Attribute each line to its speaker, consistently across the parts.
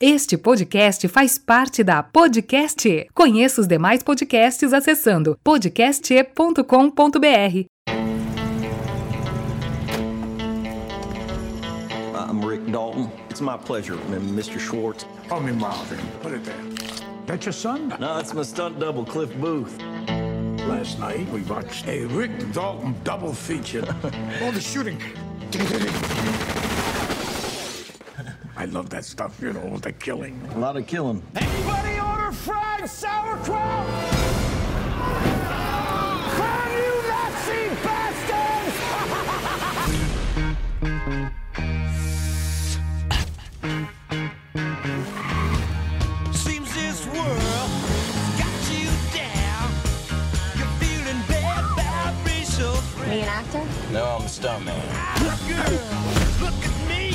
Speaker 1: Este podcast faz parte da Podcast. E. Conheça os demais podcasts acessando podcast.com.br.
Speaker 2: I'm Rick Dalton. It's my pleasure, M- Mr. Schwartz.
Speaker 3: Call me Marvin. Put it there. That's your son?
Speaker 2: No, it's my stunt double, Cliff Booth.
Speaker 3: Last night we watched a Rick Dalton double feature. All the shooting. I love that stuff, you know, the killing.
Speaker 2: A lot of killing.
Speaker 4: Anybody order fried sauerkraut? Can you Nazi bastards! Seems this world's got you down. You're feeling bad vibrations.
Speaker 5: Are you an actor?
Speaker 2: No, I'm a stuntman.
Speaker 4: Look at me.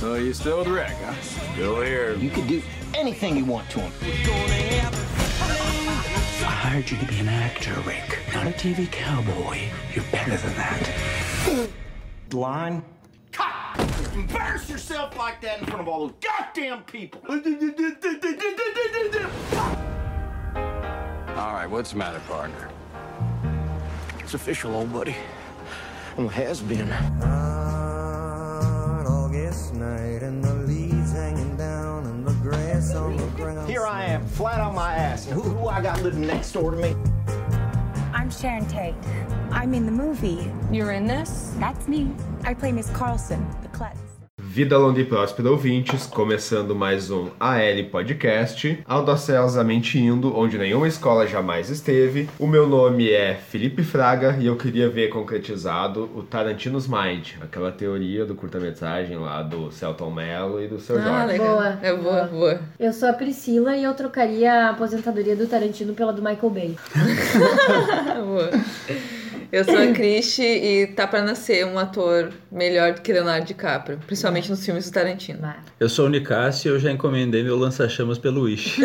Speaker 3: So you still the Rick, huh? Still here.
Speaker 2: You can do anything you want to him.
Speaker 4: Gonna have
Speaker 6: I hired you to be an actor, Rick, not a TV cowboy. You're better than that.
Speaker 2: Line?
Speaker 4: Embarrass yourself like that in front of all those goddamn people.
Speaker 7: All right, what's the matter, partner?
Speaker 2: It's official, old buddy. Well, it has been.
Speaker 8: on August night and the leaves hanging down and the grass on the ground.
Speaker 2: Here I am, flat on my ass, and who, who I got living next door to me?
Speaker 9: I'm Sharon Tate. I'm in the movie. You're in this? That's me. I play Miss Carlson, the klutz.
Speaker 10: Vida longa e próspera, ouvintes, começando mais um AL Podcast, audaciosamente indo onde nenhuma escola jamais esteve. O meu nome é Felipe Fraga e eu queria ver concretizado o Tarantino's Mind, aquela teoria do curta-metragem lá do Celton Mello e do
Speaker 11: Ah,
Speaker 10: seu Jorge.
Speaker 12: Boa.
Speaker 11: É
Speaker 12: Eu vou, vou. Eu sou a Priscila e eu trocaria a aposentadoria do Tarantino pela do Michael Bay.
Speaker 10: Ah,
Speaker 11: Eu sou a Cristi e tá pra nascer um ator melhor do que Leonardo DiCaprio, principalmente nos filmes do Tarantino.
Speaker 12: Vai.
Speaker 13: Eu sou o Nicasio e eu já encomendei meu lança-chamas pelo Wish.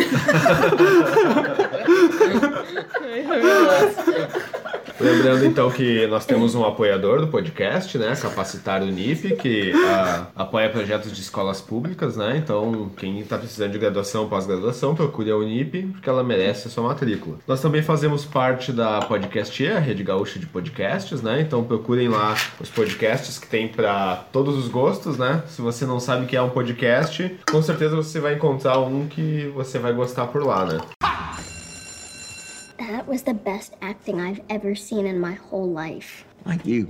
Speaker 10: Lembrando então que nós temos um apoiador do podcast, né? Capacitar Unip, que ah, apoia projetos de escolas públicas, né? Então, quem está precisando de graduação ou pós-graduação, procure a Unip, porque ela merece a sua matrícula. Nós também fazemos parte da Podcast E, a rede gaúcha de podcasts, né? Então procurem lá os podcasts que tem para todos os gostos, né? Se você não sabe o que é um podcast, com certeza você vai encontrar um que você vai gostar por lá, né?
Speaker 5: That was the best acting I've ever seen in my whole life.
Speaker 2: Like you.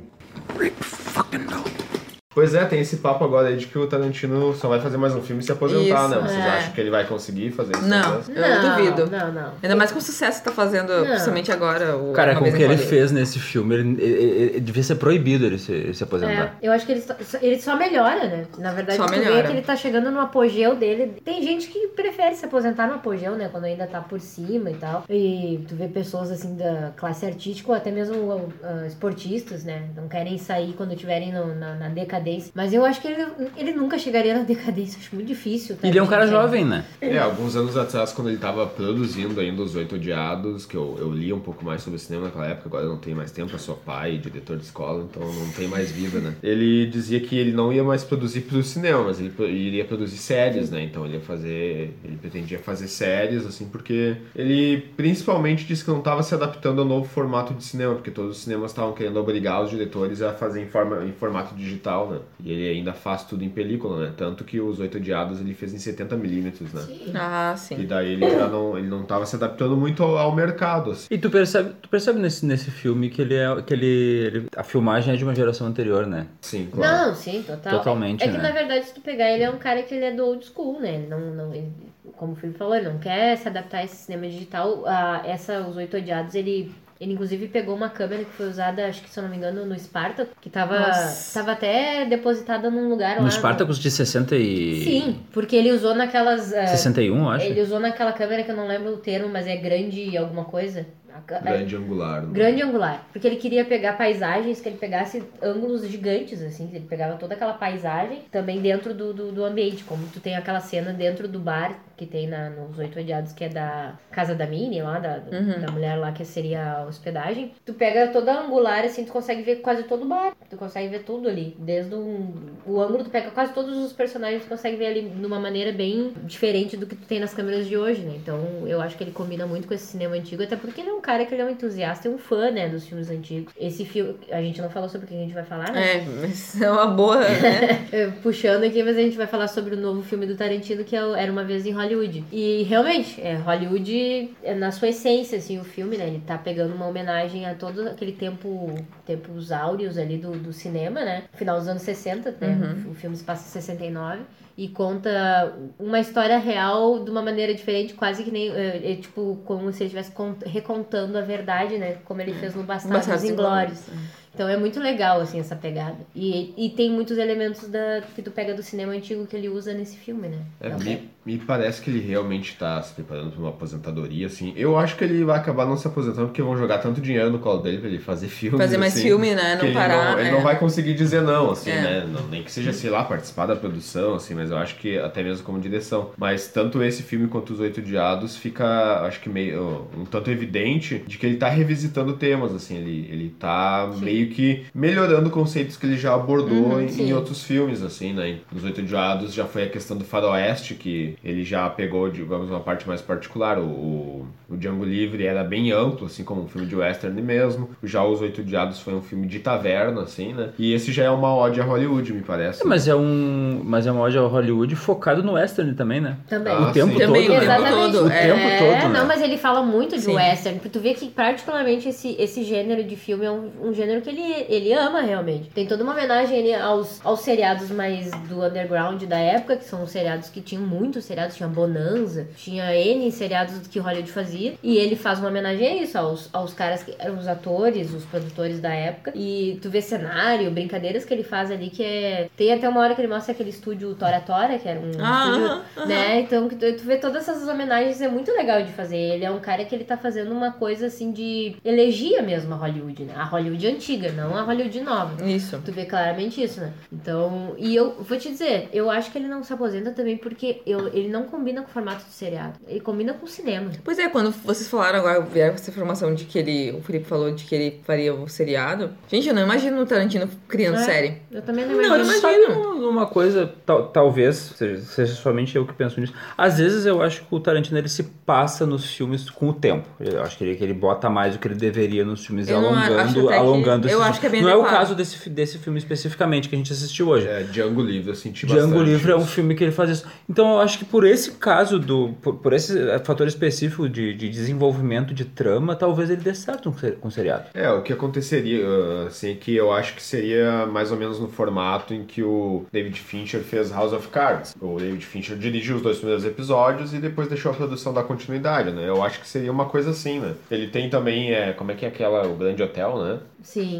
Speaker 10: Pois é, tem esse papo agora aí de que o Tarantino só vai fazer mais um filme e se aposentar,
Speaker 11: Isso,
Speaker 10: né? Vocês
Speaker 11: é.
Speaker 10: acham que ele vai conseguir fazer isso?
Speaker 11: Não,
Speaker 10: mesmo?
Speaker 11: eu duvido.
Speaker 12: Não, não.
Speaker 11: Ainda mais com o sucesso que tá fazendo, principalmente agora. O
Speaker 13: Cara,
Speaker 11: Uma
Speaker 13: com o
Speaker 11: Vez
Speaker 13: que
Speaker 11: em
Speaker 13: ele
Speaker 11: Hollywood.
Speaker 13: fez nesse filme, ele, ele- ele- devia ser proibido ele se, ele se
Speaker 12: É,
Speaker 13: aposentar.
Speaker 12: eu acho que ele só, só- ele só melhora, né? Na verdade,
Speaker 11: Só
Speaker 12: tu vê
Speaker 11: melhora.
Speaker 12: que ele tá chegando no apogeu dele. Tem gente que prefere se aposentar no apogeu, né? Quando ainda tá por cima e tal. E tu vê pessoas assim da classe artística ou até mesmo ah, esportistas, né? Não querem sair quando estiverem na, na decadência. Mas eu acho que ele, ele nunca chegaria na decadência. Acho muito difícil. tá?
Speaker 13: Ele é um cara
Speaker 12: Gente,
Speaker 13: jovem, né?
Speaker 10: É, alguns anos atrás, quando ele tava produzindo ainda Os Oito Odiados, que eu, eu li um pouco mais sobre cinema naquela época, agora eu não tenho mais tempo, eu sou pai, diretor de escola, então não tem mais vida, né? Ele dizia que ele não ia mais produzir pro cinema, mas ele pro- iria produzir séries, né? Então ele ia fazer. Ele pretendia fazer séries, assim, porque ele principalmente disse que não tava se adaptando ao novo formato de cinema, porque todos os cinemas estavam querendo obrigar os diretores a fazer em, forma, em formato digital, né? E ele ainda faz tudo em película, né? Tanto que Os Oito Odiados ele fez em 70mm, né?
Speaker 11: Ah,
Speaker 10: E
Speaker 11: sim.
Speaker 10: daí ele já não, ele não tava se adaptando muito ao, ao mercado, assim.
Speaker 13: E tu percebe, tu percebe nesse, nesse filme que ele é. Que ele, ele- a filmagem é de uma geração anterior, né?
Speaker 10: Sim, claro.
Speaker 12: Não, sim, total.
Speaker 13: Totalmente,
Speaker 12: É que
Speaker 13: né?
Speaker 12: na verdade, se tu pegar, ele é um cara que ele é do old school, né? Ele não, não ele- como o Felipe falou, ele não quer se adaptar a esse cinema digital. A essa, os oito odiados, ele. Ele, inclusive, pegou uma câmera que foi usada, acho que, se eu não me engano, no Spartacus, que tava,
Speaker 11: Nossa.
Speaker 12: tava até depositada num lugar lá.
Speaker 13: No Spartacus de 60 e.
Speaker 12: é Sim, porque ele usou naquelas. ah,
Speaker 13: 61, eu acho.
Speaker 12: ele usou naquela câmera que eu não lembro o termo, mas é grande é alguma coisa. A a ca-
Speaker 10: Grande angular. né?
Speaker 12: Grande angular, porque ele queria pegar paisagens, que ele pegasse ângulos gigantes, assim, que ele pegava toda aquela paisagem também dentro do, do, do ambiente, como tu tem aquela cena dentro do bar que tem na, nos Oito Odiados, que é da casa da Minnie lá, da, do-
Speaker 9: Uhum.
Speaker 12: da mulher lá que seria a hospedagem. Tu pega toda angular, assim, tu consegue ver quase todo o bar, tu consegue ver tudo ali, desde um, o ângulo, tu pega quase todos os personagens, tu consegue ver ali de uma maneira bem diferente do que tu tem nas câmeras de hoje, né? Então eu acho que ele combina muito com esse cinema antigo, até porque ele é um cara que ele é um entusiasta e um fã, né, dos filmes antigos. Esse filme, a gente não falou sobre o que a gente vai falar, né?
Speaker 11: É, mas é uma boa, né?
Speaker 12: Eu Puxando aqui, mas a gente vai falar sobre o novo filme do Tarantino, que é o Era Uma Vez em Hollywood. E realmente, é, Hollywood é na sua essência, assim, o filme, né? Ele tá pegando uma homenagem a todo aquele tempo, tempos áureos ali do, do cinema, né? Final dos anos 60, né?
Speaker 11: Uhum.
Speaker 12: O filme se passa em 69 e conta uma história real de uma maneira diferente, quase que nem, é, é, tipo, como se ele estivesse cont- recontando a verdade, né? Como ele fez no Bastardos,
Speaker 11: Bastardos
Speaker 12: Inglórios.
Speaker 11: Inglórios,
Speaker 12: Então é muito legal, assim, essa pegada. E, e tem muitos elementos da, que tu pega do cinema antigo que ele usa nesse filme, né?
Speaker 10: É,
Speaker 12: Então,
Speaker 10: me, me parece que ele realmente tá se preparando pra uma aposentadoria, assim. Eu acho que ele vai acabar não se aposentando porque vão jogar tanto dinheiro no colo dele pra ele fazer filme.
Speaker 11: Fazer mais
Speaker 10: assim,
Speaker 11: filme, né? Não
Speaker 10: que ele
Speaker 11: parar,
Speaker 10: Ele
Speaker 11: é.
Speaker 10: não vai conseguir dizer não, assim,
Speaker 11: É.
Speaker 10: né? Não, nem que seja, sei lá, participar da produção, assim, mas eu acho que até mesmo como direção. Mas tanto esse filme quanto Os Oito Diados fica, acho que meio, um tanto evidente de que ele tá revisitando temas, assim. Ele, ele tá meio que melhorando conceitos que ele já abordou
Speaker 12: Uhum,
Speaker 10: em-
Speaker 12: sim.
Speaker 10: em outros outros filmes, assim, né? Nos Oito Odiados já foi a questão do faroeste, que ele já pegou, digamos, uma parte mais particular. O, o, o Django Livre era bem amplo, assim, como um filme de western mesmo. Já Os Oito Odiados foi um filme de taverna, assim, né? E esse já é uma ode a Hollywood, me parece.
Speaker 13: É, mas é um. Mas é uma ódio ao Hollywood focado no western também, né?
Speaker 12: Também.
Speaker 10: Ah,
Speaker 13: O tempo todo.
Speaker 11: Também,
Speaker 13: né?
Speaker 11: o tempo
Speaker 12: Exatamente.
Speaker 11: todo,
Speaker 13: O tempo
Speaker 12: é,
Speaker 13: todo.
Speaker 12: não,
Speaker 13: né?
Speaker 12: mas ele fala muito de
Speaker 11: Sim.
Speaker 12: western, porque tu vê que particularmente esse, esse gênero de filme é um, um gênero que ele, ele ama realmente. Tem toda uma homenagem ali aos, aos seriados mais do underground da época, que são os seriados que tinham muitos seriados, tinha Bonanza, tinha N seriados que Hollywood fazia, e ele faz uma homenagem a isso, aos, aos caras que eram os atores, os produtores da época, e tu vê cenário, brincadeiras que ele faz ali, que é... Tem até uma hora que ele mostra aquele estúdio Tora Tora, que era um
Speaker 11: Ah,
Speaker 12: estúdio,
Speaker 11: aham, aham.
Speaker 12: né, é, então que tu, tu vê todas essas homenagens é muito legal de fazer. Ele é um cara que ele tá fazendo uma coisa assim de elegia mesmo a Hollywood, né? A Hollywood antiga, não a Hollywood nova.
Speaker 11: Isso.
Speaker 12: Tu vê claramente isso, né? Então, e eu vou te dizer, eu acho que ele não se aposenta também porque eu, ele não combina com o formato de seriado. Ele combina com o cinema.
Speaker 11: Pois é, quando vocês falaram agora, vieram com essa informação de que ele. O Felipe falou de que ele faria o seriado. Gente, eu não imagino o Tarantino criando
Speaker 12: É,
Speaker 11: série.
Speaker 12: Eu também não
Speaker 13: Não,
Speaker 12: imagino.
Speaker 13: eu imagino uma coisa, tal- talvez, seja, seja somente eu que penso nisso. Às vezes eu acho que o Tarantino ele se passa nos filmes com o tempo. Eu acho que ele, que ele bota mais do que ele deveria nos filmes,
Speaker 11: Eu não a- acho
Speaker 13: alongando,
Speaker 11: até que-
Speaker 13: alongando.
Speaker 11: eu
Speaker 13: esses
Speaker 11: acho que é bem
Speaker 13: Não é o
Speaker 11: adequado.
Speaker 13: caso desse, fi- desse filme especificamente que a gente assistiu hoje.
Speaker 10: É, Django Livre, eu senti
Speaker 13: Django
Speaker 10: bastante
Speaker 13: Livre é um
Speaker 10: isso.
Speaker 13: filme que ele faz isso. Então eu acho que por esse caso do, por, por esse eh, fator específico de, de desenvolvimento de trama, talvez ele dê certo com o ser- com o seriado.
Speaker 10: É, o que aconteceria, uh, assim, é que eu acho que seria mais ou menos no formato em que o David Fincher fez House of Cards. O David Fincher dirigiu os dois primeiros episódios e depois deixou a produção dar continuidade, né? Eu acho que seria uma coisa assim, né? Ele tem também, é, como é que é aquela, o Grande Hotel, né?
Speaker 12: Sim.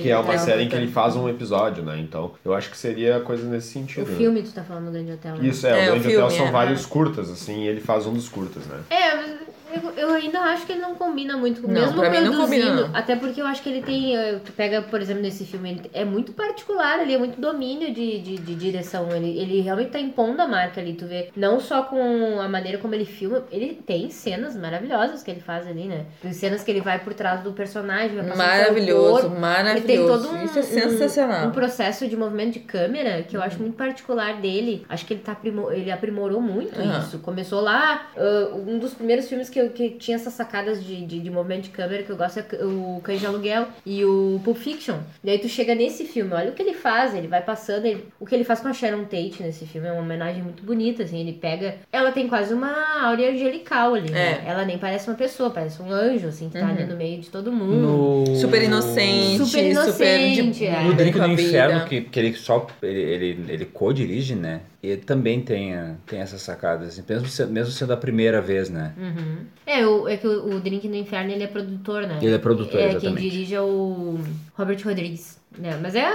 Speaker 10: Que é uma série em que ele faz um episódio, né? Então, eu acho que seria coisa nesse
Speaker 12: O
Speaker 10: sentido. né?
Speaker 12: filme tu tá falando do Grande Hotel, né?
Speaker 10: Isso, é,
Speaker 11: É, o
Speaker 10: o Grande
Speaker 11: filme,
Speaker 10: Hotel são
Speaker 11: é.
Speaker 10: vários curtas, assim, e ele faz um dos curtas, né?
Speaker 12: É, mas eu, eu ainda acho que ele não combina muito com
Speaker 11: Não,
Speaker 12: mesmo
Speaker 11: pra mim não
Speaker 12: produzindo.
Speaker 11: combina, não.
Speaker 12: Até porque eu acho que ele tem. eh, Tu pega, por exemplo, nesse filme, ele é muito particular, ele é muito domínio de, de, de direção. Ele, ele realmente tá impondo a marca ali, tu vê. Não só com a maneira como ele filma, ele tem cenas maravilhosas que ele faz ali, né? Tem cenas que ele vai por trás do personagem, vai passando pelo
Speaker 11: Maravilhoso,
Speaker 12: corpo.
Speaker 11: maravilhoso.
Speaker 12: Ele tem todo um,
Speaker 11: Isso é sensacional. Uhum.
Speaker 12: um processo de movimento de câmera que eu acho muito particular dele. Acho que ele, tá aprimo- ele aprimorou muito
Speaker 11: Aham.
Speaker 12: isso. Começou lá, ah, um dos primeiros filmes que, eu- que tinha essas sacadas de, de, de movimento de câmera que eu gosto é c- o Cães de Aluguel e o Pulp Fiction. E aí tu chega nesse filme, olha o que ele faz, ele vai passando, ele- o que ele faz com a Sharon Tate nesse filme é uma homenagem muito bonita, assim, ele pega... Ela tem quase uma áurea angelical ali, né? Ela nem parece uma pessoa, parece um anjo, assim, que tá
Speaker 11: É.
Speaker 12: ali
Speaker 11: Uhum.
Speaker 12: no meio de todo mundo.
Speaker 11: Super inocente.
Speaker 12: Super inocente,
Speaker 11: de-
Speaker 12: é.
Speaker 13: No
Speaker 11: bem
Speaker 13: Drink
Speaker 11: com a
Speaker 13: do
Speaker 11: vida.
Speaker 13: Inferno, que, que ele só ele, ele, ele co-dirige, né? E também tem, a- tem essas sacadas, assim, mesmo, se- mesmo sendo a primeira vez, né?
Speaker 12: Uhum. É, o, é que o, o Drink no Inferno ele é produtor, né?
Speaker 13: Ele é produtor,
Speaker 12: É, quem
Speaker 13: exatamente.
Speaker 12: dirige é o Robert Rodrigues. É, mas é,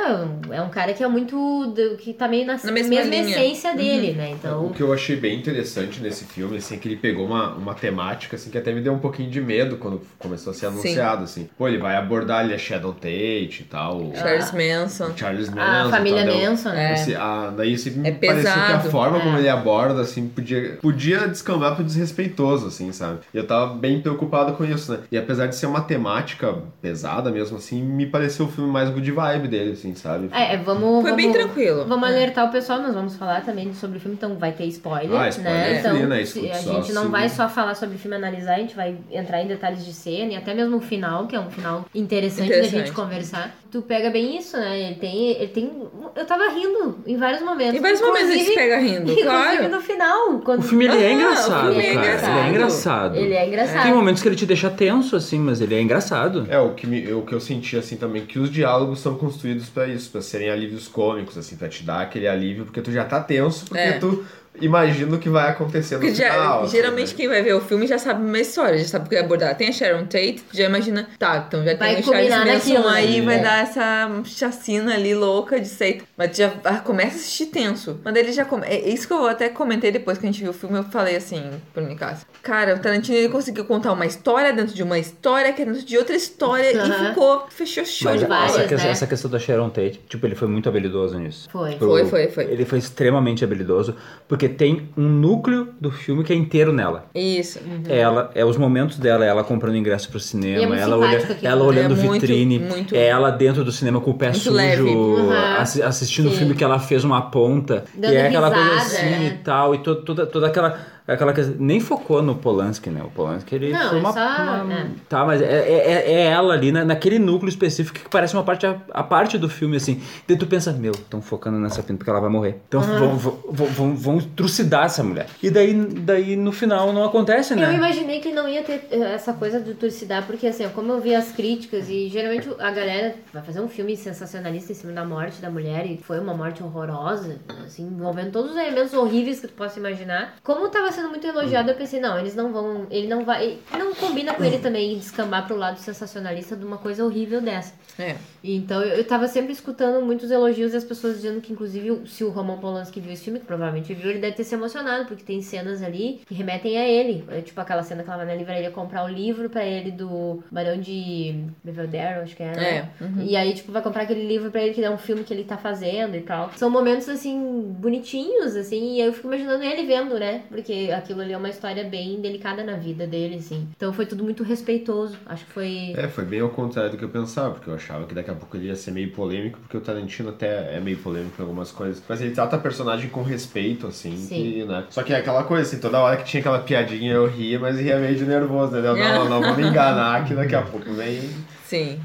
Speaker 12: um- é um cara que é muito. do- que tá meio na,
Speaker 11: Na mesma
Speaker 12: mesma,
Speaker 11: linha.
Speaker 12: essência dele,
Speaker 11: Uhum.
Speaker 12: né? Então.
Speaker 10: O que eu achei bem interessante nesse filme, assim, é que ele pegou uma, uma temática, assim, que até me deu um pouquinho de medo quando começou a ser anunciado, assim. Pô, ele vai abordar ali a Shadow Tate e tal. o-
Speaker 11: Charles Manson.
Speaker 10: o Charles
Speaker 11: A
Speaker 10: Manson.
Speaker 11: família
Speaker 10: tal, daí eu-
Speaker 11: Manson, né? É
Speaker 10: esse- a- daí esse me pareceu que a
Speaker 11: pesado.
Speaker 10: forma como
Speaker 11: É.
Speaker 10: ele aborda, assim, podia, podia descambar pro desrespeitoso, assim, sabe? E eu tava bem preocupado com isso, né? E apesar de ser uma temática pesada mesmo, assim, me pareceu o filme mais good vibe dele, assim, sabe?
Speaker 12: É, é, vamos.
Speaker 10: Foi
Speaker 12: vamos,
Speaker 10: bem tranquilo.
Speaker 12: Vamos alertar o pessoal, nós vamos falar também sobre o filme, então vai ter spoiler.
Speaker 10: Ah, spoiler
Speaker 12: né?
Speaker 10: é
Speaker 12: Então,
Speaker 10: free, né?
Speaker 12: se-
Speaker 10: Escute
Speaker 12: a
Speaker 10: só
Speaker 12: gente não
Speaker 10: se-
Speaker 12: vai só falar sobre o filme analisar, a gente vai entrar em detalhes de cena e até mesmo o final, que é um final interessante, da gente
Speaker 11: Interessante.
Speaker 12: conversar. Tu pega bem isso, né? Ele tem. Ele tem. um, Eu tava rindo em vários momentos.
Speaker 11: Em vários momentos a gente
Speaker 12: Ah. inclusive-
Speaker 11: pega rindo,
Speaker 12: inclusive
Speaker 11: claro.
Speaker 12: no final. Quando...
Speaker 13: O filme ele
Speaker 3: Ah,
Speaker 13: é
Speaker 12: Aham,
Speaker 13: engraçado,
Speaker 12: o filme é
Speaker 13: cara. Ele é engraçado.
Speaker 12: Ele é engraçado.
Speaker 13: Tem momentos que ele te deixa tenso, assim, mas ele é engraçado.
Speaker 10: É, o que, me- o que eu senti, assim, também, que os diálogos são construídos pra isso, pra serem alívios cômicos, assim, pra te dar aquele alívio, porque tu já tá tenso, porque
Speaker 11: É.
Speaker 10: tu imagina o que vai acontecer no
Speaker 11: Porque já-
Speaker 13: Ah,
Speaker 10: final. assim,
Speaker 11: geralmente
Speaker 10: né?
Speaker 11: quem vai ver o filme já sabe uma história, já sabe o que vai abordar. Tem a Sharon Tate, já imagina, tá, então já
Speaker 12: Vai
Speaker 11: tem o Charles
Speaker 12: combinar
Speaker 11: Manson
Speaker 12: naquilo, né?
Speaker 11: aí,
Speaker 12: É.
Speaker 11: vai dar essa chacina ali louca de seita. Mas tu já ah, começa a assistir tenso. Mas ele já come... É isso que eu até comentei depois que a gente viu o filme, eu falei assim, por minha casa. Cara, o Tarantino ele conseguiu contar uma história dentro de uma história, que é dentro de outra história,
Speaker 12: Aham.
Speaker 11: e ficou, fechou show
Speaker 13: Mas é
Speaker 11: de bola.
Speaker 13: essa, questão, essa questão da Sharon Tate, tipo, ele foi muito habilidoso nisso.
Speaker 12: Foi.
Speaker 13: Pro-
Speaker 11: Foi, foi, foi.
Speaker 13: Ele foi extremamente habilidoso, porque tem um núcleo do filme que é inteiro nela.
Speaker 11: Isso. uhum.
Speaker 13: Ela, é os momentos dela, ela comprando ingresso pro
Speaker 11: E é
Speaker 13: cinema,
Speaker 11: muito
Speaker 13: ela, olha-
Speaker 11: simpático aquilo.
Speaker 13: ela olhando
Speaker 11: É muito,
Speaker 13: vitrine,
Speaker 11: muito-
Speaker 13: é ela dentro do cinema com o pé
Speaker 11: Muito
Speaker 13: sujo,
Speaker 11: leve. Uhum.
Speaker 13: assi- assistindo o
Speaker 11: Sim.
Speaker 13: filme que ela fez uma ponta,
Speaker 11: Dando
Speaker 13: e é aquela coisa
Speaker 11: risada,
Speaker 13: assim
Speaker 11: né?
Speaker 13: e tal, e to- toda, toda aquela, aquela coisa. Nem focou no Polanski, né? O Polanski ele
Speaker 12: Não,
Speaker 13: foi
Speaker 12: é
Speaker 13: uma,
Speaker 12: só. né?
Speaker 13: Tá, mas é, é, é- é ela ali, na, naquele núcleo específico que parece uma parte, a, a parte do filme, assim. Daí tu pensa, meu, estão focando nessa pinta porque ela vai morrer. Então
Speaker 12: Ah.
Speaker 13: vão, vão, vão- vão, vão trucidar essa mulher. E daí, daí no final não acontece, né?
Speaker 12: Eu imaginei que não ia ter eh, essa coisa do trucidar, porque assim, como eu vi as críticas, e geralmente a galera vai fazer um filme sensacionalista em cima da morte da mulher, e foi uma morte horrorosa, assim, envolvendo todos os elementos horríveis que tu possa imaginar. Como tava sendo muito elogiado, eu pensei, não, eles não vão, ele não vai, ele não combina com ele também descambar pro lado sensacionalista de uma coisa horrível dessa.
Speaker 11: É.
Speaker 12: E Então eu, eu tava sempre escutando muitos elogios das pessoas dizendo que, inclusive, o- se o Roman Polanski viu esse filme, que provavelmente viu, ele deve ter se emocionado, porque tem cenas ali que remetem a ele. É, tipo aquela cena que ela vai na livraria comprar o livro pra ele do Barão de Belvedere, acho que é. né?
Speaker 11: É, uhum.
Speaker 12: E aí, tipo, vai comprar aquele livro pra ele, que é um filme que ele tá fazendo e tal. São momentos, assim, bonitinhos, assim, e eu fico imaginando ele vendo, né? Porque aquilo ali é uma história bem delicada na vida dele, assim. Então foi tudo muito respeitoso. Acho que foi.
Speaker 10: É, foi bem ao contrário do que eu pensava, porque eu achava que daqui a pouco ele ia ser meio polêmico, porque o Tarantino até é meio polêmico em algumas coisas, mas ele trata a personagem com respeito, assim,
Speaker 12: Sim.
Speaker 10: que, né? Só que é aquela coisa, assim, toda hora que tinha aquela piadinha eu ria, mas ria meio de nervoso, né? Eu, não, não, vou me enganar que daqui a pouco vem...
Speaker 11: Sim.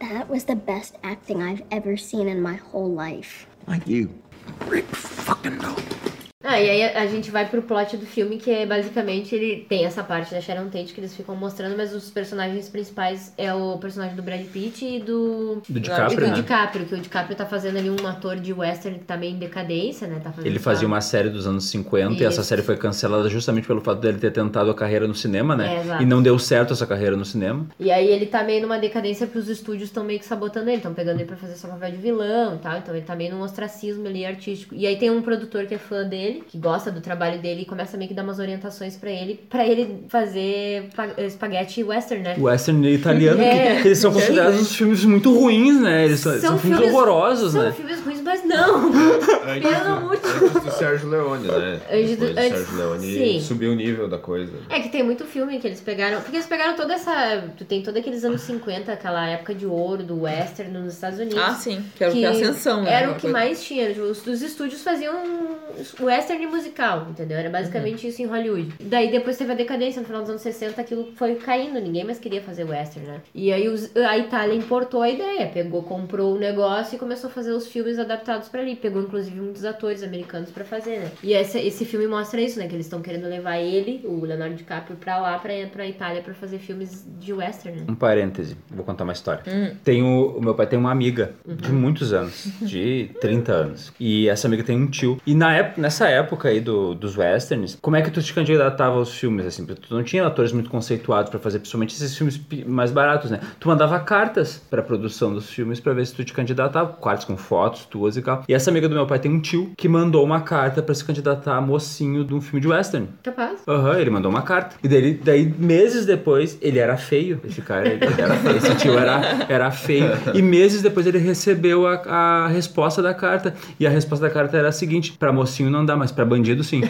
Speaker 5: That was the best acting I've ever seen in my whole life.
Speaker 2: Like you.
Speaker 12: Ah, e aí a, a gente vai pro plot do filme, que é basicamente ele tem essa parte da Sharon Tate que eles ficam mostrando, mas os personagens principais é o personagem do Brad Pitt e do.
Speaker 13: Do DiCaprio,
Speaker 12: e do
Speaker 13: né?
Speaker 12: DiCaprio, que o DiCaprio tá fazendo ali um ator de western que tá meio em decadência, né? Tá fazendo
Speaker 13: Ele
Speaker 12: só-
Speaker 13: fazia uma série dos anos 50 e essa
Speaker 12: Isso.
Speaker 13: série foi cancelada justamente pelo fato dele ter tentado a carreira no cinema,
Speaker 11: Ah,
Speaker 12: É,
Speaker 13: né?
Speaker 12: exato.
Speaker 13: e não deu certo essa carreira no cinema.
Speaker 12: E aí ele tá meio numa decadência porque os estúdios estão meio que sabotando ele, estão pegando ele pra fazer só papel de vilão e tal, então ele tá meio num ostracismo ali artístico. E aí tem um produtor que é fã dele, que gosta do trabalho dele e começa meio que dar umas orientações pra ele, pra ele fazer pa- espaguete western, né?
Speaker 13: Western italiano,
Speaker 12: É.
Speaker 13: que eles são considerados uns tá filmes muito ruins, né? Eles são, são filmes, horrorosos,
Speaker 12: são
Speaker 13: né?
Speaker 12: filmes ruins, mas não! Pelo amor de
Speaker 10: Antes É, do Sérgio Leone, né?
Speaker 12: Antes do-
Speaker 10: Depois do
Speaker 12: antes-
Speaker 10: Sérgio Leone
Speaker 12: sim.
Speaker 10: subiu o nível da coisa.
Speaker 12: É que tem muito filme que eles pegaram. Porque eles pegaram toda essa. Tu tem todos aqueles anos 50, aquela época de ouro do western nos Estados Unidos.
Speaker 11: Ah, sim, que era o que- a ascensão, né,
Speaker 12: Era
Speaker 11: uma
Speaker 12: o que
Speaker 11: coisa.
Speaker 12: mais tinha. Os, os estúdios faziam um western musical, entendeu? Era
Speaker 11: Uhum.
Speaker 12: basicamente isso em Hollywood. Daí depois teve a decadência, no final dos anos 60, aquilo foi caindo. Ninguém mais queria fazer western, né? E aí os- a Itália importou a ideia, pegou, comprou o negócio e começou a fazer os filmes adaptados passados pra ali. Pegou, inclusive, muitos atores americanos pra fazer, né? E essa- esse filme mostra isso, né? Que eles estão querendo levar ele, o Leonardo DiCaprio, pra lá, pra, pra Itália, pra fazer filmes de western, né?
Speaker 11: Uhum.
Speaker 13: Um parêntese, vou contar uma história.
Speaker 12: Hum.
Speaker 13: Tenho, o meu pai tem uma amiga de muitos anos, de 30 anos. E essa amiga tem um tio. E na época, nessa época aí do, dos westerns, como é que tu te candidatava aos filmes, assim? Porque tu não tinha atores muito conceituados pra fazer, principalmente esses filmes pi- mais baratos, né? Tu mandava cartas pra produção dos filmes pra ver se tu te candidatava. Cartas com fotos tuas e tal. E essa amiga do meu pai tem um tio que mandou uma carta pra se candidatar a mocinho de um filme de western.
Speaker 12: Capaz?
Speaker 13: Aham, ele mandou uma carta. E daí, ele- daí, meses depois, ele era feio. Esse cara, ele era feio. Esse
Speaker 11: tipo
Speaker 13: tio era, era feio. E meses depois ele recebeu a, a resposta da carta. E a resposta da carta era a seguinte: pra mocinho não dá, mas pra bandido sim.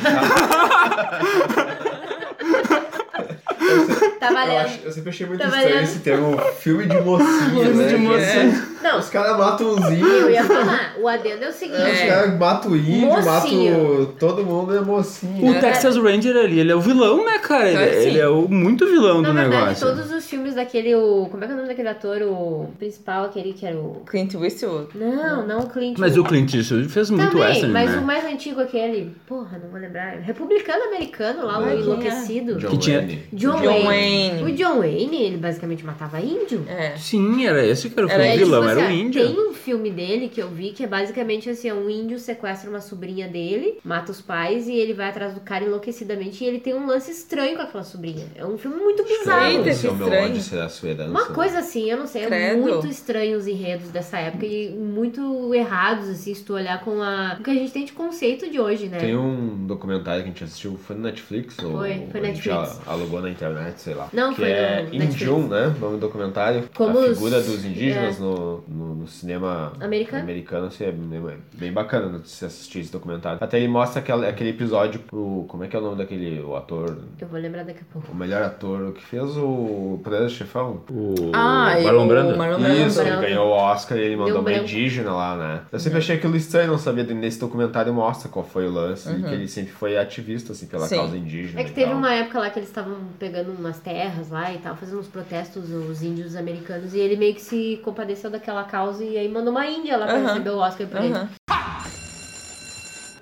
Speaker 12: Tá
Speaker 10: Eu,
Speaker 12: valendo.
Speaker 10: acho- eu sempre achei muito
Speaker 12: Tá
Speaker 10: estranho
Speaker 12: valendo.
Speaker 10: esse termo filme de mocinha.
Speaker 12: Filme
Speaker 10: né? que
Speaker 12: de
Speaker 10: é-
Speaker 12: mocinha. Não.
Speaker 10: Os caras matam os índios.
Speaker 12: Eu ia falar, o adendo é o seguinte.
Speaker 10: Os caras matam o índio,
Speaker 12: Mocinho.
Speaker 10: matam todo mundo, é mocinho.
Speaker 13: O Texas Ranger ali, ele é o vilão, né, cara? Ele,
Speaker 12: Claro que sim.
Speaker 13: ele é o muito vilão
Speaker 12: Na
Speaker 13: do
Speaker 12: verdade,
Speaker 13: negócio.
Speaker 12: todos os filmes daquele. O, como é que é o nome daquele ator? O principal, aquele que era o.
Speaker 11: Clint Eastwood.
Speaker 12: Não, não o Clint.
Speaker 13: Mas o Clint Eastwood fez muito
Speaker 12: Também,
Speaker 13: western,
Speaker 12: mas
Speaker 13: né?
Speaker 12: o mais antigo aquele. Porra, não vou lembrar. Republicano americano lá,
Speaker 11: Ai,
Speaker 12: o
Speaker 11: quem
Speaker 12: enlouquecido.
Speaker 11: é?
Speaker 13: Que tinha-
Speaker 12: John,
Speaker 11: John
Speaker 12: Wayne.
Speaker 11: Wayne.
Speaker 12: O John Wayne, ele basicamente matava índio.
Speaker 11: É.
Speaker 13: Sim, era esse que era o
Speaker 12: É,
Speaker 13: filme
Speaker 12: tipo
Speaker 13: vilão,
Speaker 12: assim,
Speaker 13: era o
Speaker 12: ó,
Speaker 13: índio.
Speaker 12: Tem um filme dele que eu vi que é basicamente assim: um índio sequestra uma sobrinha dele, mata os pais e ele vai atrás do cara enlouquecidamente e ele tem um lance estranho com aquela sobrinha. É um filme muito bizarro.
Speaker 10: Esse é o meu ódio será a sua herança.
Speaker 12: Uma coisa assim, eu não sei, é
Speaker 11: Credo.
Speaker 12: muito estranho os enredos dessa época e muito errados, assim, se tu olhar com a. O que a gente tem de conceito de hoje, né?
Speaker 10: Tem um documentário que a gente assistiu, foi no Netflix? Ou
Speaker 12: Foi, foi
Speaker 10: a gente
Speaker 12: Netflix.
Speaker 10: a- alugou na internet, sei lá.
Speaker 12: Não,
Speaker 10: que
Speaker 12: foi
Speaker 10: é
Speaker 12: no Netflix.
Speaker 10: Indium, né? O nome do documentário.
Speaker 12: Como
Speaker 10: a
Speaker 12: os-
Speaker 10: figura dos indígenas
Speaker 12: é.
Speaker 10: no, no, no cinema
Speaker 12: Americano.
Speaker 10: americano assim, é bem- bem bacana de se assistir esse documentário. Até ele mostra aquela- aquele episódio pro. Como é que é o nome daquele o ator?
Speaker 12: Eu vou lembrar daqui a pouco.
Speaker 10: O melhor ator que fez o Poder do Chefão?
Speaker 13: O
Speaker 12: Ah, e
Speaker 13: Marlon o Brando.
Speaker 11: Marlon Brando.
Speaker 10: Isso, ele
Speaker 12: Brando.
Speaker 10: ganhou o Oscar e ele mandou
Speaker 12: Deu
Speaker 10: uma
Speaker 12: branco.
Speaker 10: indígena lá, né? Eu sempre achei aquilo estranho, não sabia. Nesse documentário mostra qual foi o lance e
Speaker 12: Uhum.
Speaker 10: que ele sempre foi ativista, assim, pela
Speaker 12: Sim.
Speaker 10: causa indígena.
Speaker 12: É que
Speaker 10: e
Speaker 12: teve
Speaker 10: tal.
Speaker 12: uma época lá que eles estavam pegando umas terras lá e tal, fazendo uns protestos, os índios americanos, e ele meio que se compadeceu daquela causa e aí mandou uma índia lá pra
Speaker 5: Aham.
Speaker 12: receber o Oscar por ele.
Speaker 5: Aham.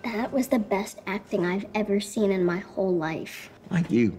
Speaker 5: That was the best acting I've ever seen in my whole life.
Speaker 10: Like you.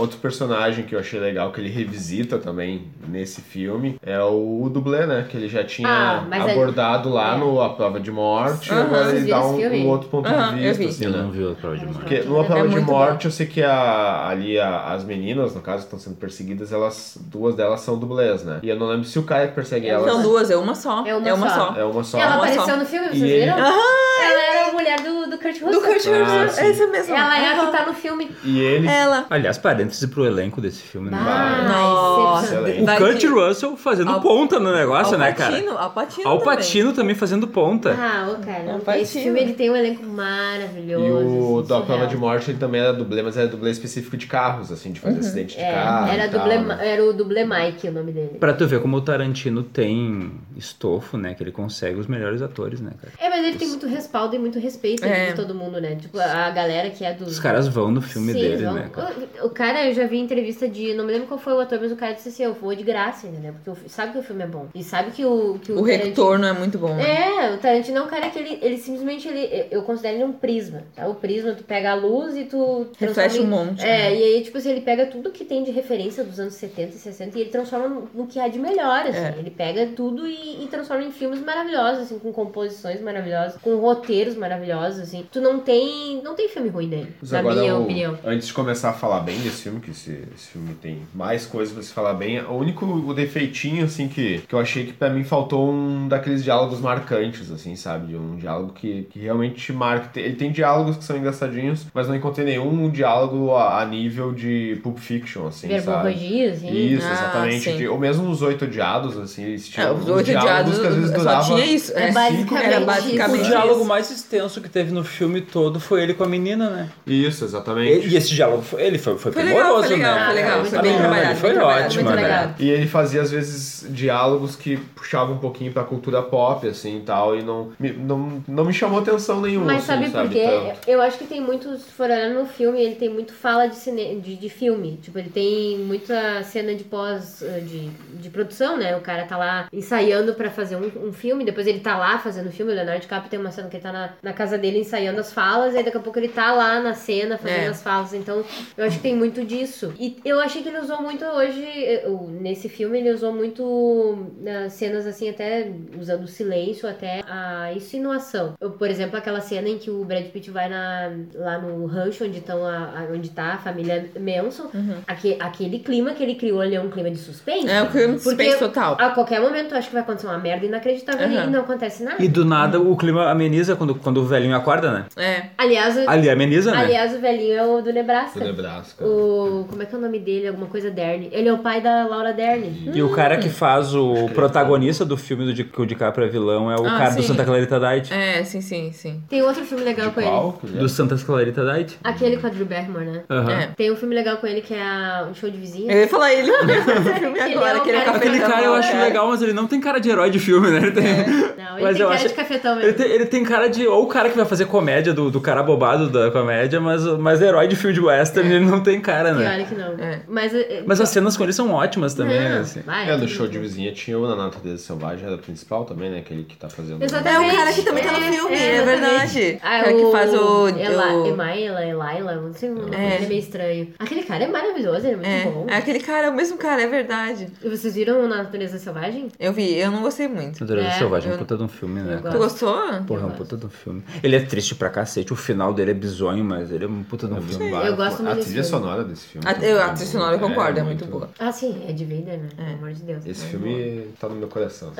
Speaker 10: Outro personagem que eu achei legal, que ele revisita também nesse filme, é o dublê, né? Que ele já tinha
Speaker 12: Ah, mas aí-
Speaker 10: abordado lá
Speaker 12: é.
Speaker 10: no A Prova de Morte,
Speaker 12: Aham,
Speaker 10: agora
Speaker 12: vocês
Speaker 10: ele dá
Speaker 12: viram
Speaker 10: um,
Speaker 12: esse filme?
Speaker 10: um outro ponto
Speaker 12: Aham,
Speaker 10: de
Speaker 12: eu
Speaker 10: vista,
Speaker 12: vi.
Speaker 10: assim,
Speaker 13: Eu
Speaker 10: né?
Speaker 13: não vi o Prova de Morte.
Speaker 10: Porque numa prova
Speaker 13: É
Speaker 10: de
Speaker 13: muito
Speaker 10: morte, eu sei que a- ali a- as meninas, no caso, que estão sendo perseguidas, elas duas delas são dublês, né? E eu não lembro se o cara que persegue elas.
Speaker 11: São duas, é uma só. É uma, só.
Speaker 10: É uma só.
Speaker 12: Ela
Speaker 11: Uma
Speaker 12: apareceu
Speaker 11: só.
Speaker 12: no filme,
Speaker 10: E
Speaker 12: vocês
Speaker 10: ele-
Speaker 12: viram?
Speaker 11: Aham!
Speaker 12: Ela era a mulher do, do Kurt Russell.
Speaker 11: Do Kurt
Speaker 10: Ah, Russell, sim. essa
Speaker 11: mesma.
Speaker 12: Ela é a que
Speaker 11: Aham.
Speaker 12: tá no filme.
Speaker 10: E ele.
Speaker 11: Ela.
Speaker 13: Aliás, parêntese pro elenco desse filme, né?
Speaker 12: Ah,
Speaker 11: Nossa.
Speaker 10: é.
Speaker 13: O Kurt Russell fazendo ponta no negócio, né, cara?
Speaker 11: Patino, Al Patino
Speaker 13: Al
Speaker 11: também.
Speaker 13: Pacino também. fazendo ponta.
Speaker 12: Ah, ô cara,
Speaker 11: Patino.
Speaker 12: esse filme ele tem um elenco
Speaker 10: É E
Speaker 12: maravilhoso.
Speaker 10: o é
Speaker 12: assim,
Speaker 10: da
Speaker 12: surreal.
Speaker 10: prova de morte ele também era dublê, mas era dublê específico de carros, assim, de fazer
Speaker 12: Uhum.
Speaker 10: acidente de
Speaker 12: É,
Speaker 10: carro.
Speaker 12: era,
Speaker 10: e tal,
Speaker 12: dublê-
Speaker 10: né?
Speaker 12: era o dublê Mike o nome dele.
Speaker 13: Pra tu ver como o Tarantino tem estofo, né? Que ele consegue os melhores atores, né, cara?
Speaker 12: É, mas ele tem muito respaldo e muito respeito
Speaker 11: É.
Speaker 12: de todo mundo, né? Tipo, a a galera que é dos.
Speaker 13: Os caras vão no filme
Speaker 12: Sim,
Speaker 13: dele,
Speaker 12: vão-
Speaker 13: né, cara?
Speaker 12: O, o cara, eu já vi entrevista de. Não me lembro qual foi o ator, mas o cara disse assim: eu vou de graça, entendeu? Porque o fi- sabe que o filme é bom. E sabe que o. Que o,
Speaker 11: O
Speaker 12: Tarantino-
Speaker 11: retorno é muito bom. né?
Speaker 12: É, o Tarantino é um cara que ele, ele simplesmente. Ele, eu considero ele um prisma. Tá? O prisma, tu pega a luz e tu.
Speaker 11: Reflete um
Speaker 12: transforma em-
Speaker 11: monte,
Speaker 12: É,
Speaker 11: né?
Speaker 12: e aí, tipo assim, ele pega tudo que tem de referência dos anos 70 e 60 e ele transforma no- no que há de melhor, assim.
Speaker 11: É.
Speaker 12: Ele pega tudo e, e transforma em filmes maravilhosos, assim, com composições maravilhosas, com roteiros maravilhosos, assim. Tu não tem. Não tem filme ruim dele,
Speaker 10: Mas
Speaker 12: na
Speaker 10: agora,
Speaker 12: minha
Speaker 10: o-
Speaker 12: opinião.
Speaker 10: antes de começar a falar bem desse filme, que esse, esse filme tem mais coisas pra se falar bem, o único o defeitinho, assim, que, que eu achei que pra mim faltou um daqueles diálogos marcantes, assim, sabe? De Um diálogo que, que realmente te marca. Tem- Ele tem diálogos que são engraçadinhos, mas não encontrei nenhum diálogo a, a nível de Pulp Fiction, assim, sabe?
Speaker 12: Verborragia, assim.
Speaker 10: Isso,
Speaker 12: Ah,
Speaker 10: exatamente.
Speaker 12: sim.
Speaker 10: De- ou mesmo os Oito Odiados, assim, eles tinham
Speaker 11: É, os
Speaker 10: uns
Speaker 11: Oito
Speaker 10: diálogos
Speaker 11: Odiados,
Speaker 10: que às vezes né?
Speaker 11: só
Speaker 10: durava
Speaker 11: tinha isso, é.
Speaker 10: cinco
Speaker 11: Basicamente
Speaker 10: minutos.
Speaker 11: Era basicamente
Speaker 13: o
Speaker 11: isso.
Speaker 13: diálogo mais extenso que teve no filme todo todo foi ele com a menina, né?
Speaker 10: Isso, exatamente.
Speaker 13: E, e esse diálogo, foi, ele foi, foi,
Speaker 11: Foi legal,
Speaker 13: primoroso,
Speaker 11: foi legal,
Speaker 13: né?
Speaker 11: foi legal,
Speaker 13: A
Speaker 11: foi bem
Speaker 13: menina
Speaker 11: trabalhado,
Speaker 13: foi
Speaker 11: bem trabalhado,
Speaker 13: ótima,
Speaker 11: muito
Speaker 13: né?
Speaker 11: legal.
Speaker 10: E ele fazia, às vezes, diálogos que puxavam um pouquinho pra cultura pop, assim, e tal, e não me, não, não me chamou atenção nenhuma,
Speaker 12: Mas
Speaker 10: assim,
Speaker 12: sabe por quê?
Speaker 10: tanto.
Speaker 12: Eu acho que tem muito, se for olhar no filme, ele tem muito fala de, cine, de, de filme. Tipo, ele tem muita cena de pós, eh, de, de produção, né? O cara tá lá ensaiando pra fazer um, um filme, depois ele tá lá fazendo o filme, o Leonardo DiCaprio tem uma cena que ele tá na, na casa dele ensaiando as falas, e aí daqui a pouco ele tá lá na cena fazendo
Speaker 11: É.
Speaker 12: as falas. Então, eu acho que tem muito disso. E eu achei que ele usou muito hoje, eh, o- nesse filme, ele usou muito ah, cenas assim, até usando o silêncio, até a insinuação. Eu, por exemplo, aquela cena em que o Brad Pitt vai na- lá no rancho onde, tão a, a- onde tá a família Manson. Aque- aquele clima que ele criou ali é um clima de suspense.
Speaker 11: Uhum. É, um clima de
Speaker 12: Porque
Speaker 11: suspense total. Uhum.
Speaker 12: A qualquer momento eu acho que vai acontecer uma merda inacreditável
Speaker 11: Aham.
Speaker 12: e não acontece nada.
Speaker 13: E do nada o clima ameniza quando, quando o velhinho acorda, né?
Speaker 11: É.
Speaker 12: Aliás, o-
Speaker 13: Ali ameniza, né?
Speaker 12: aliás, o velhinho é o do Nebraska.
Speaker 13: Do Nebraska.
Speaker 12: O, como é que é o nome dele? Alguma coisa Derne. Ele é o pai da Laura Derne.
Speaker 13: E o cara que
Speaker 12: Hum.
Speaker 13: faz o protagonista do filme do Di- que o DiCaprio é vilão é o
Speaker 12: Ah,
Speaker 13: cara do
Speaker 12: sim.
Speaker 13: Santa Clarita Diet.
Speaker 11: É, sim, sim, sim.
Speaker 12: Tem outro filme legal com ele.
Speaker 10: né?
Speaker 13: Do Santa Clarita Diet.
Speaker 12: Aquele com a Drew Barrymore, né?
Speaker 13: Aham. É.
Speaker 12: Tem um filme legal com ele que é a- um show de vizinha.
Speaker 11: Eu ia falar ele. filme agora, que ele é
Speaker 12: o cara
Speaker 13: Aquele
Speaker 12: que-
Speaker 13: cara eu acho legal, mas ele não tem cara de herói de filme, né? Ele tem,
Speaker 12: Não, ele
Speaker 13: Mas
Speaker 12: tem
Speaker 13: eu
Speaker 12: cara
Speaker 13: acho-
Speaker 12: de cafetão
Speaker 13: ele
Speaker 12: mesmo.
Speaker 13: tem, ele tem cara de. Ou o cara que vai fazer comédia, do, do cara bobado da comédia, mas, mas herói de filme de western, ele não tem cara,
Speaker 12: Que
Speaker 13: né?
Speaker 12: olha É. que não. Mas, é-
Speaker 13: Mas as cenas com ele são ótimas também,
Speaker 12: Não,
Speaker 13: né? assim.
Speaker 11: Ah,
Speaker 12: vai,
Speaker 10: É, no show de vizinha tinha o Na Natureza Selvagem, era o principal também, né? Aquele que tá fazendo...
Speaker 12: Exatamente.
Speaker 11: É o cara que também tá no filme, é
Speaker 12: exatamente.
Speaker 11: verdade.
Speaker 12: Ah,
Speaker 11: Cara que faz o-
Speaker 12: Ela,
Speaker 11: o-
Speaker 12: Emaila, Elaila, não sei o nome,
Speaker 11: É.
Speaker 12: ele é meio estranho. Aquele cara é maravilhoso, ele é muito
Speaker 11: É,
Speaker 12: bom.
Speaker 11: é aquele cara, é o mesmo cara, é verdade.
Speaker 12: E vocês viram Na Natureza Selvagem?
Speaker 11: Eu vi, eu não gostei muito.
Speaker 13: Natureza Selvagem é um
Speaker 11: eu-
Speaker 13: puta de um filme, né?
Speaker 11: Tu gostou?
Speaker 13: Porra, é um puta de um filme. Ele é triste pra cacete, o final dele é bizonho, mas ele é um puta de um filme.
Speaker 11: eu Bah, gosto a muito desse trilha filme.
Speaker 10: sonora desse filme né?
Speaker 11: A, eu, a trilha sonora eu concordo, é muito, boa.
Speaker 12: Ah, sim, é de vida, né? Pelo amor de Deus.
Speaker 10: Esse
Speaker 12: É
Speaker 10: filme tá no meu coração.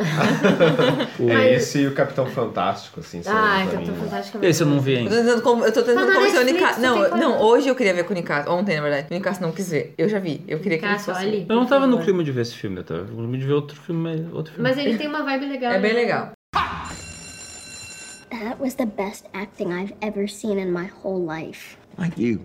Speaker 13: O-
Speaker 10: é esse e o Capitão Fantástico, assim. são
Speaker 12: Ah,
Speaker 10: pra
Speaker 12: Capitão
Speaker 10: mim.
Speaker 12: Fantástico é
Speaker 13: Esse eu não vi
Speaker 11: Eu
Speaker 13: ainda.
Speaker 11: tô tentando, com- eu tô tentando
Speaker 12: na
Speaker 11: convencer o
Speaker 12: Netflix,
Speaker 11: Nicasso.
Speaker 12: tu
Speaker 11: Não,
Speaker 12: tem
Speaker 11: eu-
Speaker 12: quatro.
Speaker 11: não, hoje eu queria ver com o Nicasso. Ontem, na verdade. O Nicasso não quis ver. Eu já vi. Eu queria que ele
Speaker 12: Nicasso,
Speaker 11: fosse.
Speaker 12: olhe.
Speaker 13: Eu não tava no clima de ver esse filme, eu tava no clima de ver outro filme. Outro filme.
Speaker 12: Mas ele tem uma vibe legal.
Speaker 11: É
Speaker 12: né?
Speaker 11: bem legal.
Speaker 5: That was the best acting I've ever seen in my whole life.
Speaker 2: Like you.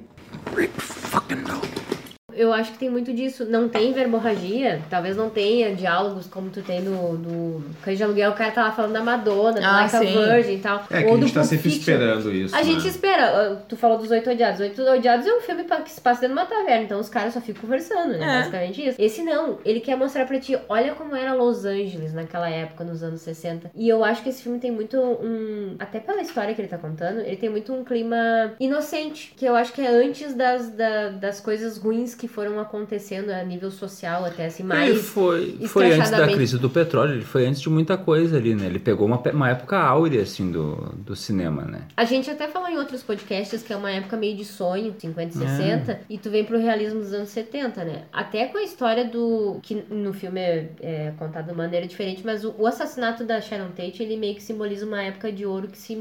Speaker 12: Eu acho que tem muito disso. Não tem verborragia, talvez não tenha diálogos como tu tem no, no Cães de Aluguel, o cara tá lá falando da Madonna, do
Speaker 11: Ah,
Speaker 12: Like a
Speaker 11: sim.
Speaker 12: Virgin e tal.
Speaker 10: É que
Speaker 12: Ou
Speaker 10: a
Speaker 12: do
Speaker 10: gente tá
Speaker 12: Pulp
Speaker 10: sempre
Speaker 12: Fiction.
Speaker 10: esperando isso.
Speaker 12: A gente
Speaker 10: né?
Speaker 12: espera, tu falou dos Oito Odiados. Oito Odiados é um filme pa- que se passa dentro de uma taverna, então os caras só ficam conversando, né?
Speaker 11: É.
Speaker 12: Basicamente isso. Esse não, ele quer mostrar pra ti, olha como era Los Angeles naquela época, nos anos 60. E eu acho que esse filme tem muito um. Até pela história que ele tá contando, ele tem muito um clima inocente, que eu acho que é antes das, da- das coisas ruins que foram acontecendo a nível social, até assim, mais.
Speaker 13: Ele foi, foi antes da
Speaker 12: escrachadamente.
Speaker 13: crise do petróleo, ele foi antes de muita coisa ali, né? Ele pegou uma, pe- uma época áurea, assim, do, do cinema, né?
Speaker 12: A gente até falou em outros podcasts que é uma época meio de sonho, 50 e 60, e tu vem pro realismo dos anos 70, né? Até com a história do. que no filme é, é contado de uma maneira diferente, mas o, o assassinato da Sharon Tate, ele meio que simboliza uma época de ouro que, se,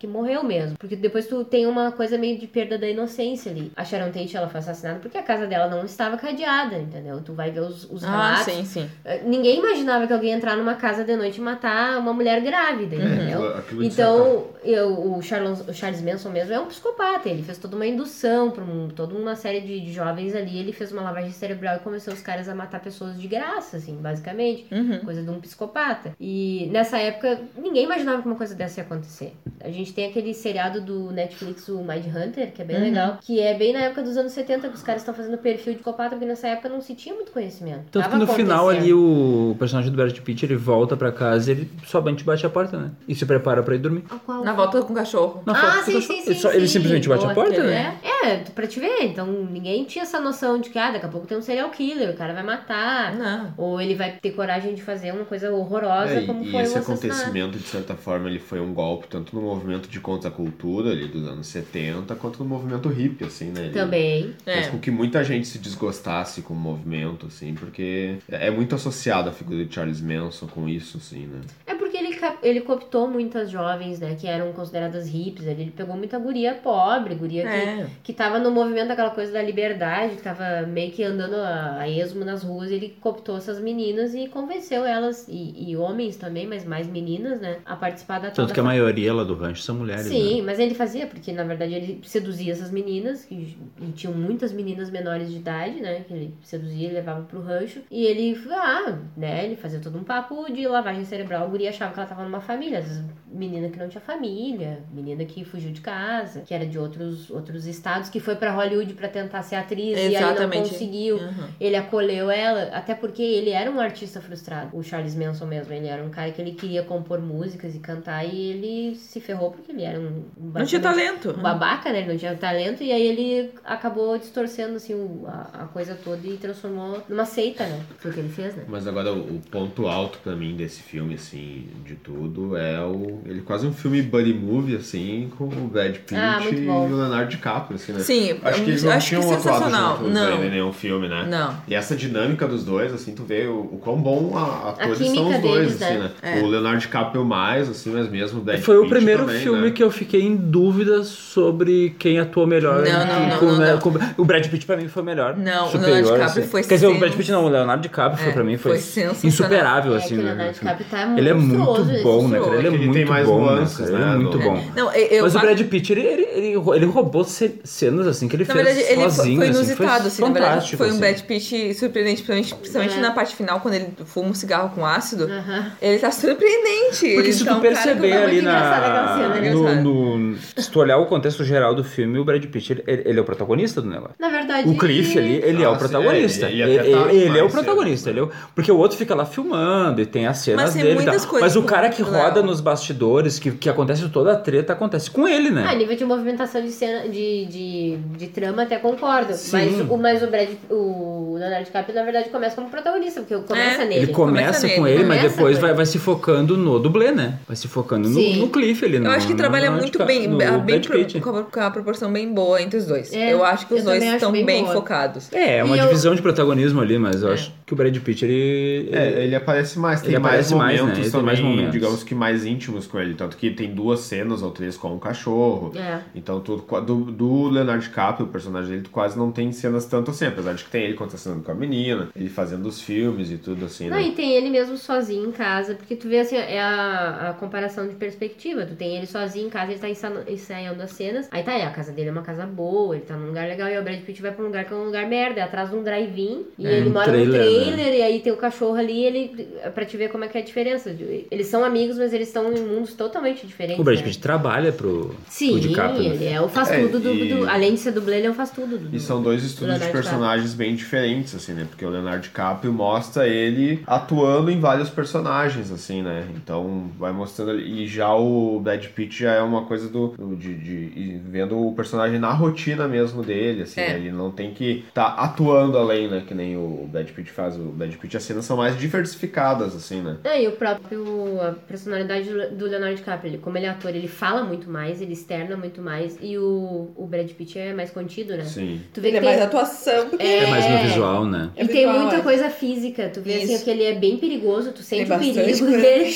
Speaker 12: que morreu mesmo. Porque depois tu tem uma coisa meio de perda da inocência ali. A Sharon Tate, ela foi assassinada porque a casa dela não estava cadeada, entendeu? Tu vai ver os, os
Speaker 11: Ah,
Speaker 12: relatos.
Speaker 11: sim, sim.
Speaker 12: Eh, Ninguém imaginava que alguém ia entrar numa casa de noite e matar uma mulher grávida, entendeu?
Speaker 10: aquilo- aquilo de
Speaker 12: então, eu, o, Charles, o Charles Manson mesmo é um psicopata. Ele fez toda uma indução para um, toda uma série de, de jovens ali. Ele fez uma lavagem cerebral e começou os caras a matar pessoas de graça, assim, basicamente.
Speaker 13: Uhum.
Speaker 12: Coisa de um psicopata. E nessa época, ninguém imaginava que uma coisa dessa ia acontecer. A gente tem aquele seriado do Netflix, o Mind Hunter, que é bem
Speaker 11: Uhum.
Speaker 12: legal, que é bem na época dos anos 70 que os caras estão fazendo perfil de psicopata, porque nessa época não se tinha muito conhecimento.
Speaker 13: Tanto que
Speaker 12: Tava
Speaker 13: no final
Speaker 12: acontecendo.
Speaker 13: ali o personagem do Brad Pitt, ele volta pra casa e ele somente bate a porta, né? E se prepara pra ir dormir.
Speaker 11: Na volta com o cachorro.
Speaker 13: Na volta
Speaker 12: ah,
Speaker 13: com o
Speaker 12: sim,
Speaker 13: cachorro.
Speaker 12: sim, sim,
Speaker 13: Ele só- ele
Speaker 12: sim.
Speaker 13: simplesmente bate a
Speaker 12: Boa,
Speaker 13: porta,
Speaker 12: aquele,
Speaker 13: né?
Speaker 12: É, é, pra te ver. Então, ninguém tinha essa noção de que, ah, daqui a pouco tem um serial killer, o cara vai matar.
Speaker 11: Não.
Speaker 12: Ou ele vai ter coragem de fazer uma coisa horrorosa,
Speaker 10: É, e-
Speaker 12: como
Speaker 10: e
Speaker 12: foi
Speaker 10: esse
Speaker 12: o assassinato.
Speaker 10: acontecimento, de certa forma, ele foi um golpe tanto no movimento de contracultura ali dos anos 70, quanto no movimento hippie, assim, né? Ele
Speaker 12: Também.
Speaker 10: Fez
Speaker 12: É.
Speaker 10: com que muita gente se desgostasse com o movimento, assim, porque é é muito associado a figura de Charles Manson com isso, assim, né?
Speaker 12: É porque ele, cap- ele cooptou muitas jovens, né, que eram consideradas hippies, ele, ele pegou muita guria pobre, guria que,
Speaker 11: É.
Speaker 12: que tava no movimento daquela coisa da liberdade, que tava meio que andando a, a esmo nas ruas, ele cooptou essas meninas e convenceu elas, e, e homens também, mas mais meninas, né, a participar da tal
Speaker 13: Tanto
Speaker 12: da
Speaker 2: é
Speaker 13: que a
Speaker 12: fa-
Speaker 13: maioria lá do rancho são mulheres. né?
Speaker 12: Sim, mas ele fazia, porque na verdade ele seduzia essas meninas, que e tinham muitas meninas menores de idade, né? Que ele seduzia e levava pro rancho. E ele, ah, né? Ele fazia todo um papo de lavagem cerebral. A guria achava que ela tava numa família. Às vezes, menina que não tinha família, menina que fugiu de casa, que era de outros, outros estados, que foi pra Hollywood pra tentar ser atriz e aí não
Speaker 11: Exatamente.
Speaker 12: conseguiu.
Speaker 11: Uhum.
Speaker 12: Ele acolheu ela, até porque ele era um artista frustrado. O Charles Manson mesmo, ele era um cara que ele queria compor músicas e cantar e ele se ferrou porque ele era um, um
Speaker 11: Não tinha
Speaker 12: basicamente
Speaker 11: talento.
Speaker 12: um babaca, né? Ele não tinha talento e aí ele acabou distorcendo assim o- a, a coisa toda e transformou numa seita, né? Foi o que ele fez,
Speaker 13: Tipo
Speaker 12: né?
Speaker 10: Mas agora o o ponto alto pra mim desse filme, assim, de tudo, é o. Ele é quase um filme buddy movie, assim, com o Brad Pitt
Speaker 11: Ah, muito
Speaker 10: e
Speaker 11: bom.
Speaker 10: o Leonardo DiCaprio, assim, né?
Speaker 11: Sim,
Speaker 10: acho que eles não
Speaker 11: acho que
Speaker 10: tinham atuado
Speaker 11: sensacional.
Speaker 10: juntos
Speaker 11: Não.
Speaker 10: ainda em nenhum filme, né?
Speaker 11: Não.
Speaker 10: E essa dinâmica dos dois, assim, tu vê o, o quão bom a, atores são
Speaker 11: química
Speaker 10: os dois,
Speaker 11: deles,
Speaker 10: assim,
Speaker 11: né?
Speaker 10: né?
Speaker 11: É.
Speaker 10: O Leonardo DiCaprio mais, assim, mas mesmo o Brad
Speaker 13: Foi o
Speaker 10: Pitt
Speaker 13: primeiro
Speaker 10: também,
Speaker 13: filme
Speaker 10: né?
Speaker 13: que eu fiquei em dúvida sobre quem atuou melhor.
Speaker 11: Não, não, não,
Speaker 13: com-
Speaker 3: né?
Speaker 11: não, não.
Speaker 13: com- O Brad Pitt pra mim foi melhor.
Speaker 11: Não, o
Speaker 13: superior,
Speaker 11: Leonardo DiCaprio
Speaker 13: assim.
Speaker 11: foi
Speaker 13: Quer dizer, o
Speaker 11: sens-
Speaker 13: Brad Pitt não, o Leonardo DiCaprio foi
Speaker 11: É,
Speaker 13: pra mim foi,
Speaker 11: foi sensacional.
Speaker 13: insuperável,
Speaker 11: É,
Speaker 13: assim.
Speaker 11: que o
Speaker 13: né?
Speaker 11: Leonardo
Speaker 12: DiCaprio tá
Speaker 13: ele é
Speaker 12: monstruoso
Speaker 13: muito
Speaker 12: nesse
Speaker 13: bom, né,
Speaker 12: filme.
Speaker 13: cara? Ele é
Speaker 10: Ele tem
Speaker 13: muito
Speaker 10: mais
Speaker 13: bom,
Speaker 10: nuances,
Speaker 13: né, cara? Ele
Speaker 10: né,
Speaker 13: é muito
Speaker 10: do-
Speaker 13: bom.
Speaker 11: Não, eu- eu
Speaker 13: Mas o
Speaker 11: acho-
Speaker 13: Brad Pitt, ele, ele, ele, ele roubou ce- cenas, assim, que ele
Speaker 11: Na
Speaker 13: fez
Speaker 11: verdade, ele foi,
Speaker 13: sozinho,
Speaker 11: foi
Speaker 13: assim,
Speaker 11: inusitado, assim, na verdade.
Speaker 13: fantástico,
Speaker 11: Foi um
Speaker 13: assim.
Speaker 11: Brad Pitt surpreendente, principalmente, principalmente
Speaker 12: É.
Speaker 11: na parte final, quando ele fuma um cigarro com ácido.
Speaker 12: assim. Aham.
Speaker 11: Ele tá surpreendente.
Speaker 13: Porque
Speaker 11: ele
Speaker 13: se
Speaker 11: tá
Speaker 13: tu
Speaker 11: um cara que
Speaker 13: perceber
Speaker 11: tá
Speaker 13: ali
Speaker 11: muito engraçado,
Speaker 13: na.
Speaker 11: aquela
Speaker 12: né?
Speaker 11: cena,
Speaker 13: no-
Speaker 11: engraçado.
Speaker 13: no- se tu olhar o contexto geral do filme, o Brad Pitt, ele, ele- ele é o protagonista do negócio.
Speaker 12: Na verdade,
Speaker 13: O Cliff ali, ele é
Speaker 10: Ah,
Speaker 13: o
Speaker 10: sim,
Speaker 13: protagonista.
Speaker 10: é,
Speaker 13: Ele,
Speaker 10: ele- ele até tá
Speaker 13: ele é o
Speaker 10: mais,
Speaker 13: protagonista, ele é o- porque o outro fica lá filmando e tem as cenas
Speaker 11: tem
Speaker 13: dele e
Speaker 11: muitas
Speaker 13: tal.
Speaker 11: coisas
Speaker 13: Mas o
Speaker 11: com-
Speaker 13: cara que
Speaker 11: com
Speaker 13: roda
Speaker 11: ela.
Speaker 13: nos bastidores, que, que acontece toda a treta, acontece com ele,
Speaker 12: Ah,
Speaker 13: né?
Speaker 12: nível de movimentação de cena, de, de, de trama até concordo.
Speaker 13: Sim.
Speaker 12: Mas o, mas o Brad, o Leonardo DiCaprio, na verdade, começa como protagonista, porque
Speaker 11: É.
Speaker 12: começa nele.
Speaker 13: Ele começa, com ele, mas
Speaker 12: Começa
Speaker 13: depois
Speaker 12: com
Speaker 13: vai, vai se focando no dublê, né? Vai se focando no,
Speaker 12: Sim.
Speaker 13: no Cliff ali.
Speaker 11: Eu
Speaker 13: no-
Speaker 11: acho que
Speaker 13: no-
Speaker 11: trabalha
Speaker 13: no-
Speaker 11: muito
Speaker 13: no-
Speaker 11: bem,
Speaker 13: é no
Speaker 11: a- bem
Speaker 13: Brad
Speaker 11: pro-
Speaker 13: Pitt.
Speaker 11: com a- com a proporção bem boa entre os dois.
Speaker 12: É,
Speaker 11: eu acho que os
Speaker 12: eu
Speaker 11: dois
Speaker 12: também acho
Speaker 11: estão
Speaker 12: bem
Speaker 11: bem,
Speaker 12: boa.
Speaker 11: focados.
Speaker 13: É, uma
Speaker 12: E eu-
Speaker 13: divisão de protagonismo ali, mas
Speaker 11: É.
Speaker 13: eu acho que o Brad Pitt, ele.
Speaker 10: É, ele aparece mais, tem
Speaker 13: Ele
Speaker 10: mais
Speaker 13: aparece mais,
Speaker 10: momentos
Speaker 13: né? Ele tem
Speaker 10: também,
Speaker 13: mais momentos.
Speaker 10: digamos que mais íntimos com ele. Tanto que tem duas cenas ou três com um cachorro.
Speaker 12: É.
Speaker 10: Então, tu, do, do Leonardo DiCaprio, o personagem dele, tu quase não tem cenas tanto assim. Apesar de que tem ele contracenando com a menina, ele fazendo os filmes e tudo assim,
Speaker 12: Não,
Speaker 10: né?
Speaker 12: e tem ele mesmo sozinho em casa, porque tu vê assim, é a, a comparação de perspectiva. Tu tem ele sozinho em casa, ele tá ensa- ensaiando as cenas. Aí tá, é, a casa dele é uma casa boa, ele tá num lugar legal, e o Brad Pitt vai pra um lugar que é um lugar merda, é atrás de um drive-in, e
Speaker 13: É,
Speaker 12: ele
Speaker 13: um
Speaker 12: mora
Speaker 13: trailer,
Speaker 12: num
Speaker 13: né?
Speaker 12: trailer, e aí tem o cachorro ali, ele. pra te ver como é que é a diferença. Eles são amigos, mas eles estão em mundos totalmente diferentes.
Speaker 13: O Brad
Speaker 12: né?
Speaker 13: Pitt trabalha pro,
Speaker 12: Sim,
Speaker 13: pro DiCaprio. né?
Speaker 12: ele é o faz
Speaker 10: É,
Speaker 12: tudo do,
Speaker 10: e-
Speaker 12: do- Além de ser dublê, ele é um faz tudo do.
Speaker 10: E são dois estudos de
Speaker 12: Leonardo
Speaker 10: personagens bem diferentes, assim, né? Porque o Leonardo DiCaprio mostra ele atuando em vários personagens, assim, né? Então vai mostrando ali. E já o Brad Pitt já é uma coisa do. do- de, de- e vendo o personagem na rotina mesmo dele, assim,
Speaker 11: É.
Speaker 10: né? Ele não tem que estar tá atuando além, né? Que nem o Brad Pitt faz. O Brad Pitt as cenas são mais diversificadas, assim, né?
Speaker 12: É, e o próprio, a personalidade do- do Leonardo DiCaprio, ele, como ele é ator, ele fala muito mais, ele externa muito mais, e o, o Brad Pitt é mais contido, né?
Speaker 10: Sim.
Speaker 12: Tu vê
Speaker 11: Ele é
Speaker 12: que tem-
Speaker 11: mais atuação porque
Speaker 13: É mais no visual, né?
Speaker 11: é
Speaker 12: E tem muita coisa física, tu vê assim,
Speaker 11: Isso.
Speaker 12: que ele é bem perigoso, tu sente o
Speaker 11: bastante
Speaker 12: perigo
Speaker 11: coisa
Speaker 12: dele,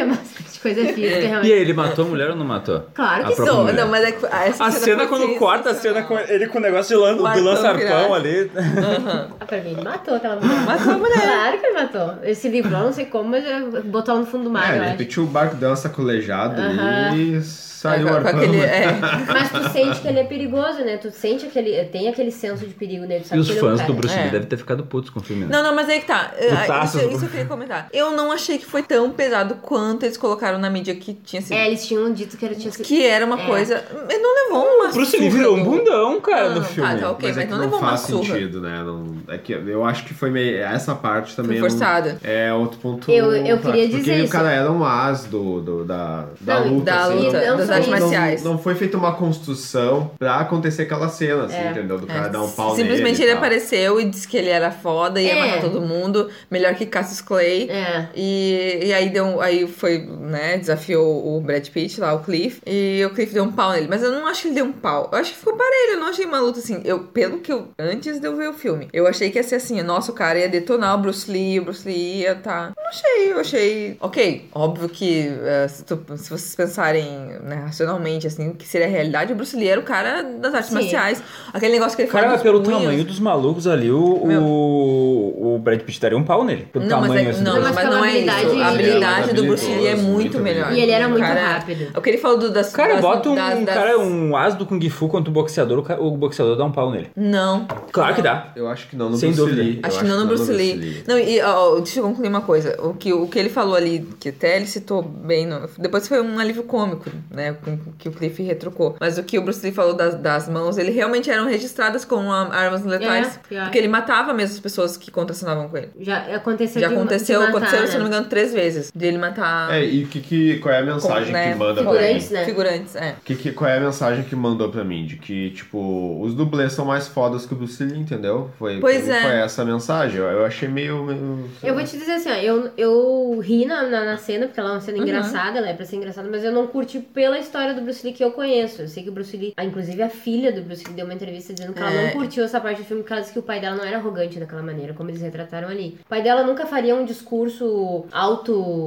Speaker 12: é bastante coisa física,
Speaker 13: E aí,
Speaker 12: realmente.
Speaker 13: ele matou a mulher ou não matou?
Speaker 12: Claro
Speaker 13: A
Speaker 12: que
Speaker 13: própria
Speaker 11: Não,
Speaker 13: mulher.
Speaker 11: não, mas é que essa
Speaker 13: A cena
Speaker 11: foi assim,
Speaker 13: quando corta a cena com ele com o negócio de lan-
Speaker 11: O
Speaker 13: do lança-arpão
Speaker 11: arpão
Speaker 13: ali.
Speaker 12: Ah, pra mim, ele matou aquela mulher. Matou a mulher. Claro que ele matou. Ele se livrou, não sei como, mas eh, botou ela no fundo do mar,
Speaker 10: É,
Speaker 12: eu
Speaker 10: ele
Speaker 12: acho.
Speaker 10: repetiu o barco dança colejado
Speaker 12: Aham.
Speaker 10: e saiu
Speaker 11: É, com- com
Speaker 10: arpando.
Speaker 11: aquele- é.
Speaker 12: Mas tu sente que ele é perigoso, né? Tu sente aquele. Tem aquele senso de perigo nele. tu
Speaker 13: E
Speaker 12: sabe
Speaker 13: os
Speaker 12: que ele é um
Speaker 13: fãs
Speaker 12: cara-
Speaker 13: do Bruce Lee
Speaker 11: É.
Speaker 13: devem ter ficado putos com o filme, né?
Speaker 11: Não, não, mas aí que tá. Ah,
Speaker 13: Putaço.
Speaker 11: Isso, isso eu queria comentar. Eu não achei que foi tão pesado quanto eles colocaram na mídia que tinha sido.
Speaker 12: É, eles tinham dito que era tinha sido-
Speaker 11: Que era uma
Speaker 12: É.
Speaker 11: coisa. Ele não levou uma.
Speaker 13: O Bruce Lee virou um bundão, cara,
Speaker 11: Não,
Speaker 13: no
Speaker 11: tá,
Speaker 13: filme.
Speaker 11: tá, ok.
Speaker 10: mas,
Speaker 11: mas
Speaker 10: é que
Speaker 11: não
Speaker 10: não,
Speaker 11: levou uma
Speaker 10: faz
Speaker 11: surra.
Speaker 10: sentido, né? Não, é que eu acho que foi meio. Essa parte também.
Speaker 11: Foi
Speaker 10: é um-
Speaker 11: forçada.
Speaker 10: É outro ponto.
Speaker 12: Eu- eu
Speaker 10: fraco, Porque
Speaker 12: queria dizer
Speaker 10: o
Speaker 12: isso.
Speaker 10: cara era um as do, do- da, da
Speaker 12: Não,
Speaker 10: luta.
Speaker 11: da
Speaker 10: assim,
Speaker 11: luta,
Speaker 10: não-
Speaker 11: das
Speaker 10: não-
Speaker 11: artes
Speaker 10: não-
Speaker 11: marciais.
Speaker 10: Não, foi feita uma construção pra acontecer aquela cena, assim,
Speaker 12: É.
Speaker 10: entendeu? Do
Speaker 11: É,
Speaker 10: cara dar um pau
Speaker 11: Simplesmente
Speaker 10: nele.
Speaker 11: ele
Speaker 10: e tal.
Speaker 11: apareceu e disse que ele era foda, ia
Speaker 12: É.
Speaker 11: matar todo mundo, melhor que Cassius Clay.
Speaker 12: É.
Speaker 11: E, e aí deu, um- aí foi, né, desafiou o Brad Pitt lá, o Cliff, e o Cliff deu um pau nele, mas eu não acho que ele deu um pau. Eu acho que ficou parelho, eu não achei uma luta assim. Eu, pelo que eu antes de eu ver o filme, eu achei que ia ser assim, nossa, o cara ia detonar o Bruce Lee, o Bruce Lee ia tá. Não achei, eu achei. Ok, óbvio que eh, se, tu- se vocês pensarem né, racionalmente, assim, o que seria a realidade, o Bruce Lee era o cara das artes
Speaker 13: Sim.
Speaker 11: marciais. Aquele negócio que ele
Speaker 13: Cara,
Speaker 11: fala
Speaker 13: mas
Speaker 11: dos
Speaker 13: pelo
Speaker 11: punhos.
Speaker 13: tamanho dos malucos ali, o, o, o Brad Pitt daria um pau nele. Pelo
Speaker 11: Não, mas
Speaker 13: tamanho
Speaker 11: é-
Speaker 13: assim.
Speaker 11: não,
Speaker 13: do-
Speaker 11: mas não é isso. A habilidade do Bruce Lee é
Speaker 13: habilidoso,
Speaker 11: muito melhor.
Speaker 12: E ele era muito
Speaker 11: Cara,
Speaker 12: rápido.
Speaker 11: O que ele falou do, das.
Speaker 13: Cara,
Speaker 11: das-
Speaker 13: bota um,
Speaker 11: das- das-
Speaker 13: cara, um as do Kung Fu contra o boxeador, o, ca- o boxeador dá um pau nele.
Speaker 11: Não.
Speaker 13: Claro que dá.
Speaker 10: Eu acho que não
Speaker 13: no Sem
Speaker 10: Bruce
Speaker 13: dúvida.
Speaker 10: Lee.
Speaker 11: Acho que não no Bruce Lee. Não, e ó, ó, deixa eu concluir uma coisa. O que, o que ele falou ali, que até ele citou bem, no- depois foi um alívio cômico, né? com- Que o Cliff retrucou. Mas o que o Bruce Lee falou das, das mãos, ele realmente eram registradas como a- armas letais.
Speaker 12: pior.
Speaker 11: porque ele matava mesmo as pessoas que contracionavam com ele.
Speaker 12: Já aconteceu
Speaker 11: Já
Speaker 12: de- de
Speaker 11: aconteceu,
Speaker 12: matar,
Speaker 11: aconteceu,
Speaker 12: né?
Speaker 11: se eu não me engano, três vezes. De ele matar.
Speaker 10: É, e que, que, qual é a mensagem
Speaker 11: né,
Speaker 10: que manda pra mim?
Speaker 11: figurantes, né? Figurantes, é.
Speaker 10: Que, que, qual é a mensagem que mandou pra mim? De que, tipo, os dublês são mais fodas que o Bruce Lee, entendeu? Foi,
Speaker 12: Pois
Speaker 10: pra mim
Speaker 12: é.
Speaker 10: foi essa a mensagem. Eu, eu achei meio. meio- sei
Speaker 12: Eu
Speaker 10: lá.
Speaker 12: vou te dizer assim, ó, eu, eu ri na, na, na cena, porque ela é uma cena
Speaker 11: Uhum.
Speaker 12: engraçada, ela é pra ser engraçada, mas eu não curti pela história do Bruce Lee que eu conheço. Eu sei que o Bruce Lee, ah, inclusive a filha do Bruce Lee deu uma entrevista dizendo que ela
Speaker 11: É.
Speaker 12: não curtiu essa parte do filme, por causa que o pai dela não era arrogante daquela maneira, como eles retrataram ali. O pai dela nunca faria um discurso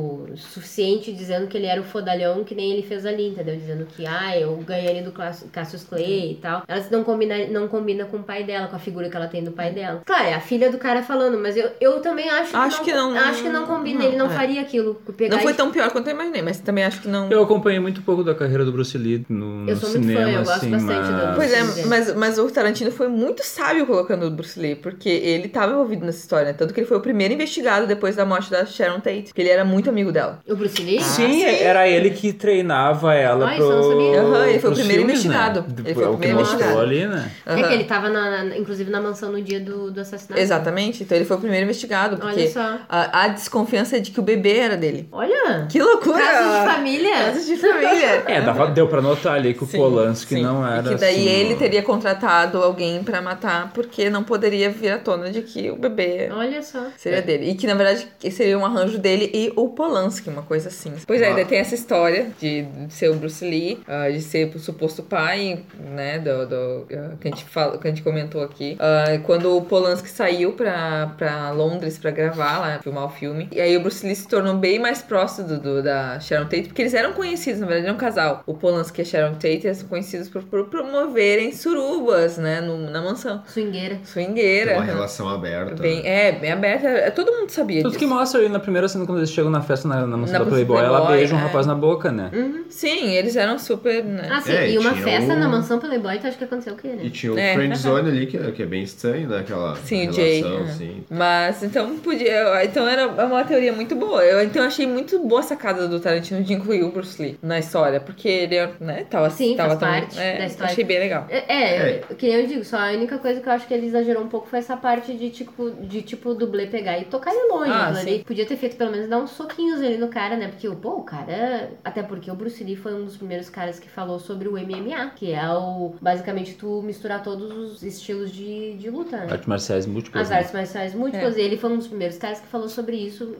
Speaker 12: autossuficiente dizendo que ele era o fodalhão, que nem ele fez ali, entendeu? Dizendo que, ah, eu ganhei ali do Clas- Cassius Clay e tal. Ela não combina, não combina com o pai dela, com a figura que ela tem do pai dela. Claro, é a filha do cara falando, mas eu, eu também acho que,
Speaker 11: Acho
Speaker 12: não,
Speaker 11: que não-
Speaker 12: Acho que não combina, ele não
Speaker 11: não, é.
Speaker 12: faria aquilo. Pegar
Speaker 11: Não foi
Speaker 12: e-
Speaker 11: tão pior quanto eu imaginei, mas também acho que não.
Speaker 13: Eu acompanhei muito pouco da carreira do Bruce Lee no, no
Speaker 11: Eu sou muito
Speaker 13: cinema,
Speaker 11: fã, eu gosto
Speaker 13: assim,
Speaker 11: bastante
Speaker 13: mas...
Speaker 11: Pois é, mas, mas o Tarantino foi muito sábio colocando o Bruce Lee, porque ele tava envolvido nessa história, né? Tanto que ele foi o primeiro investigado depois da morte da Sharon Tate, porque ele era muito amigo dela.
Speaker 12: O Bruce Lee?
Speaker 13: Sim,
Speaker 11: Ah,
Speaker 13: era ele que treinava ela
Speaker 12: Ah, isso eu não
Speaker 13: pro.
Speaker 12: sabia.
Speaker 11: Aham, ele foi o
Speaker 13: pros
Speaker 11: primeiro
Speaker 13: filmes,
Speaker 11: investigado.
Speaker 13: Né?
Speaker 11: Ele foi o
Speaker 13: é o que
Speaker 11: primeiro
Speaker 13: mostrou
Speaker 11: investigado.
Speaker 13: ali, né?
Speaker 11: Ah.
Speaker 12: É que ele tava, na- na- inclusive, na mansão no dia do, do assassinato.
Speaker 11: Exatamente, então ele foi o primeiro investigado, porque
Speaker 12: Olha só.
Speaker 11: A, a desconfiança é de que o bebê era dele.
Speaker 12: Olha!
Speaker 11: Que loucura!
Speaker 12: Casos de família.
Speaker 11: Casos de família!
Speaker 13: É, dava, deu pra notar ali que o Polanski não era.
Speaker 11: É Que daí
Speaker 13: assim,
Speaker 11: ele teria contratado alguém pra matar, porque não poderia vir à tona de que o bebê
Speaker 12: Olha só.
Speaker 11: seria dele. E que na verdade que seria um arranjo dele e o Polanski, uma coisa assim. Pois é, daí tem essa história de ser o Bruce Lee, ah, de ser o suposto pai, né, do, do- ah, que, a gente fala, que a gente comentou aqui. Ah, quando o Polanski saiu pra, pra Londres pra gravar lá, filmar o filme, e aí o Bruce Lee se tornou bem mais próximo do, do- da Sharon Tate, porque eles eram conhecidos, na verdade, era um casal. O Polanski e a Sharon Tate eram conhecidos por, por promoverem surubas, né, no- na mansão.
Speaker 12: Swingueira.
Speaker 11: Swingueira.
Speaker 10: Uma
Speaker 11: né?
Speaker 10: relação aberta.
Speaker 11: Bem, é, bem aberta. é, Todo mundo sabia
Speaker 13: Tudo
Speaker 11: disso.
Speaker 13: que mostra ali na primeira cena, quando eles chegam na festa na, na mansão
Speaker 11: Na
Speaker 13: da Playboy, ela
Speaker 11: Playboy,
Speaker 13: beija um
Speaker 11: é.
Speaker 13: rapaz na boca, né?
Speaker 11: Uhum. Sim, eles eram super. Né?
Speaker 12: Ah, sim,
Speaker 10: É,
Speaker 12: e uma
Speaker 10: tinha
Speaker 12: festa
Speaker 10: o-
Speaker 12: na mansão Playboy, tu acha que aconteceu o quê, né?
Speaker 10: E tinha o
Speaker 11: É.
Speaker 10: Friendzone ali, que, é- que é bem estranho, né? Aquela
Speaker 11: Sim, o
Speaker 10: relação,
Speaker 11: Jay. é.
Speaker 10: assim.
Speaker 11: Mas então podia. Então era uma teoria muito boa. Eu então achei muito boa a sacada do Tarantino de incluir o Bruce Lee na história. Porque ele né, tava,
Speaker 12: Sim,
Speaker 11: tava
Speaker 12: faz
Speaker 11: tão-
Speaker 12: parte
Speaker 11: é,
Speaker 12: da história.
Speaker 11: Achei bem legal.
Speaker 12: É, é, eu- que nem eu digo, só a única coisa que eu acho que ele exagerou um pouco foi essa parte de tipo, de tipo, o dublê pegar e tocar ele longe.
Speaker 11: Ah,
Speaker 12: Aquilo
Speaker 11: sim.
Speaker 12: ali. Podia ter feito pelo menos dar uns soquinhos ali no cara, né? Porque, pô, o cara. Até porque o Bruce Lee foi um dos primeiros caras que falou sobre o MMA, que é o. Basicamente, tu misturar todos os estilos de, de luta, né?
Speaker 13: Artes marciais múltiplas.
Speaker 12: As
Speaker 13: né?
Speaker 12: artes marciais múltiplas,
Speaker 11: É.
Speaker 12: e ele foi um dos primeiros caras que falou sobre isso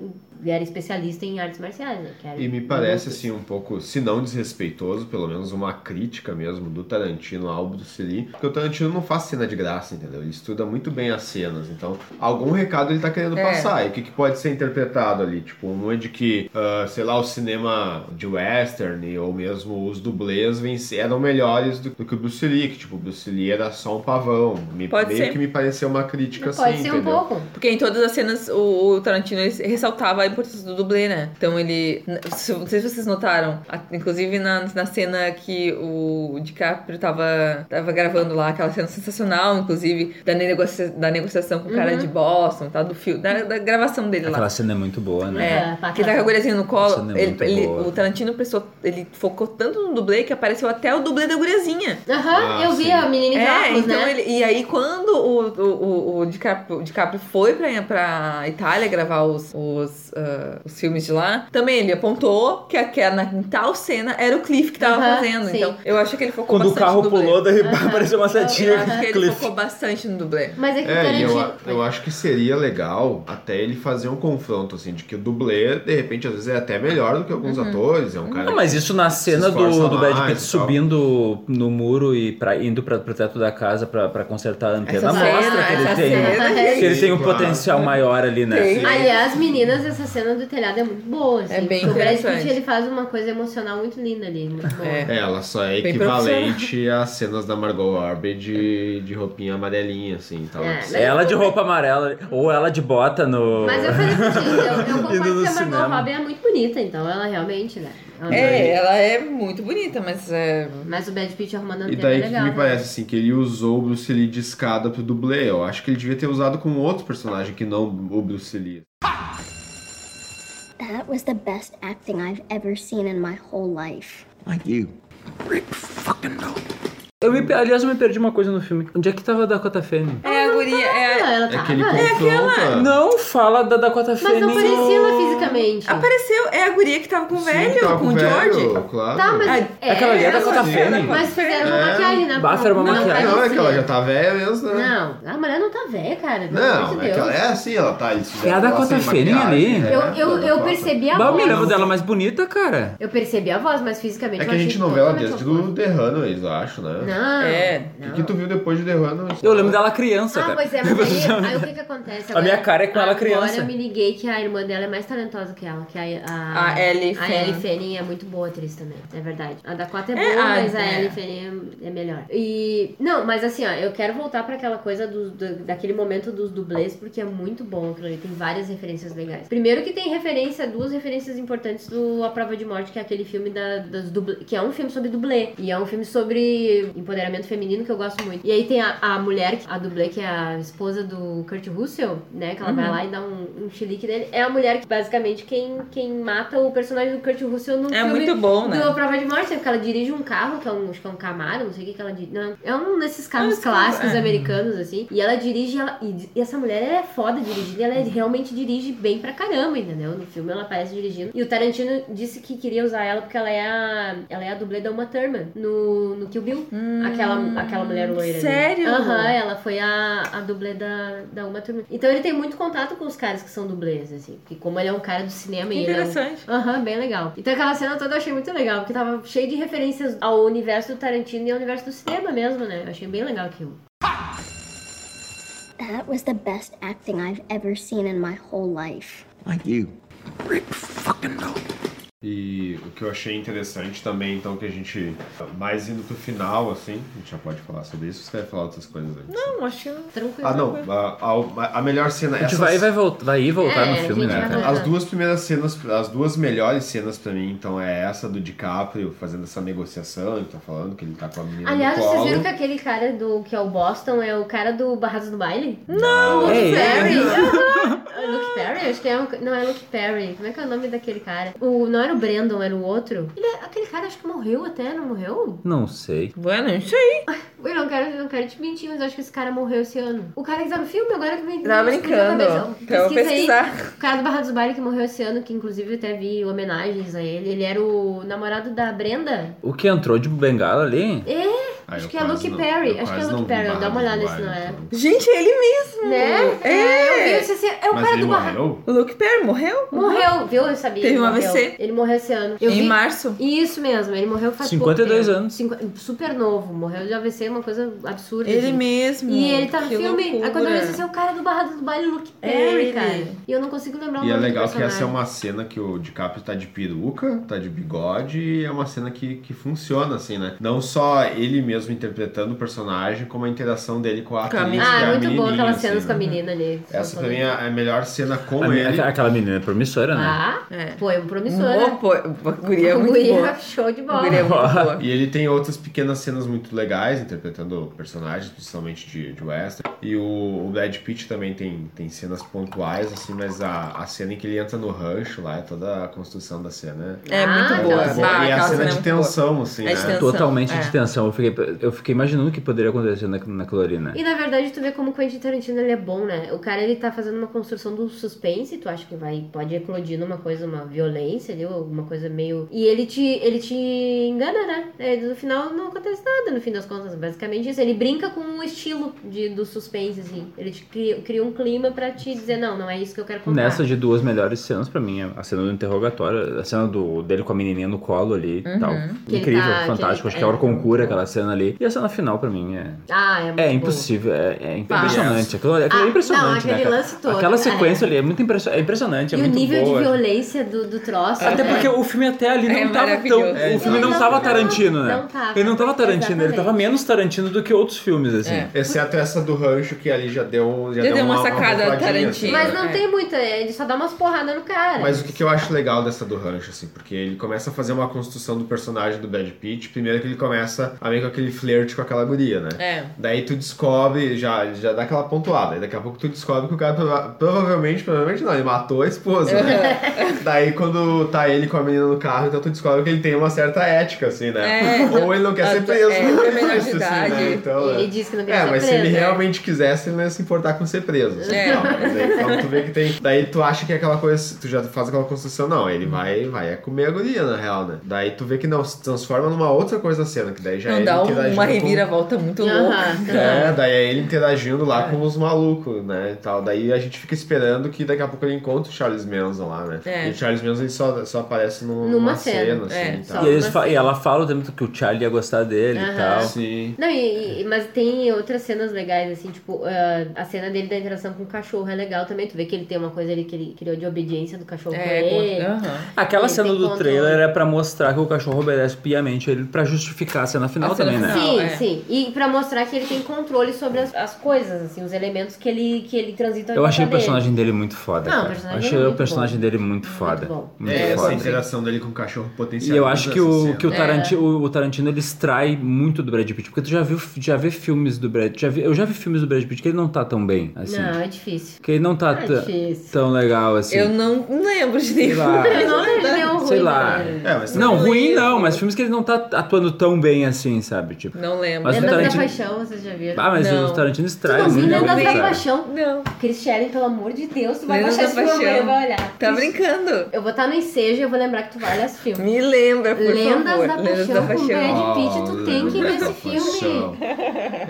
Speaker 12: e era especialista em artes marciais, né? Que era-
Speaker 10: E me parece, assim, um pouco, se não desrespeitoso, pelo menos uma crítica mesmo do Tarantino ao Bruce Lee. Porque o Tarantino não faz cena de graça, entendeu? Ele estuda muito bem as cenas. Então, algum recado ele tá querendo
Speaker 13: É.
Speaker 10: passar. E o que, que pode ser interpretado ali? Tipo, um de que, ah, sei lá, o cinema de western ou mesmo os dublês venci- eram melhores do, do que o Bruce Lee. Que, tipo, o Bruce Lee era só um pavão. Me,
Speaker 11: Pode
Speaker 10: meio
Speaker 11: ser. um
Speaker 10: que me pareceu uma crítica, assim,
Speaker 12: um
Speaker 10: entendeu?
Speaker 11: Porque em todas as cenas o, o Tarantino ele ressaltava a importância do dublê, né? Então ele. se- Não sei se vocês notaram, a- inclusive na, na cena que o DiCaprio tava, tava gravando lá, aquela cena sensacional, inclusive, da, negocia, da negociação com o cara
Speaker 13: Uhum.
Speaker 11: de Boston, tá? Do filme, da, da gravação dele lá.
Speaker 13: Aquela cena é muito boa, né?
Speaker 12: Ah,
Speaker 11: É, que ele tá com a guriazinha no
Speaker 13: Essa
Speaker 11: colo.
Speaker 13: cena é
Speaker 11: ele,
Speaker 13: muito
Speaker 11: ele-
Speaker 13: boa.
Speaker 11: o Tarantino prestou, ele focou tanto no dublê que apareceu até o dublê da guriazinha.
Speaker 12: Aham, Ah, eu vi sim. a menina em
Speaker 11: é,
Speaker 12: Carros,
Speaker 11: então
Speaker 12: né?
Speaker 11: ele E aí, quando o, o, o, o DiCaprio, o DiCaprio foi pra, pra Itália gravar os, os, ah, os filmes de lá, também ele apontou que aquela na em tal cena era o Cliff que tava
Speaker 13: Aham,
Speaker 11: fazendo.
Speaker 13: sim.
Speaker 11: Então, eu acho que ele focou
Speaker 13: Quando o
Speaker 11: bastante
Speaker 13: carro
Speaker 11: no dublê.
Speaker 13: pulou, daí apareceu uma setinha.
Speaker 11: Eu acho que ele
Speaker 13: Cliff.
Speaker 11: focou bastante no dublê.
Speaker 12: Mas
Speaker 10: É, e eu, eu acho que seria legal até ele fazer um confronto, assim, de que o dublê, de repente, às vezes é até melhor do que alguns
Speaker 13: Uhum.
Speaker 10: atores, é um cara.
Speaker 13: Não, mas isso na cena do, do Brad Pitt subindo no muro e pra, indo pra, pro teto da casa pra, pra consertar a antena
Speaker 12: Essa
Speaker 13: mostra
Speaker 12: cena,
Speaker 13: que ele
Speaker 12: essa
Speaker 13: tem,
Speaker 12: cena,
Speaker 13: que ele
Speaker 12: gente.
Speaker 13: tem um
Speaker 12: Claro.
Speaker 13: potencial maior ali, né?
Speaker 10: é
Speaker 12: Aliás, meninas, essa cena do telhado é muito boa, assim.
Speaker 11: É bem
Speaker 12: porque o Brad Pitt,
Speaker 11: interessante.
Speaker 12: ele faz uma coisa emocional muito linda ali, muito boa.
Speaker 10: É, ela só é
Speaker 12: Bem
Speaker 10: equivalente às cenas da Margot Robbie de, de roupinha amarelinha, assim. Tal.
Speaker 12: É, mas-
Speaker 13: Ela de roupa amarela, ou ela de bota no.
Speaker 12: Mas eu falei contigo, eu, eu
Speaker 13: Indo no
Speaker 12: concordo que a Margot
Speaker 13: cinema.
Speaker 12: Robbie é muito bonita, então ela realmente, né?
Speaker 11: É, ela é muito bonita, mas é.
Speaker 12: Mas o Brad Pitt arrumando a
Speaker 10: E
Speaker 12: antena é
Speaker 10: daí que
Speaker 12: legal.
Speaker 10: me
Speaker 12: né?
Speaker 10: parece assim, que ele usou o Bruce Lee de escada pro dublê. Eu acho que ele devia ter usado com outro personagem que não o Bruce Lee.
Speaker 5: That was the best acting I've ever seen in my whole life.
Speaker 13: Like you. Eu me, aliás, eu me perdi uma coisa no filme. Onde é que tava a Dakota Fanning?
Speaker 11: É a guria. É, a-
Speaker 12: ela tá,
Speaker 10: É que ele confronta.
Speaker 13: Não fala da Dakota Fanning.
Speaker 12: ela fisicamente.
Speaker 11: Apareceu, é a guria que tava com o velho, com,
Speaker 10: tava tá com
Speaker 11: o
Speaker 10: o velho,
Speaker 11: George.
Speaker 10: claro.
Speaker 12: Tá, mas.
Speaker 11: Ah,
Speaker 12: é,
Speaker 10: aquela ali é da
Speaker 12: ela-
Speaker 10: Dakota Fanning.
Speaker 12: Mas fizeram uma
Speaker 10: É.
Speaker 12: maquiagem, né?
Speaker 10: Bah, era uma
Speaker 12: Não,
Speaker 10: maquiagem.
Speaker 12: parecia.
Speaker 10: Não, é que ela já tá velha mesmo, né?
Speaker 12: Não, a mulher não tá velha, cara. Pelo amor
Speaker 10: Não,
Speaker 12: de
Speaker 10: é que
Speaker 12: Deus.
Speaker 10: ela é assim, ela tá. Eles
Speaker 13: É a
Speaker 10: fizeram ela
Speaker 13: Dakota
Speaker 10: sem
Speaker 13: Fanning ali.
Speaker 10: maquiagem, né?
Speaker 12: Eu, eu, eu percebi a
Speaker 13: Bah, eu me lembro
Speaker 12: voz.
Speaker 13: dela mais bonita, cara.
Speaker 12: Eu percebi a voz, mas fisicamente
Speaker 10: É que
Speaker 12: eu
Speaker 10: a
Speaker 12: achei
Speaker 10: gente não vê ela
Speaker 12: totalmente
Speaker 10: desde o The Runaways, eu acho, né?
Speaker 12: Não, É.
Speaker 10: O que tu viu depois de The Runaways?
Speaker 13: Eu lembro dela criança,
Speaker 12: Ah,
Speaker 13: cara.
Speaker 12: pois é, mas aí, aí o que que acontece?
Speaker 13: A minha cara é com ela
Speaker 12: Agora
Speaker 13: criança.
Speaker 12: eu me liguei que a irmã dela é mais talentosa que ela, que a... A,
Speaker 11: A Ellie
Speaker 12: A
Speaker 11: Fanning.
Speaker 12: Ellie Fanning é muito boa atriz também, é verdade. A Dakota é,
Speaker 11: É,
Speaker 12: boa,
Speaker 11: a-
Speaker 12: mas a
Speaker 11: é.
Speaker 12: Ellie Fanning é é melhor. E... Não, mas assim, ó, eu quero voltar pra aquela coisa do, do- daquele momento dos dublês, porque é muito bom aquilo ali, tem várias referências legais. Primeiro que tem referência, duas referências importantes do A Prova de Morte, que é aquele filme da, das dublê, que é um filme sobre dublê, e é um filme sobre empoderamento feminino que eu gosto muito. E aí tem a, a mulher, a dublê, que é a esposa do Kurt Russell, né, que ela vai
Speaker 11: Uhum.
Speaker 12: lá e dá um, um chilique dele, é a mulher que basicamente quem, quem mata o personagem do Kurt Russell no
Speaker 11: É
Speaker 12: Um filme
Speaker 11: muito bom, né?
Speaker 12: do A Prova de Morte, é porque ela dirige um carro, que é um, acho que é um Camaro, não sei o que que ela dirige, não, é um desses carros
Speaker 11: esse carro,
Speaker 12: clássicos
Speaker 11: é.
Speaker 12: americanos, assim, e ela dirige, ela, e, e essa mulher ela é foda dirigindo, e ela
Speaker 11: Uhum.
Speaker 12: realmente dirige bem pra caramba, entendeu? No filme ela aparece dirigindo, e o Tarantino disse que queria usar ela porque ela é a, ela é a dublê da Uma Thurman, no, no Kill Bill, aquela, aquela mulher loira ali.
Speaker 11: Hum, sério?
Speaker 12: Aham, ela foi a, a dublê da, da Uma Thurman. Então ele tem muito contato com os caras que são dublês, assim, porque como ele é um cara do cinema e ele é um-
Speaker 11: Interessante.
Speaker 12: Aham, bem legal. Então aquela cena toda eu achei muito legal, porque tava cheio de referências ao universo do Tarantino e ao universo do cinema mesmo, né? Eu achei bem legal aquilo.
Speaker 5: That was the best acting I've ever seen in my whole life.
Speaker 10: Like you. E o que eu achei interessante também, então, que a gente. Mais indo pro final, assim, a gente já pode falar sobre isso, você vai falar outras coisas antes.
Speaker 11: Não, acho que não.
Speaker 12: Tranquilo.
Speaker 10: Ah, não. A, a- a melhor cena
Speaker 13: A gente
Speaker 10: essas-
Speaker 13: vai, vai, voltar, vai ir e voltar
Speaker 10: É,
Speaker 13: no
Speaker 10: a
Speaker 13: filme,
Speaker 10: gente
Speaker 13: né?
Speaker 10: vai
Speaker 13: cara?
Speaker 10: As duas primeiras cenas, as duas melhores cenas pra mim, então, é essa do DiCaprio fazendo essa negociação, ele tá falando que ele tá com a menina
Speaker 12: Aliás,
Speaker 10: no colo.
Speaker 12: vocês viram que aquele cara do que é o Boston é o cara do Barrados do Baile? Não! Luke
Speaker 10: É
Speaker 12: Perry!
Speaker 10: ele?
Speaker 12: Aham. É Luke Perry? Acho que é um... Não, é Luke Perry. Como é que é o nome daquele cara? O... Não era o Brandon, era o outro. Ele é- Aquele cara acho que morreu até, não morreu?
Speaker 13: Não sei.
Speaker 11: Bueno, isso aí.
Speaker 12: Eu não quero, eu não quero te mentir, mas eu acho que esse cara morreu esse ano. O cara que tá no filme agora que vem.
Speaker 11: Tá
Speaker 12: me explodiu a
Speaker 11: brincando.
Speaker 12: cabeça.
Speaker 11: Então eu vou
Speaker 12: Pesquisa aí.
Speaker 11: pesquisar.
Speaker 12: O cara do Barra dos Baile que morreu esse ano, que inclusive eu até vi homenagens a ele. Ele era o namorado da Brenda.
Speaker 13: O que entrou de bengala ali?
Speaker 12: É, acho
Speaker 13: eu
Speaker 12: que é
Speaker 13: quase
Speaker 12: Luke
Speaker 13: não-
Speaker 12: Perry.
Speaker 13: eu
Speaker 12: Acho que é
Speaker 13: quase
Speaker 12: Luke
Speaker 13: não vi
Speaker 12: Perry. Dá uma olhada
Speaker 13: Barra então.
Speaker 12: nesse,
Speaker 13: dos
Speaker 12: não é?
Speaker 11: Gente, é ele mesmo.
Speaker 12: Né? É, eu vi isso assim. É o
Speaker 11: Mas
Speaker 12: cara
Speaker 11: ele
Speaker 12: do Barra.
Speaker 10: morreu?
Speaker 11: O Luke Perry morreu?
Speaker 12: Morreu, viu? Eu sabia.
Speaker 11: Teve
Speaker 12: ele
Speaker 11: um
Speaker 12: morreu.
Speaker 11: AVC.
Speaker 12: Ele morreu esse ano.
Speaker 11: Em
Speaker 12: março? Isso mesmo, ele morreu faz pouco
Speaker 13: 52
Speaker 12: tempo.
Speaker 13: anos.
Speaker 12: Cinqu- Super novo, morreu de AVC, uma coisa absurda.
Speaker 11: Ele
Speaker 12: assim.
Speaker 11: mesmo,
Speaker 12: E ele tá no
Speaker 11: que
Speaker 12: filme. Aí quando eu vi
Speaker 11: loucura.
Speaker 12: esse é o cara do Barra do Baile, Luke
Speaker 11: É
Speaker 12: Perry,
Speaker 11: ele.
Speaker 12: cara. E eu não consigo lembrar o
Speaker 10: E é
Speaker 12: nome do
Speaker 10: legal que essa é
Speaker 12: personagem.
Speaker 10: uma cena que o DiCaprio tá de peruca, tá de bigode, e é uma cena que, que funciona, assim, né? Não só ele mesmo interpretando o personagem, como a interação dele com a atriz, que
Speaker 12: Ah,
Speaker 10: é a
Speaker 12: é muito boa
Speaker 10: menininha,
Speaker 12: aquelas
Speaker 10: assim,
Speaker 12: cenas com a
Speaker 10: né?
Speaker 12: menina ali.
Speaker 10: Essa pra mim é a melhor cena com
Speaker 13: A me-
Speaker 10: ele.
Speaker 13: aquela- Aquela menina é promissora, né?
Speaker 12: Ah, pô, é um promissor.
Speaker 11: Boa,
Speaker 12: né?
Speaker 11: pô, a guria é muito Um
Speaker 12: Guria,
Speaker 11: boa.
Speaker 12: show de bola.
Speaker 10: E ele tem outras pequenas cenas muito legais, interpretando personagens, principalmente de, de western. E o, o Brad Pitt também tem, tem cenas pontuais, assim, mas a, a cena em que ele entra no rancho lá, é toda a construção da cena.
Speaker 12: Ah,
Speaker 11: É muito
Speaker 10: muito
Speaker 11: boa.
Speaker 12: então,
Speaker 11: Bah,
Speaker 10: E é a
Speaker 11: aquela
Speaker 10: cena
Speaker 11: cena é
Speaker 10: de
Speaker 11: muito
Speaker 10: tensão,
Speaker 11: boa.
Speaker 10: assim,
Speaker 11: É de
Speaker 10: né?
Speaker 11: tensão.
Speaker 13: Totalmente
Speaker 11: é.
Speaker 13: de tensão. Eu fiquei, eu fiquei imaginando o que poderia acontecer na, naquilo ali, né?
Speaker 12: E na verdade, tu vê como o Quentin Tarantino ele é bom, né? O cara ele tá fazendo uma construção do suspense, tu acha que vai pode eclodir numa coisa, uma violência ali, ou alguma coisa meio. E ele te, ele te engana, né? É, No final não acontece nada, no fim das contas, basicamente isso. Ele brinca com o estilo de, do suspense, assim. Ele te cria, cria um clima pra te dizer, não, não é isso que eu quero contar.
Speaker 13: Nessa de duas melhores cenas, pra mim, é a cena do interrogatório, a cena do, dele com a menininha no colo ali e
Speaker 12: Uhum.
Speaker 13: tal.
Speaker 12: Que ele
Speaker 13: Incrível,
Speaker 12: tá- que
Speaker 13: fantástico.
Speaker 12: ele-
Speaker 13: Acho que é a hora concura aquela cena ali. E a cena final, pra mim, é.
Speaker 12: Ah, é muito
Speaker 13: É
Speaker 12: bom.
Speaker 13: impossível, é, é
Speaker 12: Fala.
Speaker 13: impressionante. Aquilo, aquilo
Speaker 12: Ah,
Speaker 13: é impressionante.
Speaker 12: não, aquele
Speaker 13: né, cara?
Speaker 12: lance todo,
Speaker 13: Aquela
Speaker 12: é.
Speaker 13: sequência ali é muito impressio- é impressionante. é
Speaker 12: E o
Speaker 13: muito
Speaker 12: nível
Speaker 13: boa.
Speaker 12: de violência do, do troço.
Speaker 13: Até
Speaker 12: né?
Speaker 13: porque o filme até ali não
Speaker 12: É
Speaker 13: tava
Speaker 12: maravilhoso.
Speaker 13: tão.
Speaker 12: É,
Speaker 13: O filme
Speaker 12: não,
Speaker 13: não,
Speaker 12: não
Speaker 13: tava
Speaker 12: tava,
Speaker 13: Tarantino, né?
Speaker 12: não tava.
Speaker 13: Ele não tava Tarantino, ele tava
Speaker 12: Exatamente.
Speaker 13: menos Tarantino do que outros filmes, assim.
Speaker 12: É.
Speaker 10: Exceto essa do Rancho, que ali já deu, já
Speaker 12: Já
Speaker 10: deu
Speaker 12: deu
Speaker 10: uma,
Speaker 12: uma
Speaker 11: sacada
Speaker 10: roubadinha,
Speaker 11: Tarantino.
Speaker 10: assim,
Speaker 12: Mas
Speaker 10: né?
Speaker 13: é.
Speaker 12: não tem muita, ele só dá umas porradas no cara.
Speaker 10: Mas o que, que eu acho legal dessa do Rancho, assim, porque ele começa a fazer uma construção do personagem do Brad Pitt. Primeiro que ele começa a meio com aquele flerte com aquela guria, né?
Speaker 11: É.
Speaker 10: Daí tu descobre, já, já dá aquela pontuada. E daqui a pouco tu descobre que o cara prova- provavelmente, provavelmente não, ele matou a esposa. Né? Daí quando tá ele com a menina no carro, então tu descobre que ele tem uma certa ética, assim, né?
Speaker 11: É.
Speaker 10: Ou ele não quer
Speaker 11: Ah,
Speaker 10: ser
Speaker 11: tá.
Speaker 10: preso.
Speaker 11: É,
Speaker 10: não
Speaker 11: ele é menor de idade.
Speaker 10: Então,
Speaker 12: Ele
Speaker 10: é.
Speaker 12: disse que não queria
Speaker 10: É,
Speaker 12: ser
Speaker 10: mas se
Speaker 12: preso,
Speaker 10: ele
Speaker 12: né?
Speaker 10: realmente quisesse, ele não ia se importar com ser preso. assim,
Speaker 12: É.
Speaker 10: não, mas aí, então tu vê que tem. Daí tu acha que é aquela coisa, tu já faz aquela construção, não,
Speaker 11: Uhum.
Speaker 10: ele vai, vai é comer a guria, na real, né? Daí tu vê que não, se transforma numa outra coisa a cena, que daí já é
Speaker 11: Não
Speaker 10: ele
Speaker 11: dá um,
Speaker 10: interagindo
Speaker 11: uma
Speaker 10: com-
Speaker 11: reviravolta muito
Speaker 12: Aham.
Speaker 11: louca.
Speaker 10: É, daí é ele interagindo lá com os malucos, né, e tal. Daí a gente fica esperando que daqui a pouco ele encontre o Charles Manson lá, né?
Speaker 11: É.
Speaker 10: E o Charles Manson ele só, só aparece no-
Speaker 12: Numa
Speaker 10: numa,
Speaker 12: cena,
Speaker 10: cena,
Speaker 12: é,
Speaker 10: assim, e
Speaker 12: só
Speaker 10: tal.
Speaker 13: E, eles fa- e ela fala o tempo todo que o Charlie ia gostar dele
Speaker 12: Aham.
Speaker 13: e tal.
Speaker 10: Sim.
Speaker 12: Não, e- e- mas tem outras cenas legais, assim, tipo, ah, a cena dele da interação com o cachorro é legal também. Tu vê que ele tem uma coisa ali que ele criou de obediência do cachorro
Speaker 11: É,
Speaker 12: com
Speaker 11: com-
Speaker 12: ele.
Speaker 11: aham.
Speaker 13: Aquela
Speaker 12: Ele
Speaker 13: cena
Speaker 12: tem
Speaker 13: do
Speaker 12: controle.
Speaker 13: trailer é pra mostrar que o cachorro obedece piamente ele pra justificar a cena final
Speaker 11: A cena
Speaker 13: também, né?
Speaker 12: Sim,
Speaker 11: é.
Speaker 12: sim. E pra mostrar que ele tem controle sobre as, as coisas, assim, os elementos que ele, que ele transita
Speaker 13: Eu
Speaker 12: na
Speaker 13: achei o
Speaker 12: vida dele.
Speaker 13: personagem dele muito foda.
Speaker 12: tá Não, o
Speaker 13: cara.
Speaker 12: personagem
Speaker 13: achei
Speaker 12: é
Speaker 13: o
Speaker 12: muito
Speaker 13: personagem
Speaker 12: bom.
Speaker 13: dele muito foda.
Speaker 12: bom.
Speaker 13: Muito
Speaker 10: É, essa
Speaker 13: foda.
Speaker 10: interação dele com o cachorro
Speaker 13: assim, E
Speaker 10: potencial.
Speaker 13: eu acho que o, que o,
Speaker 12: É.
Speaker 13: Tarantino, o Tarantino ele extrai muito do Brad Pitt, porque tu já viu já vê filmes do Brad já vi- Eu já vi filmes do Brad Pitt que ele não tá tão bem, assim.
Speaker 12: Não, é difícil.
Speaker 13: Que ele não tá
Speaker 12: Ah,
Speaker 13: tã-
Speaker 12: difícil.
Speaker 13: tão legal assim.
Speaker 11: Eu não lembro de nenhum. tá?
Speaker 13: lá.
Speaker 12: Eu não lembro de nenhum ruim né? é
Speaker 13: Sei lá.
Speaker 12: dele.
Speaker 10: É,
Speaker 13: não, ruim não, mas filmes que ele não tá atuando tão bem assim, sabe? Tipo.
Speaker 11: Não lembro.
Speaker 13: Mas o
Speaker 12: Lendas da
Speaker 13: Tarantino-
Speaker 12: Paixão, vocês já viram?
Speaker 13: Ah, mas
Speaker 12: não.
Speaker 13: o Tarantino extrai
Speaker 12: Não,
Speaker 13: muito.
Speaker 12: Lendas
Speaker 13: bem,
Speaker 12: da
Speaker 13: sabe?
Speaker 12: Paixão.
Speaker 11: Não.
Speaker 12: Chris Shelley, pelo amor de Deus, tu vai
Speaker 11: Lendas
Speaker 12: baixar
Speaker 11: da
Speaker 12: esse filme
Speaker 11: Paixão.
Speaker 12: amanhã e vai olhar.
Speaker 11: Tá brincando.
Speaker 12: Eu vou estar no ensejo e eu vou lembrar que tu vai olhar esse filme.
Speaker 11: Me lembra, por
Speaker 12: Lendas
Speaker 11: favor.
Speaker 12: da
Speaker 11: Lendas
Speaker 12: Paixão
Speaker 11: da
Speaker 12: com
Speaker 11: Paixão.
Speaker 12: Brad Pitt, tu
Speaker 10: Ah,
Speaker 12: tem que ver
Speaker 10: Lendas
Speaker 12: esse
Speaker 10: da Paixão.
Speaker 12: filme.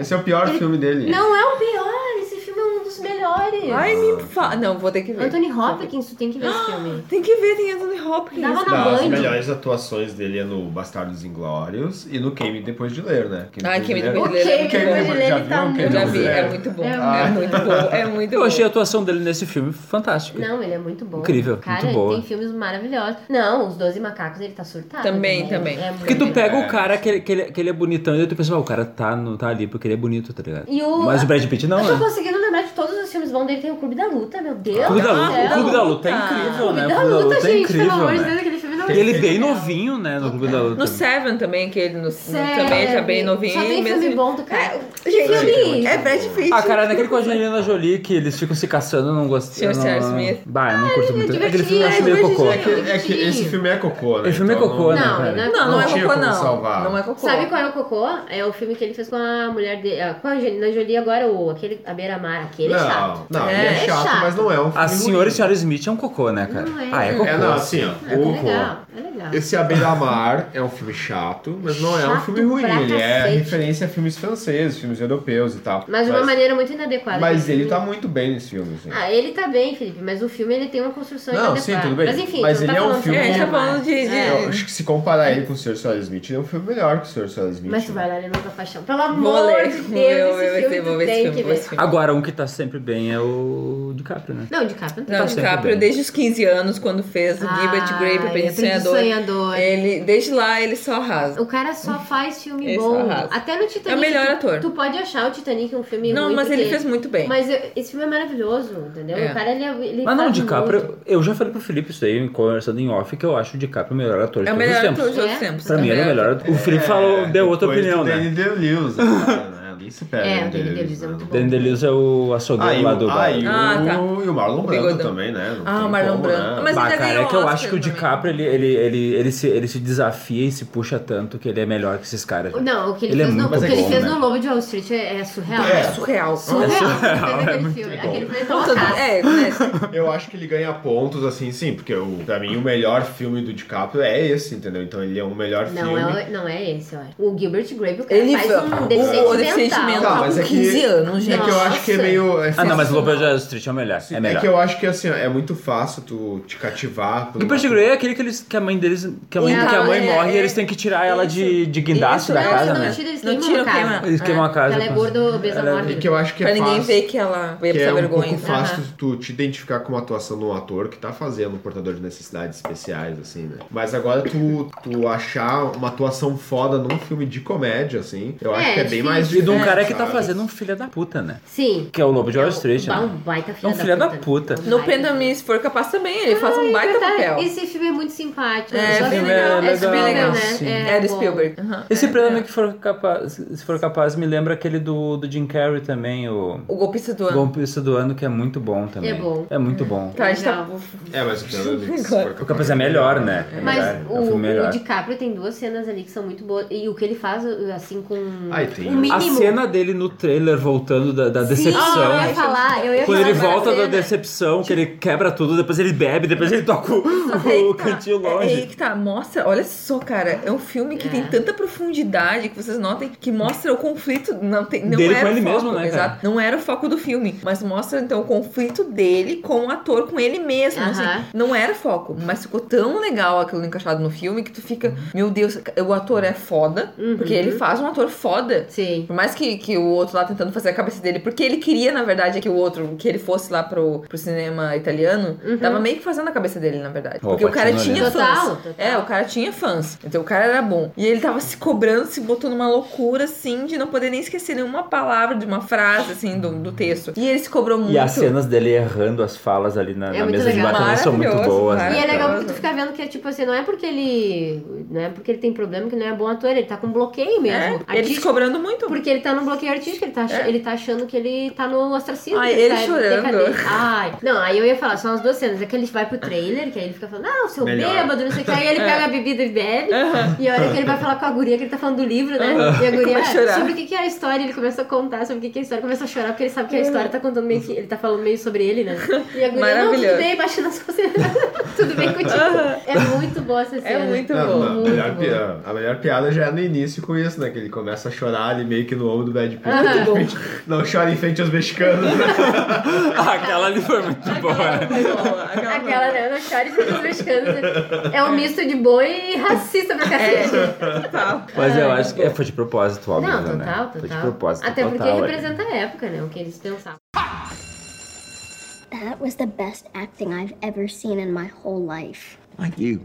Speaker 10: Esse é o pior filme dele.
Speaker 12: Não é o pior, esse filme é um dos melhores.
Speaker 11: Ai, me fala. Não, vou ter que ver.
Speaker 12: Anthony Hopkins, tu tem que ver esse filme.
Speaker 11: Tem que ver, tem Anthony Hopkins.
Speaker 12: Dava na
Speaker 10: Não, as
Speaker 12: Band.
Speaker 10: melhores atuações dele é no Bastardos Inglórios e no Came Depois de Ler, né? Came
Speaker 11: Ah, Queime Depois de
Speaker 12: Ler é muito
Speaker 10: Came
Speaker 12: bom.
Speaker 10: Depois de
Speaker 12: Ele
Speaker 10: Já
Speaker 12: tá
Speaker 10: viram Came
Speaker 11: Eu já
Speaker 10: Depois de
Speaker 11: vi,
Speaker 10: Ler?
Speaker 11: é muito bom. É
Speaker 12: Ah.
Speaker 11: muito bom, é muito
Speaker 13: Eu
Speaker 11: bom.
Speaker 13: achei a atuação dele nesse filme fantástica.
Speaker 12: Não, ele é muito bom.
Speaker 13: Incrível,
Speaker 12: Cara,
Speaker 13: muito boa.
Speaker 12: ele tem filmes maravilhosos. Não, Os Doze Macacos, ele tá surtado.
Speaker 11: Também, também.
Speaker 12: É muito
Speaker 13: Porque tu
Speaker 12: bom.
Speaker 13: pega o cara que ele, que ele- que ele é bonitão e daí tu pensa, "Ah, o cara tá, no, tá ali porque ele é bonito, tá ligado?
Speaker 12: E o-
Speaker 13: Mas o Brad Pitt não,
Speaker 12: Eu tô
Speaker 13: né?
Speaker 12: conseguindo lembrar de todos os filmes bons dele. Tem o Clube da Luta, meu Deus.
Speaker 13: O Clube da
Speaker 12: do
Speaker 13: Luta, o
Speaker 12: céu.
Speaker 13: Clube da Luta é incrível, né? O
Speaker 12: Clube da
Speaker 13: Clube da
Speaker 12: Luta,
Speaker 13: Luta é
Speaker 12: gente, pelo
Speaker 13: incrível,
Speaker 12: amor de Deus,
Speaker 13: né?
Speaker 12: aquele filme é não
Speaker 13: E ele bem novinho, né, no Clube da Luta.
Speaker 11: No Seven também, que ele no, no-
Speaker 12: Sério?
Speaker 11: também tá bem novinho.
Speaker 12: Só tem
Speaker 11: mesmo.
Speaker 12: filme bom do cara. Que
Speaker 11: Gente,
Speaker 12: filme?
Speaker 11: é Brad Pitt.
Speaker 13: Ah, cara, naquele com a Angelina Jolie que eles ficam se caçando, eu não gostei.
Speaker 11: Senhor
Speaker 13: eu não-
Speaker 11: Sarah Smith.
Speaker 13: Bah, eu não curto muito.
Speaker 12: divertido,
Speaker 13: Aquele filme eu acho
Speaker 12: é
Speaker 13: meio cocô.
Speaker 10: É que, é que esse filme é cocô, né?
Speaker 13: Esse filme é
Speaker 10: Então
Speaker 13: cocô, né,
Speaker 12: Não,
Speaker 13: cara?
Speaker 12: ele
Speaker 11: Não, não,
Speaker 10: Não
Speaker 11: é
Speaker 10: tinha
Speaker 11: cocô,
Speaker 10: como
Speaker 11: não.
Speaker 10: salvar.
Speaker 11: Não é cocô.
Speaker 12: Sabe qual é o cocô? É o filme que ele fez com a mulher dele, ah, com a Angelina Jolie agora, o, aquele, a Beira Mar, aquele é
Speaker 10: Não,
Speaker 12: chato.
Speaker 10: não, ele é chato, mas não é um filme
Speaker 13: A senhora
Speaker 10: ruim.
Speaker 13: e senhora Smith é um cocô, né, cara?
Speaker 12: Não é.
Speaker 13: Ah, é cocô.
Speaker 10: É, não, assim, ó.
Speaker 12: É
Speaker 10: o-
Speaker 12: legal, é legal.
Speaker 10: Esse A Beira Mar é um filme chato, mas não é um
Speaker 12: Chato
Speaker 10: filme ruim.
Speaker 12: pra
Speaker 10: Ele é
Speaker 12: cacete.
Speaker 10: referência a filmes franceses, filmes europeus e tal.
Speaker 12: Mas de uma maneira muito inadequada.
Speaker 10: Mas
Speaker 12: aquele
Speaker 10: ele
Speaker 12: filme.
Speaker 10: tá muito bem nesse filme, assim.
Speaker 12: Ah, ele tá bem, Felipe, mas o filme ele tem uma construção
Speaker 10: Não,
Speaker 12: inadequada.
Speaker 10: sim, tudo bem.
Speaker 12: Mas enfim,
Speaker 10: Mas
Speaker 12: tu não
Speaker 10: ele
Speaker 12: tá
Speaker 10: é um
Speaker 12: falando
Speaker 10: filme-
Speaker 12: sobre
Speaker 10: É, a gente
Speaker 11: tá
Speaker 12: Beira-Mar.
Speaker 11: falando de- de-
Speaker 12: É.
Speaker 10: Eu acho que se comparar ele com o Sr. Sally Smith, ele é um filme melhor que o Sr. Sally Smith. né?
Speaker 12: Mas tu vai lá ler Nova Paixão. Pelo
Speaker 11: Vou
Speaker 12: amor
Speaker 11: ler.
Speaker 12: de Deus,
Speaker 11: Vou ver, vou
Speaker 12: esse
Speaker 11: ver,
Speaker 12: filme
Speaker 11: vou
Speaker 12: tu
Speaker 11: ver esse
Speaker 12: tem
Speaker 11: filme,
Speaker 12: que
Speaker 11: vou ver esse
Speaker 12: ver.
Speaker 11: filme.
Speaker 13: Agora, um que tá sempre bem é o DiCaprio, né?
Speaker 12: Não, de capa não tem
Speaker 11: Não,
Speaker 12: como.
Speaker 11: DiCaprio,
Speaker 13: bem.
Speaker 11: desde os 15 anos, quando fez o
Speaker 12: Ah,
Speaker 11: Gilbert Grape,
Speaker 12: Aprendiz
Speaker 11: Aprendiz Sonhador.
Speaker 12: Sonhador.
Speaker 11: Ele, desde lá, ele só arrasa.
Speaker 12: O cara só faz filme
Speaker 11: Esse
Speaker 12: bom.
Speaker 11: arrasa.
Speaker 12: Até no Titanic.
Speaker 11: É o melhor
Speaker 12: tu,
Speaker 11: ator.
Speaker 12: Tu pode achar o Titanic um filme
Speaker 11: Não,
Speaker 12: ruim.
Speaker 11: mas ele
Speaker 12: porque-
Speaker 11: fez muito bem.
Speaker 12: Mas eu- esse filme é maravilhoso, entendeu?
Speaker 11: É.
Speaker 12: O cara, ele, é- ele
Speaker 13: Mas não, o
Speaker 12: faz muito.
Speaker 13: DiCaprio, eu já falei pro Felipe isso aí, conversando em off, que eu acho o DiCaprio o melhor ator de
Speaker 11: É o
Speaker 13: todos os
Speaker 11: melhor
Speaker 13: tempos.
Speaker 11: ator de outros
Speaker 12: É?
Speaker 11: tempos.
Speaker 13: Pra mim, ele é o melhor. ator. O Felipe
Speaker 10: É,
Speaker 13: falou, deu outra
Speaker 10: depois
Speaker 13: opinião,
Speaker 10: do Danny
Speaker 13: né?
Speaker 10: DeLuis, agora, né? Ali se pega.
Speaker 12: É,
Speaker 10: né,
Speaker 12: o Danny DeLuis é
Speaker 10: né?
Speaker 12: muito bom.
Speaker 13: Danny DeLuis é o açougueiro
Speaker 10: Ah, e
Speaker 13: lá do
Speaker 10: o, ah, e o,
Speaker 11: Ah, tá.
Speaker 10: e o Marlon Brando
Speaker 11: bigodão.
Speaker 10: também, né? Não
Speaker 11: Ah,
Speaker 10: tem
Speaker 11: o Marlon
Speaker 10: como,
Speaker 11: Brando.
Speaker 10: né?
Speaker 11: Mas
Speaker 13: Bah,
Speaker 11: ainda
Speaker 13: cara, é
Speaker 11: ganhou
Speaker 13: que eu
Speaker 11: Oscar
Speaker 13: acho que o
Speaker 11: também.
Speaker 13: DiCaprio, ele, ele, ele, ele, se, ele se desafia e se puxa tanto que ele é melhor que esses caras. né?
Speaker 12: Não, o que ele,
Speaker 13: Ele é
Speaker 12: fez, no,
Speaker 13: muito
Speaker 12: o que ele
Speaker 13: bom,
Speaker 12: fez
Speaker 13: né?
Speaker 12: no Lobo de Wall Street é, é surreal.
Speaker 10: É.
Speaker 11: Surreal.
Speaker 12: Surreal.
Speaker 10: surreal,
Speaker 12: Surreal.
Speaker 10: é
Speaker 12: Aquele
Speaker 10: muito
Speaker 12: filme,
Speaker 10: bom.
Speaker 12: aquele filme tá
Speaker 11: Todo-
Speaker 12: loucaço.
Speaker 11: É, né?
Speaker 10: Eu acho que ele ganha pontos, assim, sim, porque o, pra mim o melhor filme do DiCaprio é esse, entendeu? Então ele é o melhor
Speaker 12: Não
Speaker 10: filme.
Speaker 12: é, o- não é esse, olha. O Gilbert Grape, o cara
Speaker 11: Ele
Speaker 12: faz um
Speaker 11: o- o
Speaker 12: deficiente
Speaker 11: deficiente sentimento
Speaker 10: Tá, mas
Speaker 11: com
Speaker 10: é que-
Speaker 11: 15 anos, gente.
Speaker 10: é que eu acho que é meio- é
Speaker 13: ah, não, mas
Speaker 10: sensacional.
Speaker 13: Lopez Street é o melhor. é melhor.
Speaker 10: É que eu acho que assim, ó, é muito fácil tu te cativar. por
Speaker 13: Do
Speaker 10: uma-
Speaker 13: Percy Grey é aquele que, eles, que a mãe deles. Que a mãe,
Speaker 10: Então,
Speaker 13: que a mãe
Speaker 10: é-
Speaker 13: morre e
Speaker 10: é-
Speaker 13: eles têm que tirar ela de, de guindaste da
Speaker 12: não,
Speaker 13: casa,
Speaker 12: não
Speaker 13: né?
Speaker 12: tira, eles
Speaker 11: Não
Speaker 12: queimam
Speaker 11: tira,
Speaker 12: a casa.
Speaker 11: queima.
Speaker 13: Eles queimam a casa.
Speaker 12: Ela é gorda, obesa,
Speaker 10: Ela-
Speaker 12: mórbida.
Speaker 10: é que eu acho que é
Speaker 11: pra ninguém
Speaker 10: fácil.
Speaker 11: ver que ela veio
Speaker 10: Que
Speaker 11: essa
Speaker 10: é um
Speaker 11: vergonha.
Speaker 10: pouco fácil
Speaker 11: Aham.
Speaker 10: tu te identificar com a atuação de um ator que tá fazendo um portador de necessidades especiais, assim, né? Mas agora tu, tu achar uma atuação foda num filme de comédia, assim, eu acho
Speaker 12: É,
Speaker 10: que é bem mais
Speaker 13: E de um
Speaker 10: difícil,
Speaker 13: cara que tá
Speaker 10: sabe?
Speaker 13: fazendo um filho da puta, né?
Speaker 12: Sim.
Speaker 13: Que é o Lobo de Wall Street,
Speaker 12: Ah,
Speaker 13: né?
Speaker 12: um baita
Speaker 13: É
Speaker 12: filho
Speaker 13: um
Speaker 12: da
Speaker 13: filho da
Speaker 12: puta.
Speaker 13: puta.
Speaker 11: No Prenda Me Se For Capaz também, ele faz
Speaker 12: Ai, é
Speaker 11: um baita
Speaker 12: verdade,
Speaker 11: papel.
Speaker 12: Esse filme é muito simpático.
Speaker 11: É,
Speaker 12: Eu gosto
Speaker 11: bem
Speaker 12: muito.
Speaker 11: legal,
Speaker 12: É
Speaker 11: é bem legal,
Speaker 12: Spielberg,
Speaker 11: sim.
Speaker 12: né? É,
Speaker 11: Era
Speaker 12: bom.
Speaker 11: Spielberg. Aham.
Speaker 13: Esse programa que for capaz, se for capaz, me lembra aquele do, do Jim Carrey também, o.
Speaker 11: O golpista do ano.
Speaker 13: Golpista do ano, que é muito bom também.
Speaker 12: É bom.
Speaker 13: É muito bom.
Speaker 11: Tá, a gente tá...
Speaker 10: É, mas o Prenda-me, se for
Speaker 13: O Capaz é melhor, né? É
Speaker 12: Mas
Speaker 13: melhor. é um
Speaker 12: o,
Speaker 13: filme melhor.
Speaker 12: o DiCaprio tem duas cenas ali que são muito boas. E o que ele faz, assim, com
Speaker 10: Ai, tem.
Speaker 12: o mínimo.
Speaker 13: A cena dele no trailer voltando da, da
Speaker 12: Sim, é,
Speaker 13: decepção.
Speaker 12: eu ia falar, eu ia
Speaker 13: Quando
Speaker 12: falar
Speaker 13: ele
Speaker 12: agora
Speaker 13: volta
Speaker 12: a
Speaker 13: da
Speaker 12: cena.
Speaker 13: decepção, que ele quebra tudo, depois ele bebe, depois ele toca o, o tá cantinho
Speaker 11: É
Speaker 13: longe.
Speaker 11: aí que tá, mostra, olha só, cara, é um filme que tem tanta profundidade que vocês notem que mostra o conflito, não, tem, não
Speaker 13: Dele
Speaker 11: era
Speaker 13: com ele
Speaker 11: o foco,
Speaker 13: mesmo, né, cara?
Speaker 11: exato, não era o foco do filme, mas mostra então o conflito dele com o ator, com ele mesmo, assim,
Speaker 12: Aham.
Speaker 11: não era foco, mas ficou tão legal aquilo encaixado no filme que tu fica, meu Deus, o ator é foda,
Speaker 13: Uhum.
Speaker 11: porque ele faz um ator foda,
Speaker 12: Sim.
Speaker 11: por mais que, que o outro lá tentando fazer a cabeça dele, porque ele queria, na verdade, que o outro, que ele fosse lá pro, pro cinema italiano, tava meio que fazendo a cabeça dele, na verdade.
Speaker 13: Ó,
Speaker 11: Porque o cara
Speaker 13: Patino ali.
Speaker 11: tinha fãs.
Speaker 12: Uhum. Total, total.
Speaker 11: É, o cara tinha fãs. Então o cara era bom. E ele tava se cobrando, se botando numa loucura, assim, de não poder nem esquecer nenhuma palavra de uma frase, assim, do, do texto. E ele se cobrou muito.
Speaker 13: E as cenas dele errando as falas ali na,
Speaker 12: É
Speaker 13: na
Speaker 12: muito
Speaker 13: mesa
Speaker 12: legal.
Speaker 13: de batalha são muito
Speaker 11: Maravilhoso,
Speaker 13: boas.
Speaker 11: cara.
Speaker 12: E
Speaker 13: né,
Speaker 12: é
Speaker 11: Maravilhoso.
Speaker 12: legal porque tu fica vendo que é tipo assim, não é porque ele. Não é porque ele tem problema que não é bom ator, ele tá com bloqueio
Speaker 11: É,
Speaker 12: mesmo.
Speaker 11: ele se
Speaker 12: Artístico,
Speaker 11: cobrando muito. É.
Speaker 12: Porque ele tá num bloqueio artístico, ele tá, ach- ele tá achando que ele tá no ostracismo.
Speaker 11: Ai,
Speaker 12: que
Speaker 11: ele
Speaker 12: tá
Speaker 11: chorando.
Speaker 12: decadente. Ai. Não, aí eu ia falar, só as duas cenas. É que ele vai pro trailer, que aí ele fica falando, ah, o seu
Speaker 10: Melhor.
Speaker 12: bêbado, não sei o que. Aí
Speaker 11: É.
Speaker 12: ele pega a bebida e bebe. E a hora que ele vai falar com a guria, que ele tá falando do livro, né? E a guria,
Speaker 11: começa a chorar.
Speaker 12: sobre o que que é a história, ele começa a contar sobre o que que é a história, começa a chorar, porque ele sabe que a história tá contando meio que. Ele tá falando meio sobre ele, né? E a guria, não, tudo
Speaker 11: Maravilhoso.
Speaker 12: bem, baixando as coisas. tudo bem contigo. É muito boa essa cena.
Speaker 11: É muito
Speaker 10: Não,
Speaker 11: bom.
Speaker 10: não, a,
Speaker 12: Muito
Speaker 10: melhor
Speaker 12: bom.
Speaker 10: pi- a melhor piada já é no início com isso, né? Que ele começa a chorar ali meio que no ombro do Bad Pitt.
Speaker 12: Aham.
Speaker 10: De repente, Não chora em frente aos mexicanos.
Speaker 13: Aquela ali foi muito boa. né?
Speaker 12: Aquela, né? Não chore porque os mexicanos. É um misto de boi e racista
Speaker 13: É.
Speaker 12: pra cacete.
Speaker 11: Total.
Speaker 13: Mas eu acho que é, foi de propósito, óbvio,
Speaker 12: Não,
Speaker 13: né?
Speaker 12: total,
Speaker 13: Foi de
Speaker 12: total.
Speaker 13: propósito.
Speaker 12: Até porque
Speaker 13: total, é.
Speaker 12: representa a época, né? O que eles pensavam.
Speaker 5: That was the best acting I've ever seen in my whole life.
Speaker 2: Like you.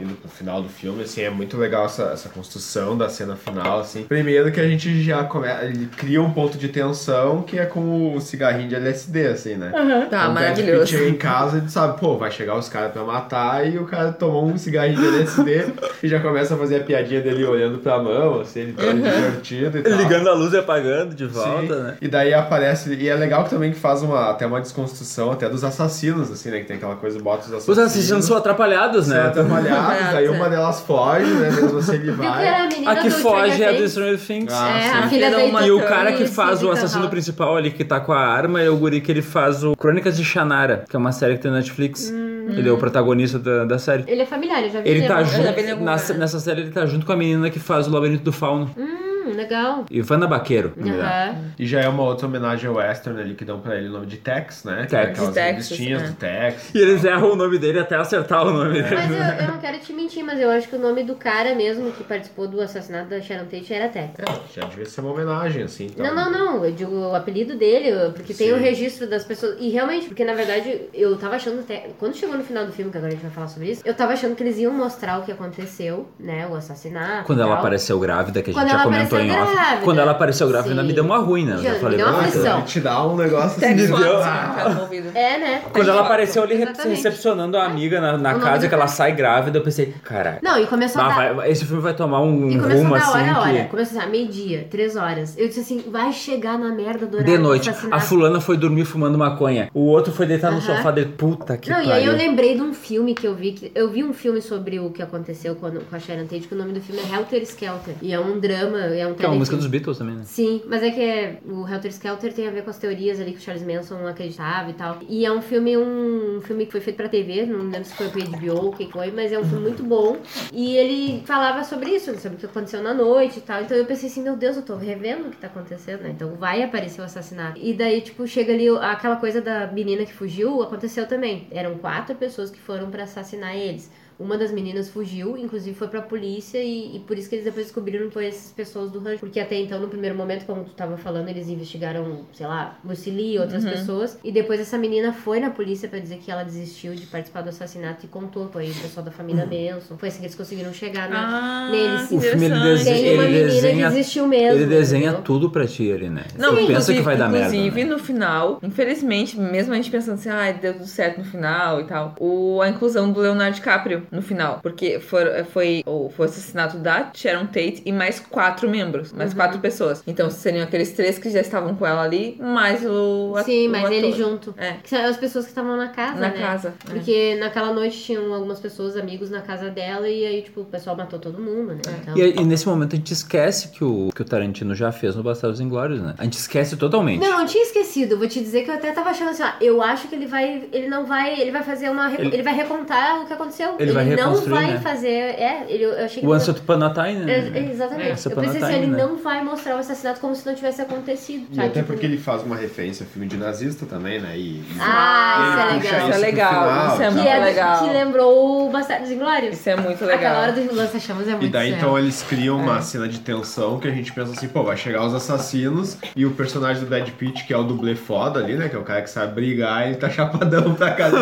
Speaker 10: indo pro final do filme, assim, é muito legal essa, essa construção da cena final, assim. Primeiro que a gente já começa, ele cria um ponto de tensão que é com o cigarrinho de LSD, assim, né?
Speaker 11: Tá,
Speaker 12: Ah,
Speaker 10: O Brad Pitt
Speaker 11: maravilhoso.
Speaker 10: chega em casa e tu sabe, pô, vai chegar os caras pra matar e o cara tomou um cigarrinho de LSD e já começa a fazer a piadinha dele olhando pra mão, assim, ele tá divertido e tal.
Speaker 13: Ligando a luz e apagando de volta,
Speaker 10: Sim.
Speaker 13: né?
Speaker 10: E daí aparece. E é legal que também que faz uma, até uma desconstrução até dos assassinos, assim, né? Que tem aquela coisa, bota os assassinos.
Speaker 13: Os assistindo são atrapalhados,
Speaker 10: são
Speaker 13: né?
Speaker 10: atrapalhados, aí
Speaker 11: Exato.
Speaker 10: uma delas foge, né? Mesmo assim ele
Speaker 12: Viu que era a
Speaker 10: vai.
Speaker 12: menina
Speaker 13: A que
Speaker 12: do
Speaker 13: foge é a
Speaker 12: Stranger
Speaker 13: do
Speaker 12: Things?
Speaker 13: Stranger Things.
Speaker 10: Ah,
Speaker 12: É, a
Speaker 10: sim.
Speaker 12: filha
Speaker 11: Filha
Speaker 12: da
Speaker 11: da uma
Speaker 13: E o
Speaker 11: Então,
Speaker 13: cara que
Speaker 12: isso,
Speaker 13: faz o
Speaker 12: Victor
Speaker 13: assassino
Speaker 12: Hall.
Speaker 13: principal ali, que tá com a arma, é o guri que ele faz o Crônicas de Shannara, que é uma série que tem na Netflix. Ele é o protagonista da, da série.
Speaker 12: Ele é familiar, Hum. eu já vi
Speaker 13: Ele
Speaker 12: em
Speaker 13: tá
Speaker 12: algum-
Speaker 11: já vi ele em
Speaker 13: junto,
Speaker 11: algum
Speaker 13: na-
Speaker 11: lugar.
Speaker 13: nessa série ele tá junto com a menina que faz o Labirinto do Fauno,
Speaker 12: Hum, legal.
Speaker 13: Ivana Baqueiro.
Speaker 12: Aham.
Speaker 10: E já é uma outra homenagem ao Western ali que dão pra ele o nome de Tex, né? Que é
Speaker 13: Tex.
Speaker 10: Aquelas
Speaker 11: De Texas,
Speaker 10: revistinhas
Speaker 11: é.
Speaker 10: do Tex.
Speaker 13: E eles erram o nome dele até acertar o nome dele.
Speaker 12: Mas eu, eu não quero te mentir, mas eu acho que o nome do cara mesmo que participou do assassinato da Sharon Tate era Tex.
Speaker 10: É, Já devia ser uma homenagem, assim. então.
Speaker 12: Não, não, não. Eu digo o apelido dele, porque tem
Speaker 10: Sim.
Speaker 12: o registro das pessoas. E realmente, porque na verdade eu tava achando até. Quando chegou no final do filme, que agora a gente vai falar sobre isso, eu tava achando que eles iam mostrar o que aconteceu, né? O assassinato.
Speaker 13: Quando
Speaker 12: e
Speaker 13: ela
Speaker 12: tal.
Speaker 13: apareceu grávida, que a gente
Speaker 12: Quando
Speaker 13: já
Speaker 12: ela
Speaker 13: comentou em
Speaker 12: apareceu
Speaker 13: off.
Speaker 12: grávida.
Speaker 13: Quando ela apareceu grávida,
Speaker 12: Sim.
Speaker 13: me deu uma ruim, né? Eu
Speaker 12: Já,
Speaker 13: já
Speaker 12: me
Speaker 13: falei,
Speaker 12: deu uma
Speaker 13: "Bah,
Speaker 12: aflição.
Speaker 10: Ah, Ele te dá um negócio
Speaker 11: Segue
Speaker 10: assim.
Speaker 11: sua
Speaker 13: Entendeu?
Speaker 11: assim, cara, no ouvido.
Speaker 12: É, né?
Speaker 13: Quando ela apareceu ali
Speaker 12: Exatamente.
Speaker 13: recepcionando a amiga na, na
Speaker 12: O nome
Speaker 13: casa
Speaker 12: do
Speaker 13: que ela
Speaker 12: cara.
Speaker 13: sai grávida, eu pensei, caraca,
Speaker 12: Não, e começou a
Speaker 13: ah,
Speaker 12: dar.
Speaker 13: vai- vai- esse filme vai tomar um,
Speaker 12: E
Speaker 13: um
Speaker 12: começou
Speaker 13: rumo
Speaker 12: a dar
Speaker 13: assim
Speaker 12: hora a hora.
Speaker 13: que.
Speaker 12: Começou a dar meio-dia, três horas. Eu disse assim, vai chegar na merda do horário
Speaker 13: De
Speaker 12: do
Speaker 13: noite, a
Speaker 12: assassinato.
Speaker 13: fulana foi dormir fumando maconha. O outro foi deitar no
Speaker 12: Aham.
Speaker 13: sofá dele. Puta que
Speaker 12: não,
Speaker 13: pariu.
Speaker 12: e aí eu lembrei de um filme que eu vi. Que, eu vi um filme sobre o que aconteceu quando, com a Sharon Tate, que o nome do filme é Helter Skelter. E é um drama, é é um
Speaker 13: Que é uma música
Speaker 12: telefilme.
Speaker 13: dos Beatles também, né?
Speaker 12: Sim, mas é que é- o Helter Skelter tem a ver com as teorias ali que o Charles Manson acreditava e tal. E é um filme, um, filme que foi feito pra TV, não lembro se foi pro HBO ou o que foi, mas é um filme muito bom. E ele falava sobre isso, sobre o que aconteceu na noite e tal. Então eu pensei assim, meu Deus, eu tô revendo o que tá acontecendo, né? Então vai aparecer o assassinato. E daí, tipo, chega ali aquela coisa da menina que fugiu, aconteceu também. Eram quatro pessoas que foram pra assassinar eles. Uma das meninas fugiu, inclusive foi pra polícia, e, e por isso que eles depois descobriram que foi essas pessoas do rancho. Porque até então, no primeiro momento, como tu tava falando, eles investigaram, sei lá, Lucy Lee e outras
Speaker 14: Uhum.
Speaker 12: pessoas. E depois essa menina foi na polícia pra dizer que ela desistiu de participar do assassinato e contou. Foi o pessoal da família Manson. Foi assim que eles conseguiram chegar na,
Speaker 11: Uhum. Ah,
Speaker 12: neles.
Speaker 11: que O filme, ele
Speaker 12: Tem
Speaker 11: desenha-
Speaker 12: uma
Speaker 11: ele
Speaker 12: menina
Speaker 11: desenha-
Speaker 12: que desistiu mesmo.
Speaker 13: Ele desenha
Speaker 12: entendeu?
Speaker 13: tudo pra ti ali, né?
Speaker 11: Não,
Speaker 13: Ele pensa
Speaker 11: inclusive-
Speaker 13: que vai dar merda. né?
Speaker 11: Inclusive, no final, infelizmente, mesmo a gente pensando assim, ai, deu tudo certo no final e tal, o, a inclusão do Leonardo DiCaprio no final. Porque for- foi, o foi o assassinato da Sharon Tate e mais quatro membros,
Speaker 12: Uhum.
Speaker 11: mais quatro pessoas. Então seriam aqueles três que já estavam com ela ali, mais o ator.
Speaker 12: Sim, mas ele
Speaker 11: ator. É.
Speaker 12: junto. Que são as pessoas que estavam na casa,
Speaker 11: Na
Speaker 12: né?
Speaker 11: casa, é.
Speaker 12: Porque naquela noite tinham algumas pessoas, amigos na casa dela, e aí, tipo, o pessoal matou todo mundo,
Speaker 11: É.
Speaker 12: né? Então...
Speaker 13: E, e nesse momento a gente esquece que o, que o Tarantino já fez no Bastardos Inglórios, né? A gente esquece totalmente.
Speaker 12: Não, não tinha esquecido. Vou te dizer que eu até tava achando assim, ó, eu acho que ele vai, ele não vai, ele vai fazer uma, reco- ele,
Speaker 13: Ele-
Speaker 12: vai recontar o que aconteceu.
Speaker 13: Ele vai
Speaker 12: não
Speaker 13: reconstruir,
Speaker 12: vai
Speaker 13: né?
Speaker 12: fazer, é, ele, eu achei que
Speaker 13: O Once Upon a Time, né?
Speaker 12: É, é, exatamente.
Speaker 13: Once
Speaker 12: eu
Speaker 13: Upon a
Speaker 12: pensei assim,
Speaker 13: Time,
Speaker 12: ele
Speaker 13: né?
Speaker 12: não vai mostrar o assassinato como se não tivesse acontecido,
Speaker 10: E
Speaker 12: sabe?
Speaker 10: até
Speaker 12: Tipo,
Speaker 10: porque ele faz uma referência ao filme de nazista também, né? E, e-
Speaker 12: Ah,
Speaker 10: e
Speaker 12: isso
Speaker 10: ele
Speaker 12: é legal.
Speaker 10: puxa pro final,
Speaker 12: que
Speaker 10: sabe?
Speaker 12: é do- Que lembrou o Bastardos Inglórios. Isso
Speaker 11: é muito
Speaker 12: legal. Aquela hora do lança-chamas é muito
Speaker 10: E daí
Speaker 12: sério.
Speaker 10: então eles criam uma cena de tensão que a gente pensa assim, pô, vai chegar os assassinos e o personagem do Brad Pitt, que é o dublê foda ali, né? Que é o cara que sabe brigar, ele tá chapadão pra casa.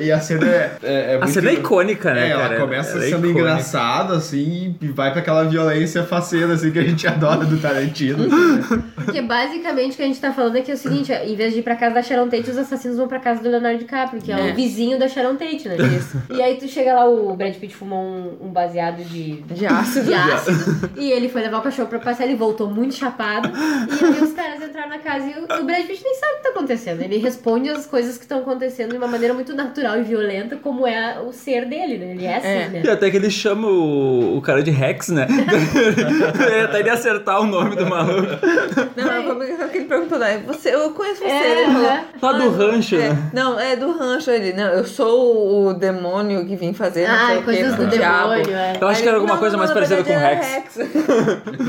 Speaker 10: e a cena é, é, é
Speaker 13: A
Speaker 10: muito-
Speaker 13: cena é icônica, né,
Speaker 10: É, ela
Speaker 13: cara?
Speaker 10: começa
Speaker 13: Ela é
Speaker 10: sendo
Speaker 13: icônica.
Speaker 10: engraçada, assim, e vai pra aquela violência facena, assim, que a gente adora do Tarantino.
Speaker 12: Porque basicamente o que a gente tá falando aqui é o seguinte: ó, em vez de ir pra casa da Sharon Tate, os assassinos vão pra casa do Leonardo DiCaprio, que é,
Speaker 11: É.
Speaker 12: o vizinho da Sharon Tate, né? Isso. E aí tu chega lá, o Brad Pitt fumou um, um baseado de,
Speaker 11: de ácido.
Speaker 12: de ácido. e ele foi levar o cachorro pra passear, ele voltou muito chapado. E aí os caras entraram na casa e o, o Brad Pitt nem sabe o que tá acontecendo. Ele responde as coisas que estão acontecendo de uma maneira muito natural e violenta, como é o ser dele, né? Ele é assim, né?
Speaker 13: E até que ele chama o, o cara de Rex, né? Ele até ele acertar o nome do maluco.
Speaker 11: Não, é como que ele perguntou, né? Você, eu conheço você, né?"
Speaker 12: É,
Speaker 11: ele falou.
Speaker 12: aham.
Speaker 13: Lá Ah, do rancho,
Speaker 11: É,
Speaker 13: né?
Speaker 11: não, é do rancho ele. Não, eu sou o demônio que vim fazer. Não
Speaker 12: Ah,
Speaker 11: sei o quê,
Speaker 12: coisas do
Speaker 11: diabo.
Speaker 12: demônio, é.
Speaker 13: Eu acho que era alguma
Speaker 11: Não,
Speaker 13: coisa
Speaker 11: não,
Speaker 13: mais
Speaker 11: na
Speaker 13: parecida com
Speaker 11: verdade
Speaker 13: Rex.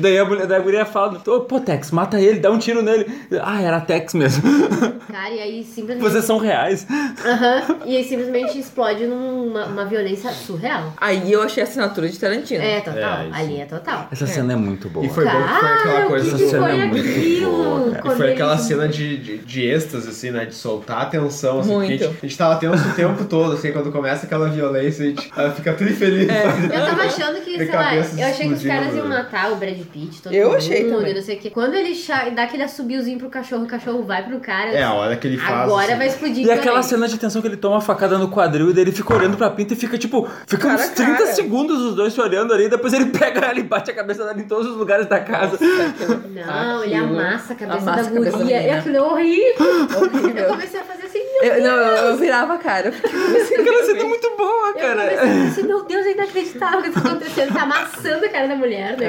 Speaker 13: daí, a mulher, daí a guria fala, "Ô, pô, Tex, mata ele, dá um tiro nele. Ah, era Tex mesmo.
Speaker 12: Cara, e aí simplesmente.
Speaker 13: Vocês são reais.
Speaker 12: Aham. E aí simplesmente explode numa uma violência surreal.
Speaker 11: Aí eu achei a assinatura de Tarantino.
Speaker 12: É, total.
Speaker 13: É, isso.
Speaker 12: ali é total.
Speaker 13: Essa cena é muito boa.
Speaker 10: E foi bom que foi
Speaker 12: Cara,
Speaker 10: aquela
Speaker 12: o
Speaker 10: coisa
Speaker 12: que que
Speaker 10: do-
Speaker 12: foi Essa cena é muito aquilo? boa, cara.
Speaker 10: E
Speaker 12: Quando
Speaker 10: foi
Speaker 12: ele-
Speaker 10: aquela cena de, de, de êxtase, assim, né? De soltar a tensão. Assim,
Speaker 11: Muito.
Speaker 10: porque A gente, a gente tava tenso o tempo todo, assim, quando começa aquela violência, a gente ah, fica tudo feliz.
Speaker 12: Eu tava achando que, sei
Speaker 10: Minha
Speaker 12: lá,
Speaker 10: cabeça
Speaker 12: eu achei que os caras
Speaker 10: explodindo.
Speaker 12: iam matar o Brad Pitt, todo
Speaker 11: Eu
Speaker 12: mundo,
Speaker 11: achei também.
Speaker 12: e não sei o quê. Quando ele cha- dá aquele assobiozinho pro cachorro, o cachorro vai pro cara.
Speaker 10: É, a hora que ele faz,
Speaker 12: Agora
Speaker 10: assim.
Speaker 12: vai explodir.
Speaker 13: E aquela
Speaker 12: também.
Speaker 13: cena de tensão que ele toma a facada no quadril e daí ele fica olhando pra pinta e fica tipo, fica
Speaker 11: Cara a
Speaker 13: uns 30
Speaker 11: cara.
Speaker 13: segundos os dois se olhando ali, depois ele pega ela e bate a cabeça dela em todos os lugares da casa.
Speaker 12: Não, ele
Speaker 11: Aquilo.
Speaker 12: amassa a cabeça
Speaker 11: né? Amassa a
Speaker 12: da
Speaker 11: cabeça da
Speaker 12: guria. E
Speaker 11: menina.
Speaker 12: aquilo é horrível.
Speaker 11: Horrível.
Speaker 12: Eu comecei a fazer assim, meu
Speaker 11: Eu,
Speaker 12: Deus.
Speaker 11: não, eu, eu virava a cara. eu fiquei-
Speaker 13: Aquela cena é muito boa, cara.
Speaker 12: Eu comecei a fazer assim, meu Deus, é inacreditável o que tá acontecendo. Tá amassando a cara da mulher, né?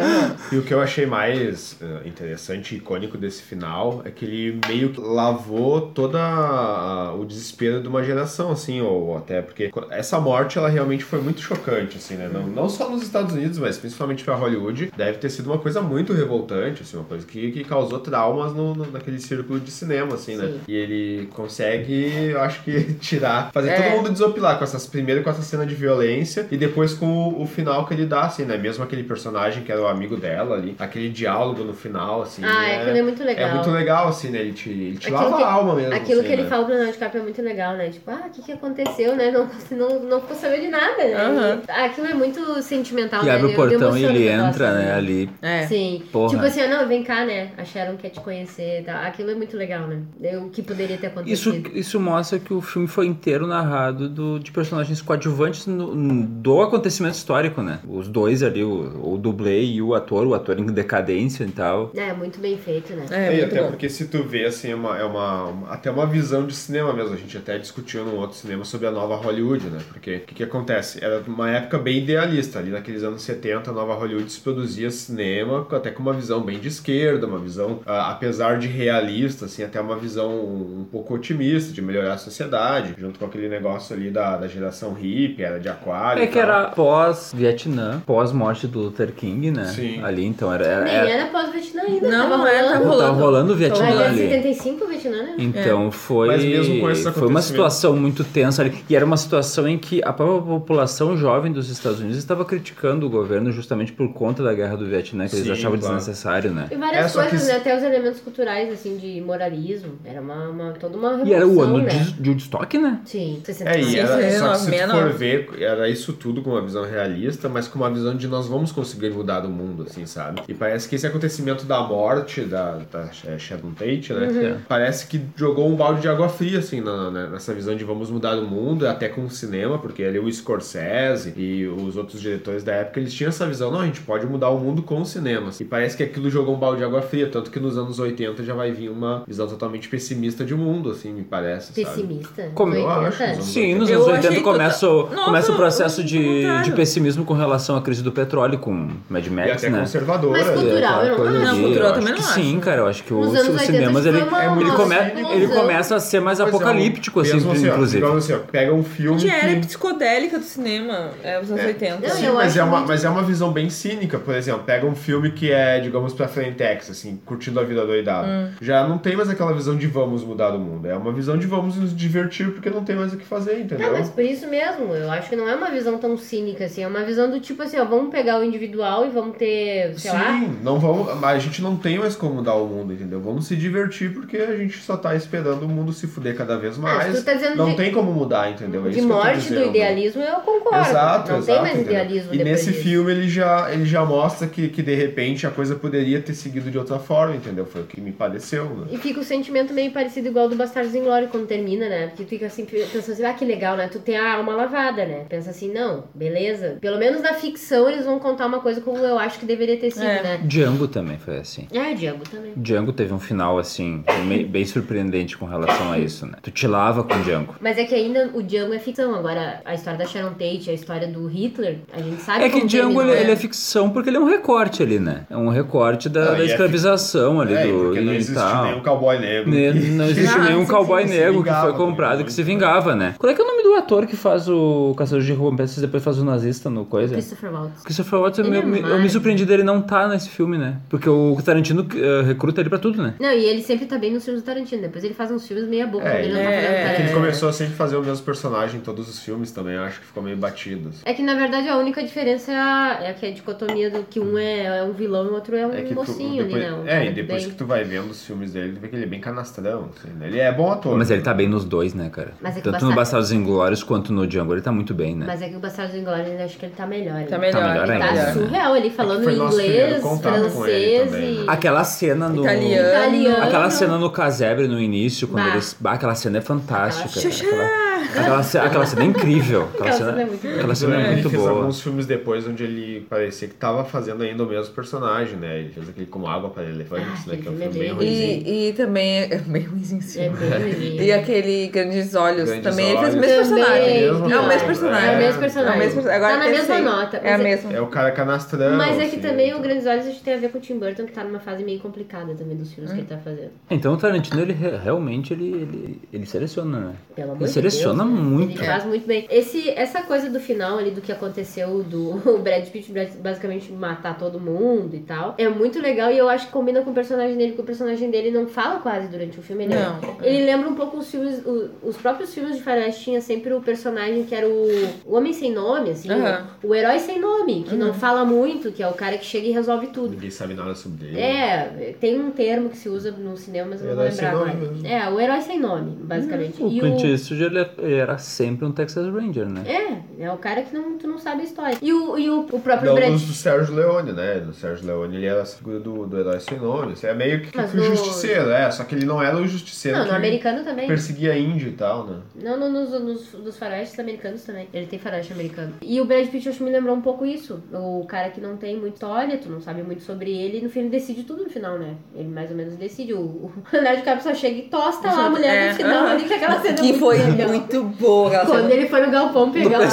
Speaker 10: E o que eu achei mais eh, interessante e icônico desse final é que ele meio que lavou toda a- o desespero de uma geração, assim, ou até porque essa morte ela realmente foi muito chocante, assim, né? Não, não só nos Estados Unidos, mas principalmente pra Hollywood, deve ter sido uma coisa muito revoltante, assim, uma coisa que, que causou traumas no, no- naquele círculo de cinema, assim, né?
Speaker 13: Sim.
Speaker 10: E ele consegue, eu acho que, tirar, fazer
Speaker 13: É.
Speaker 10: todo mundo desopilar com essas, primeiro com essa cena de violência e depois com o, o final que ele dá, assim, né? Mesmo aquele personagem que era o amigo dela ali, aquele diálogo no final, assim.
Speaker 12: Ah, aquilo é muito legal.
Speaker 10: É muito legal, assim, né? Ele te, ele te lava
Speaker 12: que,
Speaker 10: a alma mesmo.
Speaker 12: Aquilo
Speaker 10: assim,
Speaker 12: que ele
Speaker 10: né?
Speaker 12: fala pro Leonardo DiCaprio é muito legal, né? Tipo, ah, o que, que aconteceu, né? Não, não, não ficou sabendo de nada, né?
Speaker 11: Aham.
Speaker 12: Aquilo é muito sentimental,
Speaker 13: E
Speaker 12: né?
Speaker 13: abre
Speaker 12: Eu-
Speaker 13: o
Speaker 12: eu
Speaker 13: portão
Speaker 12: me
Speaker 13: e
Speaker 12: emociono
Speaker 13: ele
Speaker 12: com aquela
Speaker 13: entra,
Speaker 12: cena.
Speaker 13: né, ali.
Speaker 11: É.
Speaker 12: Sim.
Speaker 13: Porra.
Speaker 12: Tipo assim, ah, não, vem cá, né? A Sharon quer te conhecer e tal. Aquilo é muito legal, né? É O que poderia ter
Speaker 13: Isso,
Speaker 12: acontecido.
Speaker 13: isso mostra que o filme foi inteiro narrado do- de personagens coadjuvantes no- no- do acontecimento histórico, né? Os dois ali, o, o dublê e o ator, o ator em decadência e tal.
Speaker 12: É, muito bem feito, né?
Speaker 10: e até porque se tu vê, assim, é uma, é uma- até uma visão de cinema cinema mesmo. A gente até discutiu num outro cinema sobre a nova Hollywood, né? Porque o que, que acontece? Era uma época bem idealista. Ali naqueles anos 70, a nova Hollywood se produzia cinema até com uma visão bem de esquerda, uma visão, ah, apesar de realista, assim, até uma visão um, um pouco otimista de melhorar a sociedade, junto com aquele negócio ali da, da geração hippie, era de aquário.
Speaker 13: É
Speaker 10: e
Speaker 13: que
Speaker 10: tal.
Speaker 13: era pós-Vietnã, pós-morte do Luther King, né?
Speaker 10: Sim.
Speaker 13: Ali, então, era... era,
Speaker 12: Nem
Speaker 13: era-
Speaker 12: era pós-Vietnã ainda.
Speaker 11: Não,
Speaker 12: tava
Speaker 11: não era,
Speaker 12: é, rolando. é
Speaker 11: tava
Speaker 13: Tava tá rolando o Vietnã
Speaker 12: Era
Speaker 13: ali.
Speaker 12: 75 o Vietnã, né?
Speaker 13: Então foi,
Speaker 10: É. Mas mesmo com esses
Speaker 13: foi uma
Speaker 10: acontecimentos-
Speaker 13: situação muito tensa ali. E era uma situação em que a própria população jovem dos Estados Unidos estava criticando o governo justamente por conta da guerra do Vietnã, que eles
Speaker 10: Sim,
Speaker 13: achavam
Speaker 10: claro.
Speaker 13: desnecessário, né?
Speaker 12: E várias
Speaker 10: É, só
Speaker 12: coisas,
Speaker 10: que-
Speaker 12: né? Até os elementos culturais, assim, de moralismo. Era uma, uma- toda uma revolução,
Speaker 13: E era o ano
Speaker 12: né?
Speaker 13: de, de estoque, né?
Speaker 12: Sim, 60
Speaker 10: É, e era, só que se tu for
Speaker 11: 69.
Speaker 10: ver, era isso tudo com uma visão realista, mas com uma visão de nós vamos conseguir mudar o mundo, assim, sabe? E parece que esse acontecimento da morte da, da Sh- Sharon Tate, né?
Speaker 12: Uhum.
Speaker 10: Parece que jogou um balde de água fria, assim, na- na- nessa visão de vamos mudar o mundo, até com o cinema, porque ali o Scorsese e os outros diretores da época, eles tinham essa visão, não, a gente pode mudar o mundo com os cinemas. E parece que aquilo jogou um balde de água fria, tanto que nos anos 80 já vai vir uma visão totalmente pessimista de mundo, assim, me parece, sabe?
Speaker 12: Pessimista.
Speaker 13: Como-
Speaker 10: Eu acho,
Speaker 12: 80?
Speaker 10: nos
Speaker 13: Sim, nos
Speaker 11: Eu
Speaker 13: anos
Speaker 11: achei
Speaker 13: 80 começa o,
Speaker 11: total-
Speaker 13: começa o
Speaker 11: Nossa,
Speaker 13: processo
Speaker 11: pelo
Speaker 13: de, de
Speaker 11: contrário.
Speaker 13: pessimismo com relação à crise do petróleo, com Mad
Speaker 10: E
Speaker 13: Max,
Speaker 10: até
Speaker 13: né?
Speaker 10: conservadora.
Speaker 12: Mas cultural,
Speaker 13: Aquela
Speaker 12: eu não
Speaker 13: coisa
Speaker 12: acho.
Speaker 13: de-
Speaker 11: Não, cultural
Speaker 13: eu acho
Speaker 11: também
Speaker 13: que
Speaker 11: não
Speaker 13: sim,
Speaker 11: acho.
Speaker 13: cara. Eu acho que
Speaker 12: Nos
Speaker 13: os,
Speaker 12: anos
Speaker 13: os
Speaker 12: 80
Speaker 13: cinemas
Speaker 12: foi
Speaker 13: ele,
Speaker 12: uma-
Speaker 13: ele,
Speaker 12: uma
Speaker 13: come-
Speaker 11: né?
Speaker 12: explosão.
Speaker 13: ele começa a ser mais
Speaker 10: Pois é,
Speaker 13: apocalíptico, assim,
Speaker 10: mesmo assim, ó,
Speaker 13: inclusive.
Speaker 10: digamos assim, ó, pega um filme
Speaker 11: Gente,
Speaker 10: que...
Speaker 11: é a era psicodélica do cinema, é os anos 80.
Speaker 12: Não,
Speaker 10: Sim,
Speaker 12: eu
Speaker 10: mas
Speaker 12: acho
Speaker 10: é, uma,
Speaker 12: muito-
Speaker 10: mas é uma visão bem cínica, por exemplo, pega um filme que é, digamos, pra Frentex, assim, curtindo a vida doidada.
Speaker 12: Hum.
Speaker 10: Já não tem mais aquela visão de vamos mudar o mundo, é uma visão de vamos nos divertir porque não tem mais o que fazer,
Speaker 12: Não,
Speaker 10: entendeu?
Speaker 12: Ah, mas por isso mesmo, eu acho que não é uma visão tão cínica assim, é uma visão do tipo assim, ó, vamos pegar o individual e vamos ter, sei
Speaker 10: Sim,
Speaker 12: lá,
Speaker 10: não vamos, mas a gente não tem mais como mudar o mundo, entendeu? Vamos se divertir porque a gente só tá esperando o mundo se fuder cada vez mais.
Speaker 12: tu tá dizendo
Speaker 10: não
Speaker 12: de-
Speaker 10: tem como mudar, entendeu? É
Speaker 12: de
Speaker 10: isso que eu tô
Speaker 12: morte do
Speaker 10: dizendo.
Speaker 12: idealismo, eu concordo.
Speaker 10: Exato,
Speaker 12: não
Speaker 10: exato,
Speaker 12: tem mais
Speaker 10: entendeu?
Speaker 12: idealismo
Speaker 10: E
Speaker 12: depois
Speaker 10: nesse
Speaker 12: disso.
Speaker 10: filme ele já, ele já mostra que, que de repente a coisa poderia ter seguido de outra forma, entendeu? Foi o que me pareceu. Né?
Speaker 12: E fica o sentimento meio parecido igual do Bastardos Inglórios quando termina, né? Porque tu fica assim, pensando assim, ah, que legal, né? Tu tem a alma lavada, né? Pensa assim, não, beleza. Pelo menos na ficção eles vão contar uma coisa como eu acho que deveria ter sido,
Speaker 11: É.
Speaker 12: né?
Speaker 13: Django também foi assim.
Speaker 12: É, Diego também.
Speaker 13: Django teve um final, assim, meio- bem surpreendente com relação a isso, né? Tu te lava com Django.
Speaker 12: Mas é que ainda o Django é ficção. Agora, a história da Sharon Tate, a história do Hitler, a gente sabe
Speaker 13: É que
Speaker 12: como
Speaker 13: Django
Speaker 12: terminou,
Speaker 13: ele, ele
Speaker 12: né?
Speaker 13: é ficção porque ele é um recorte ali, né? É um recorte da,
Speaker 10: Não,
Speaker 13: da
Speaker 10: e é
Speaker 13: escravização ali
Speaker 10: É,
Speaker 13: do
Speaker 10: porque não
Speaker 13: e
Speaker 10: existe
Speaker 13: tal.
Speaker 10: nenhum cowboy negro.
Speaker 13: Né,
Speaker 10: que-
Speaker 13: Não existe
Speaker 11: Ah,
Speaker 13: nenhum
Speaker 11: sim,
Speaker 13: cowboy
Speaker 10: sim, sim,
Speaker 13: negro
Speaker 10: se
Speaker 13: que foi
Speaker 10: vingava,
Speaker 13: comprado
Speaker 10: né?
Speaker 13: que se vingava, né? Qual é que é o nome do ator que faz o Caçador de Recompensas e depois faz o nazista no coisa?
Speaker 12: Christopher Waltz.
Speaker 13: Christopher Watts, eu,
Speaker 12: Ele
Speaker 13: me-
Speaker 12: é
Speaker 13: eu me- eu me
Speaker 12: maravilhoso.
Speaker 13: surpreendi dele não tá nesse filme, né? Porque o Tarantino eh, recruta ele pra tudo, né?
Speaker 12: Não, e ele sempre tá bem nos filmes do Tarantino. Depois ele faz uns filmes meia boca.
Speaker 10: É,
Speaker 12: ele não
Speaker 11: é,
Speaker 12: tá fazendo
Speaker 11: é,
Speaker 10: Porque
Speaker 12: Tarantino.
Speaker 10: ele começou a sempre fazer o mesmo personagem em todos os filmes também, acho que ficou meio batido. assim.
Speaker 12: É que na verdade a única diferença é a, é que a dicotomia do que um é, é um vilão e o outro é um
Speaker 10: É que tu-
Speaker 12: mocinho
Speaker 10: depois,
Speaker 12: ali, né? Um cara
Speaker 10: é, e depois
Speaker 12: bem-
Speaker 10: que tu vai vendo os filmes dele, tu vê que ele é bem canastrão. assim, né? Ele é bom ator.
Speaker 13: Mas ele tá bem nos dois, né, cara?
Speaker 12: Mas é que
Speaker 13: Tanto
Speaker 12: Bastardos-
Speaker 13: no Bastardos Inglórios quanto no Django, ele tá muito bem, né?
Speaker 12: Mas é que o Bastardos Inglórios, eu acho que ele tá melhor. né?
Speaker 11: Tá melhor.
Speaker 13: Tá melhor
Speaker 12: Ele
Speaker 13: ainda,
Speaker 12: tá
Speaker 13: né?
Speaker 12: surreal ali, falando
Speaker 10: foi
Speaker 12: em
Speaker 10: nosso primeiro
Speaker 12: inglês,
Speaker 10: contato com ele
Speaker 12: francês
Speaker 10: também, né?
Speaker 12: e...
Speaker 13: Aquela cena no...
Speaker 11: Italiano.
Speaker 12: Italiano.
Speaker 13: Aquela cena no casebre no início, quando
Speaker 12: Bah.
Speaker 13: eles. Bah, aquela cena é fantástica.
Speaker 11: Aquela-
Speaker 13: cara. Aquela, aquela, ce- aquela cena é incrível. Aquela,
Speaker 12: Aquela
Speaker 13: cena,
Speaker 12: cena é muito boa.
Speaker 13: aquela cena é
Speaker 10: ele
Speaker 13: muito
Speaker 10: fez
Speaker 13: boa.
Speaker 10: alguns filmes depois onde ele parecia que tava fazendo ainda o mesmo personagem, né? Ele fez aquele como Água para Elefantes,
Speaker 12: Ah,
Speaker 10: né? Que é um
Speaker 12: aquele
Speaker 10: filme bem
Speaker 12: filme é
Speaker 10: ruimzinho.
Speaker 11: E, e também é é bem ruimzinho sim.
Speaker 12: É bem
Speaker 11: E aquele Grandes Olhos
Speaker 10: Grandes
Speaker 11: também, ele fez É o
Speaker 10: Olhos.
Speaker 11: mesmo personagem.
Speaker 12: Também.
Speaker 10: É
Speaker 11: É
Speaker 10: o mesmo
Speaker 11: o mesmo
Speaker 10: personagem.
Speaker 11: personagem.
Speaker 12: É o mesmo personagem.
Speaker 11: É o mesmo personagem. Agora
Speaker 12: Tá na
Speaker 11: eu
Speaker 12: mesma
Speaker 11: sei.
Speaker 12: nota,
Speaker 11: É a
Speaker 12: mas é-
Speaker 11: mesma.
Speaker 10: É o cara canastrão.
Speaker 12: Mas é que
Speaker 10: assim,
Speaker 12: também
Speaker 10: então.
Speaker 12: o Grandes Olhos acho que tem a ver com o Tim Burton, que tá numa fase meio complicada também dos filmes que ele tá fazendo.
Speaker 13: Então o Tarantino, ele re- realmente ele, ele, ele seleciona, né?
Speaker 12: Pelo amor
Speaker 13: Ele
Speaker 12: de
Speaker 13: seleciona
Speaker 12: Deus, né?
Speaker 13: muito.
Speaker 12: Ele faz muito bem. Esse, essa coisa do final ali, do que aconteceu do o Brad Pitt bra- basicamente matar todo mundo e tal, é muito legal e eu acho que combina com o personagem dele, porque o personagem dele não fala quase durante o filme. Ele, é
Speaker 11: Não.
Speaker 12: ele lembra um pouco os filmes, o- os próprios filmes de Faroeste tinha sempre o personagem que era o, o homem sem nome, assim,
Speaker 11: Aham.
Speaker 12: o, o herói sem nome, que não fala muito, que é o cara que chega e resolve tudo.
Speaker 10: Ninguém sabe nada sobre ele.
Speaker 12: É, tem um termo que se usa no cinema, mas eu não vou
Speaker 10: Herói sem
Speaker 12: lembrar
Speaker 10: nome né?
Speaker 12: agora.
Speaker 10: mesmo.
Speaker 12: É, o herói sem nome, basicamente.
Speaker 13: Hum, O
Speaker 12: E
Speaker 13: Clint Eastwood, ele é, ele era sempre um Texas Ranger, né?
Speaker 12: É, é o cara que não, tu não sabe a história. E o, e o, o próprio
Speaker 10: Não,
Speaker 12: Brad
Speaker 10: dos do Sérgio Leone, né? Do Sérgio Leone, ele era a figura do, do herói sem nome. assim, É meio que,
Speaker 12: Mas
Speaker 10: que o
Speaker 12: no-
Speaker 10: justiceiro, é. Só que ele não era o justiceiro
Speaker 12: Não, no
Speaker 10: que
Speaker 12: americano também.
Speaker 10: perseguia índio e tal, né?
Speaker 12: Não, não nos, nos, nos faroestes americanos também. Ele tem faroeste americano. E o Brad Pitt, eu acho que me lembrou um pouco isso. O cara que não tem muita história, tu não sabe muito sobre ele, e no filme decide tudo no final, né? Ele mais ou menos decide. O, o Leonardo DiCaprio só chega e tosta tá lá a mulher no final, ali que aquela cena
Speaker 11: é,
Speaker 12: é
Speaker 11: Que
Speaker 12: muito
Speaker 11: foi
Speaker 12: legal.
Speaker 11: muito boa aquela
Speaker 12: Quando
Speaker 11: cena.
Speaker 12: ele foi no galpão pegar lá...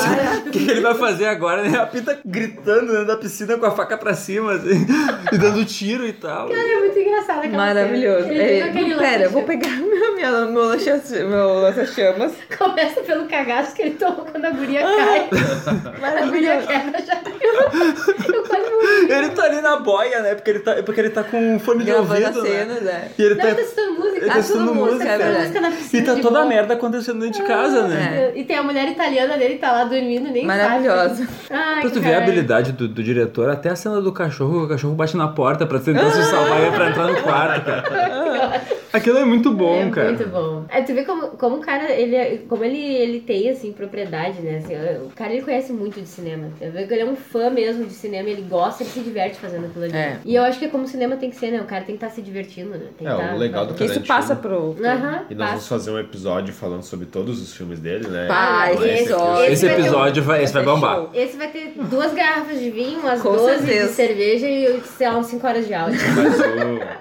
Speaker 13: O que que ele vai fazer agora, né? A Pita gritando dentro da piscina com a faca pra cima, assim, e dando tiro e tal.
Speaker 12: Cara, é muito engraçado aquela cena.
Speaker 11: Maravilhoso.
Speaker 12: Ele pega
Speaker 11: É,
Speaker 12: aquele
Speaker 11: pera,
Speaker 12: lança-
Speaker 11: vou pegar meu, minha, meu lança- meu lança-chamas.
Speaker 12: Começa pelo cagaço que ele tomou quando a guria
Speaker 11: Ah.
Speaker 12: cai. Maravilhoso. Eu quase morri.
Speaker 13: Ele tá ali na boia, né? Porque ele tá, porque ele tá com fone de
Speaker 11: Gravando
Speaker 13: ouvido,
Speaker 11: a cena,
Speaker 13: né?
Speaker 11: né?
Speaker 13: E ele
Speaker 12: Não,
Speaker 13: tá,
Speaker 12: tá assistindo música.
Speaker 13: ele tá
Speaker 12: Ah,
Speaker 13: assistindo
Speaker 12: tudo
Speaker 13: música,
Speaker 12: música, é
Speaker 13: é
Speaker 12: verdade.
Speaker 13: verdade.
Speaker 12: Música na
Speaker 13: E
Speaker 12: piscina
Speaker 13: tá
Speaker 12: de
Speaker 13: toda a
Speaker 12: boa. É,
Speaker 13: merda acontecendo dentro de casa, né?
Speaker 12: E tem a mulher italiana dele que tá lá dormindo, nem
Speaker 11: Maravilhosa.
Speaker 12: sabe. Ai,
Speaker 13: Pra tu ver a
Speaker 12: caralho.
Speaker 13: habilidade do, do diretor, até a cena do cachorro, o cachorro bate na porta pra tentar se salvar e é pra entrar no quarto, cara. Aquilo é muito bom, cara.
Speaker 12: Muito bom. É, tu vê como, como o cara, ele, é- como ele, ele tem, assim, propriedade, né? Assim, o cara, ele conhece muito de cinema. Eu vejo que ele é um fã mesmo de cinema, ele gosta, ele se diverte fazendo aquilo ali.
Speaker 11: É.
Speaker 12: E eu acho que é como o cinema tem que ser, né? O cara tem que estar se divertindo, né? Tem
Speaker 10: É,
Speaker 12: que
Speaker 10: o
Speaker 12: tá-
Speaker 10: legal do
Speaker 12: Que
Speaker 10: Tarantino.
Speaker 11: pro...
Speaker 12: Aham,
Speaker 10: E nós vamos
Speaker 12: passa.
Speaker 10: fazer um episódio falando sobre todos os filmes dele, né?
Speaker 12: Pá,
Speaker 10: Então,
Speaker 12: esse
Speaker 10: aqui,
Speaker 12: episódio-
Speaker 13: Esse episódio vai, esse vai bombar.
Speaker 12: Esse é vai ter duas garrafas de vinho, umas
Speaker 11: Com
Speaker 12: 12 de
Speaker 11: certeza.
Speaker 12: cerveja e, sei lá, uns 5 horas de áudio.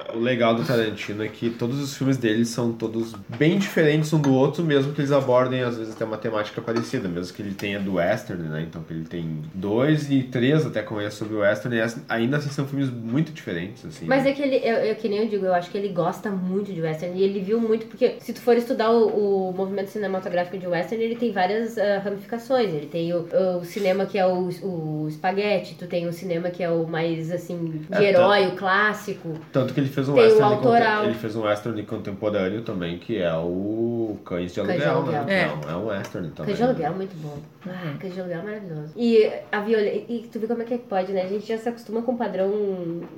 Speaker 10: Mas o, o legal do Tarantino é que todos os filmes dele são todos bem diferentes um do outro, mesmo que eles abordem às vezes até uma temática parecida, mesmo que ele tenha do western, né? Então que ele tem dois e três até começa sobre o western, e as- ainda assim são filmes muito diferentes, assim.
Speaker 12: Mas é que ele, eu, eu- que nem eu digo, eu acho que ele gosta muito de western e ele viu muito, porque se tu for estudar o, o movimento cinematográfico de western, ele tem várias ah, ramificações. Ele tem o, o cinema que é o, o espaguete, tu tem o cinema que é o mais, assim, de
Speaker 10: É, tá.
Speaker 12: herói, o clássico.
Speaker 10: Tanto que ele fez um
Speaker 12: Tem o
Speaker 10: western conte-
Speaker 12: autoral.
Speaker 10: ele fez um western contemporâneo também, que é o Cães de
Speaker 12: Cães de
Speaker 10: Aluguel, né?
Speaker 12: Aluguel.
Speaker 10: É.
Speaker 12: É.
Speaker 10: Não, é um western também.
Speaker 12: Cães de aluguel é muito bom.
Speaker 11: Hum.
Speaker 12: Ah, cães de aluguel é maravilhoso. E a violência. E tu vê como é que pode, né? A gente já se acostuma com o padrão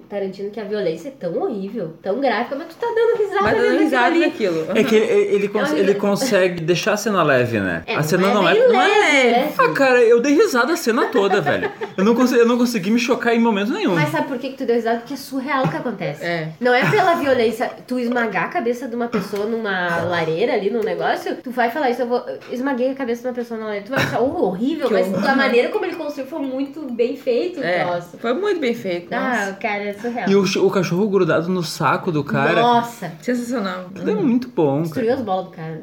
Speaker 12: Tarantino que a violência é tão horrível, tão gráfica, mas tu tá dando risada
Speaker 11: Mas
Speaker 12: vendo
Speaker 11: dando
Speaker 12: aquilo
Speaker 11: risada né?
Speaker 12: ali.
Speaker 11: naquilo.
Speaker 13: É que ele, ele, cons-
Speaker 12: É
Speaker 13: ele
Speaker 12: horrível.
Speaker 13: consegue deixar a cena leve, né?
Speaker 12: É,
Speaker 13: a cena
Speaker 12: não
Speaker 13: não
Speaker 12: é
Speaker 13: é.
Speaker 12: bem
Speaker 13: não é
Speaker 12: leve, né?
Speaker 13: Ah, cara, eu dei risada a cena toda, velho. Eu não, consegui, eu não consegui me chocar em momento nenhum.
Speaker 12: Mas sabe por que, que tu deu risada? Porque é surreal o que acontece.
Speaker 11: É.
Speaker 12: Não é pela violência. Tu esmagar a cabeça de uma pessoa numa lareira ali, num negócio, tu vai falar isso, eu vou. eu Esmaguei a cabeça de uma pessoa na lareira. Tu vai achar "Oh, horrível,
Speaker 11: Que
Speaker 12: mas
Speaker 11: horror.
Speaker 12: da maneira como ele construiu foi muito bem feito o
Speaker 11: É,
Speaker 12: troço.
Speaker 11: foi muito bem feito.
Speaker 12: Ah,
Speaker 11: nossa.
Speaker 12: cara, é surreal.
Speaker 13: E o, ch- o cachorro grudado no saco do cara.
Speaker 12: Nossa.
Speaker 11: Sensacional.
Speaker 13: Aquilo É muito bom, cara.
Speaker 12: Destruiu as bolas do cara.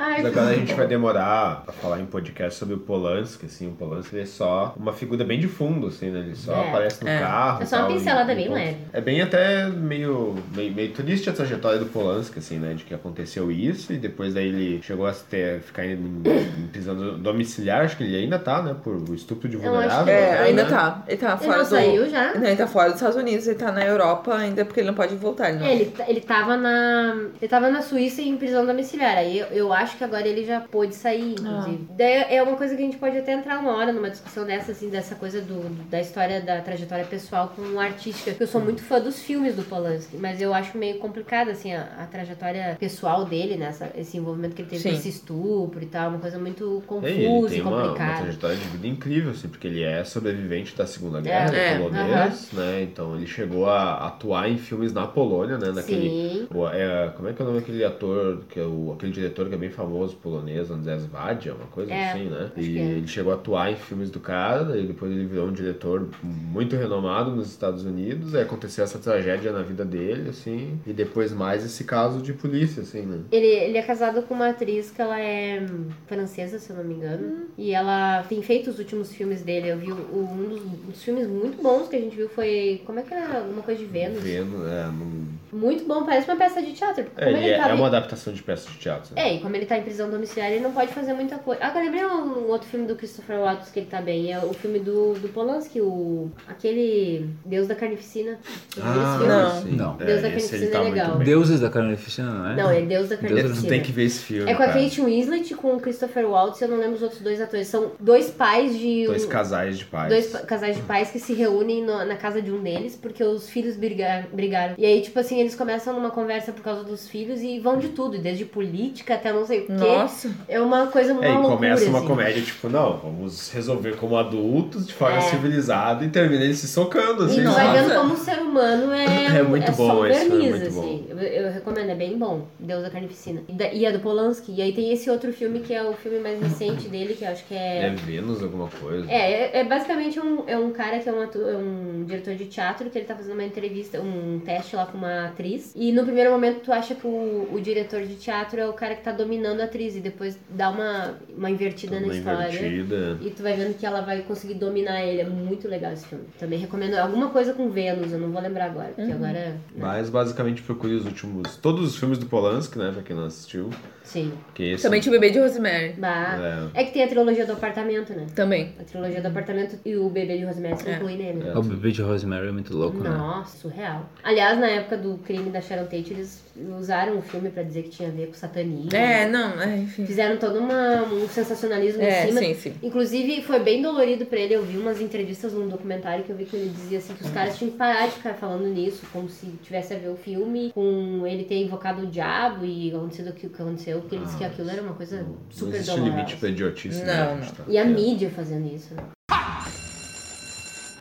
Speaker 12: Ai,
Speaker 10: Mas Agora a gente vai demorar pra falar em podcast sobre o Polanski, assim, o Polanski ele é só uma figura bem de fundo, assim, né? Ele só
Speaker 12: É.
Speaker 10: aparece no
Speaker 12: É.
Speaker 10: carro.
Speaker 12: É
Speaker 10: e
Speaker 12: só uma
Speaker 10: tal,
Speaker 12: pincelada
Speaker 10: e-
Speaker 12: bem
Speaker 10: e-
Speaker 12: leve.
Speaker 10: É bem até meio, meio, meio triste a trajetória do Polanski, assim, né? De que aconteceu isso e depois daí ele chegou a ter, ficar em, em prisão domiciliar, acho que ele ainda tá, né? Por estupro de
Speaker 12: Eu acho que
Speaker 10: vulnerável.
Speaker 11: É,
Speaker 10: até,
Speaker 11: ainda
Speaker 10: né?
Speaker 11: tá. Ele tá
Speaker 12: Ele
Speaker 11: fora
Speaker 12: não
Speaker 11: do...
Speaker 12: um saiu já?
Speaker 11: Não, ele tá fora dos Estados Unidos, ele tá na Europa ainda porque ele não pode voltar. Ele não...
Speaker 12: É, ele, ele tava na. Ele tava na Suíça em prisão domiciliar. Aí eu, eu acho que agora ele já pôde sair, inclusive. Daí é uma coisa que a gente pode até entrar uma hora numa discussão dessa, assim, dessa coisa do, da história da trajetória pessoal com artística. Eu sou muito fã dos filmes do Polanski, mas eu acho meio complicado, assim, a, a trajetória pessoal dele, né? essa- esse envolvimento que ele teve
Speaker 10: Sim.
Speaker 12: com esse estupro e tal, uma coisa muito
Speaker 10: É, e ele
Speaker 12: confusa e
Speaker 10: tem uma, uma
Speaker 12: complicada.
Speaker 10: trajetória de vida incrível, assim, porque ele é sobrevivente da Segunda Guerra
Speaker 12: É.
Speaker 10: polonês, né? Então ele chegou a atuar em filmes na Polônia, né? Naquele,
Speaker 12: Sim.
Speaker 10: o- é, como é que é o nome daquele ator, que é o, aquele diretor que é bem famoso polonês, Andrzej Wajda, uma coisa
Speaker 12: É,
Speaker 10: assim, né?
Speaker 12: acho
Speaker 10: E
Speaker 12: que é.
Speaker 10: ele chegou a atuar em filmes do cara, e depois ele virou um diretor muito renomado nos Estados Unidos, aí aconteceu essa tragédia na vida dele, assim, e depois mais esse caso de polícia, assim, né?
Speaker 12: Ele, ele é casado com uma atriz que ela é hum, francesa, se eu não me engano. E ela tem feito os últimos filmes dele. Eu vi o- o- um dos, um dos filmes muito bons que a gente viu foi. Como é que era? Alguma coisa de Vênus.
Speaker 10: Vendo, é, não-
Speaker 12: Muito bom, parece uma peça de teatro. porque
Speaker 10: É,
Speaker 12: como
Speaker 10: ele
Speaker 12: ele
Speaker 10: é,
Speaker 12: tava
Speaker 10: é
Speaker 12: em-
Speaker 10: uma adaptação de peça de teatro. né?
Speaker 12: é, e como ele tá em prisão domiciliar, ele não pode fazer muita coisa. Ah, eu lembrei um, um outro filme do Christopher Watts que ele tá bem. É o filme do, do Polanski, o. aquele. Deus da Carnificina. Vocês
Speaker 10: Ah,
Speaker 12: viram esse filme? é
Speaker 13: Não.
Speaker 12: Deus da Carnificina
Speaker 10: tá
Speaker 12: é legal.
Speaker 13: Deuses da Carnificina, não é?
Speaker 12: Não, é Deus da Carnificina.
Speaker 10: Tu tem que ver esse filme.
Speaker 12: É com a
Speaker 10: cara.
Speaker 12: Kate Winslet e com o Christopher Waltz, eu não lembro os outros dois atores. São dois pais de. um-
Speaker 10: Dois casais de pais.
Speaker 12: dois pa- casais de pais que se reúnem no- na casa de um deles porque os filhos briga- brigaram. E aí, tipo assim, assim, eles começam numa conversa por causa dos filhos e vão de tudo, desde política até não sei o quê.
Speaker 10: Nossa.
Speaker 12: É uma coisa, uma
Speaker 10: É, e
Speaker 12: loucura,
Speaker 10: começa uma
Speaker 12: assim.
Speaker 10: comédia, tipo, não, vamos resolver como adultos, de forma
Speaker 12: É.
Speaker 10: civilizada, e termina eles se socando, assim.
Speaker 12: E tu vai
Speaker 10: sabe?
Speaker 12: vendo como o ser humano é,
Speaker 10: É muito
Speaker 12: só
Speaker 10: bom
Speaker 12: um
Speaker 10: esse filme,
Speaker 12: verniz,
Speaker 10: muito bom.
Speaker 12: assim. Eu, eu recomendo, é bem bom. Deus da Carnificina. E, da- e é do Polanski. E aí tem esse outro filme que é o filme mais recente dele, que eu acho que
Speaker 10: É Vênus alguma coisa?
Speaker 12: É, é, é basicamente um, é um cara que é um, atu- é um diretor de teatro que ele tá fazendo uma entrevista, um teste lá com uma atriz. E no primeiro momento tu acha que o, o diretor de teatro é o cara que tá dominando a atriz e depois dá uma, uma invertida
Speaker 10: Uma
Speaker 12: na história.
Speaker 10: invertida.
Speaker 12: E tu vai vendo que ela vai conseguir dominar ele. É muito legal esse filme. Também recomendo alguma coisa com Vênus, eu não vou lembrar agora, porque
Speaker 10: Uhum.
Speaker 12: agora.
Speaker 10: Mas basicamente procure os últimos. Todos os filmes do Polanski, né? Pra quem não assistiu.
Speaker 12: Sim.
Speaker 10: Que esse é,
Speaker 11: Também tinha o bebê de Rosemary.
Speaker 12: Bah. É. que tem a trilogia do apartamento, né?
Speaker 11: Também.
Speaker 12: A trilogia do apartamento e o bebê de Rosemary se inclui nele. né?
Speaker 13: O bebê de Rosemary é muito louco, né?
Speaker 12: Nossa, surreal. Aliás, na época do crime da Sharon Tate, eles usaram o filme pra dizer que tinha a ver com satanismo.
Speaker 11: É, não, é, enfim.
Speaker 12: Fizeram todo uma- um sensacionalismo
Speaker 11: É,
Speaker 12: em cima.
Speaker 11: sim, sim.
Speaker 12: Inclusive, foi bem dolorido pra ele. Eu vi umas entrevistas num documentário que eu vi que ele dizia assim que os caras tinham que parar de ficar falando nisso, como se tivesse a ver o filme com ele ter invocado o diabo e acontecido o que aconteceu, porque ele disse que aquilo era uma coisa
Speaker 10: Não
Speaker 12: super
Speaker 10: existe
Speaker 12: dolorosa.
Speaker 10: limite pra idiotice,
Speaker 12: Não,
Speaker 10: né?
Speaker 12: não. E a mídia fazendo isso, né?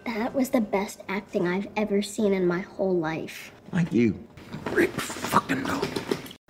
Speaker 5: That was the best acting I've ever seen in my whole life.
Speaker 10: Like you.
Speaker 13: é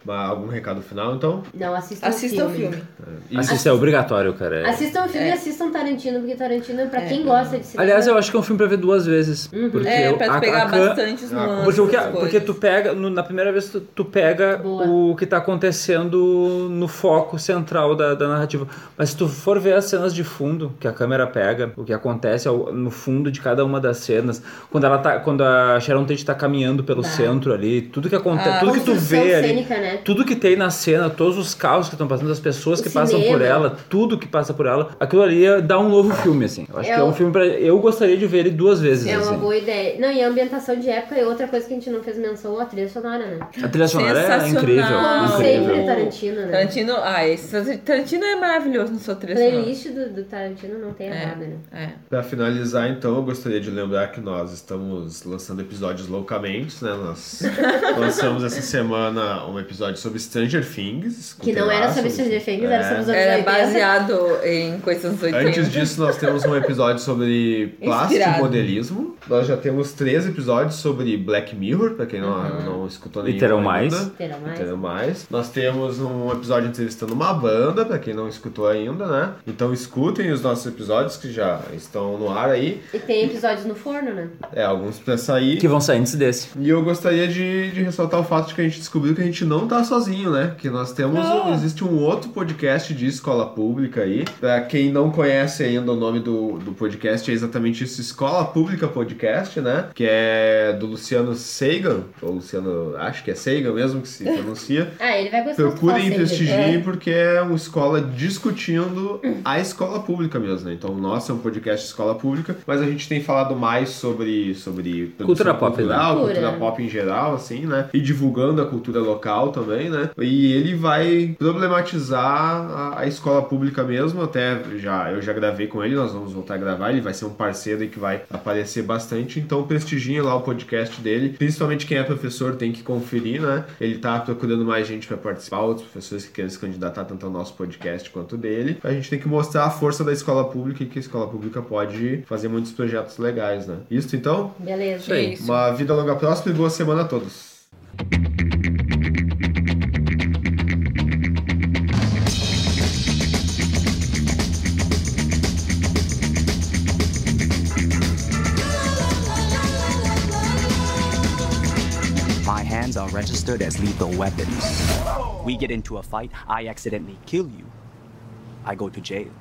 Speaker 10: Algum recado final, então?
Speaker 12: Não, assistam,
Speaker 11: Assista
Speaker 12: o
Speaker 11: o
Speaker 12: filme.
Speaker 11: filme.
Speaker 10: E-
Speaker 13: Assista, é obrigatório, cara. é-
Speaker 12: Assistam o filme e assistam Tarantino, porque Tarantino,
Speaker 11: É.
Speaker 12: pra quem gosta de cinema...
Speaker 13: Aliás, eu acho que é um filme pra ver duas vezes.
Speaker 12: né? Uhum.
Speaker 13: Porque
Speaker 12: É,
Speaker 13: eu-
Speaker 12: pra tu
Speaker 13: a- a
Speaker 12: pegar
Speaker 13: Khan-
Speaker 12: bastante os nuances,
Speaker 13: Porque, o que-
Speaker 12: as
Speaker 13: porque tu pega, no- na primeira vez, tu, tu pega o que tá acontecendo no foco central da, da narrativa. Mas se tu for ver as cenas de fundo, que a câmera pega, o que acontece ao- no fundo de cada uma das cenas, quando ela tá, quando a Sharon Tate tá caminhando pelo centro ali, tudo que acontece,
Speaker 12: A
Speaker 13: tudo que tu
Speaker 12: construção
Speaker 13: vê ali,
Speaker 12: cênica, né?
Speaker 13: tudo que tem na cena, todos os carros que estão passando, as pessoas
Speaker 12: O
Speaker 13: que passam por
Speaker 12: cinema.
Speaker 13: ela, tudo que passa por ela, aquilo ali dá um novo filme, assim. Eu acho
Speaker 12: É
Speaker 13: que é
Speaker 12: o-
Speaker 13: um filme pra. Eu gostaria de ver ele duas vezes,
Speaker 12: É uma
Speaker 13: assim.
Speaker 12: boa ideia. Não, e a ambientação de época é outra coisa que a gente não fez menção, a trilha sonora, né?
Speaker 13: A trilha sonora é incrível.
Speaker 12: Como sempre,
Speaker 13: incrível.
Speaker 12: Tarantino, né?
Speaker 11: Tarantino, ah, esse Tarantino é maravilhoso no seu trilha sonora.
Speaker 12: Playlist do, do Tarantino não tem errado, né?
Speaker 11: É.
Speaker 10: Pra finalizar, então, eu gostaria de lembrar que nós estamos lançando episódios loucamente, né? Nós lançamos essa semana um episódio sobre Stranger Things. com
Speaker 12: Que não era
Speaker 10: terraço,
Speaker 12: sobre Stranger Things, era
Speaker 13: é.
Speaker 12: sobre os anos
Speaker 11: Era
Speaker 12: 80.
Speaker 11: é baseado em coisas dos 80.
Speaker 10: Antes disso, nós temos um episódio sobre plástico e
Speaker 11: Inspirado.
Speaker 10: modelismo. Nós já temos três episódios sobre Black Mirror, pra quem não, não escutou
Speaker 13: E
Speaker 10: nenhum.
Speaker 13: terão
Speaker 10: ainda.
Speaker 13: mais.
Speaker 12: Terão mais.
Speaker 10: E terão mais. Nós temos um episódio entrevistando uma banda, pra quem não escutou ainda, né? Então escutem os nossos episódios que já estão no ar aí.
Speaker 12: E tem episódios no forno, né?
Speaker 10: É, alguns pra sair.
Speaker 13: Que vão sair antes desse.
Speaker 10: E eu gostaria de, de ressaltar o fato de que a gente descobriu que a gente não tá sozinho, né? Que nós temos.
Speaker 4: Não.
Speaker 10: um- existe um outro podcast de escola pública aí. Pra quem não conhece ainda o nome do, do podcast, é exatamente isso: Escola Pública Podcast, né? Que é do Luciano Seigan. Ou Luciano, acho que é Seigan mesmo que se pronuncia.
Speaker 12: Ah, ele vai gostar do
Speaker 10: Procurem
Speaker 12: Fawcett.
Speaker 10: prestigiar
Speaker 12: É.
Speaker 10: porque é uma escola discutindo a escola pública mesmo, né? Então o nosso é um podcast de escola pública, mas a gente tem falado mais sobre, sobre produção
Speaker 13: Cultura pop, né?
Speaker 10: cultural,
Speaker 13: Cultura.
Speaker 10: cultura pop em geral, assim, né? E divulgando a cultura local também, né? E ele vai problematizar a, a escola pública mesmo, até já eu já gravei com ele, nós vamos voltar a gravar, ele vai ser um parceiro aí que vai aparecer bastante, então prestigiem lá o podcast dele, principalmente quem é professor tem que conferir, né? Ele tá procurando mais gente para participar, outros professores que querem se candidatar tanto ao nosso podcast quanto dele. A gente tem que mostrar a força da escola pública e que a escola pública pode fazer muitos projetos legais, né? Isso então?
Speaker 12: É, Beleza.
Speaker 10: Isso aí. Uma vida longa próxima e boa semana a todos.
Speaker 14: My hands are registered as lethal weapons. We get into a fight, I accidentally kill you. I go to jail.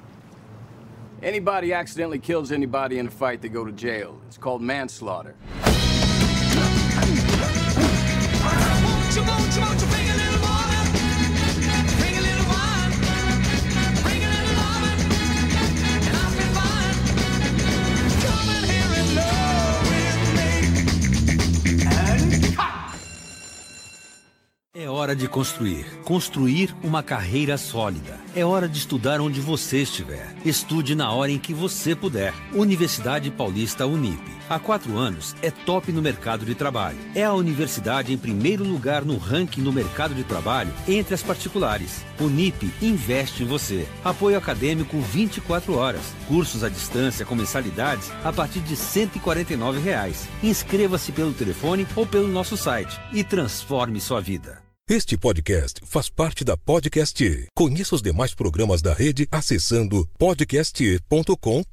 Speaker 7: Anybody accidentally kills anybody in a fight, they go to jail. It's called manslaughter.
Speaker 15: É hora
Speaker 13: hora de construir. Construir uma carreira sólida. É hora de estudar onde você estiver. Estude na hora em que você puder. Universidade Paulista Unip. Há quatro anos é top no mercado de trabalho. É a universidade em primeiro lugar no ranking no mercado de trabalho entre as particulares. Unip investe em você. Apoio acadêmico 24 horas. Cursos à distância com mensalidades a partir de R$ 149. Reais. Inscreva-se pelo telefone ou pelo nosso site e transforme sua vida.
Speaker 3: Este podcast faz parte da Podcast. E. Conheça os demais programas da rede acessando podcast.com.br.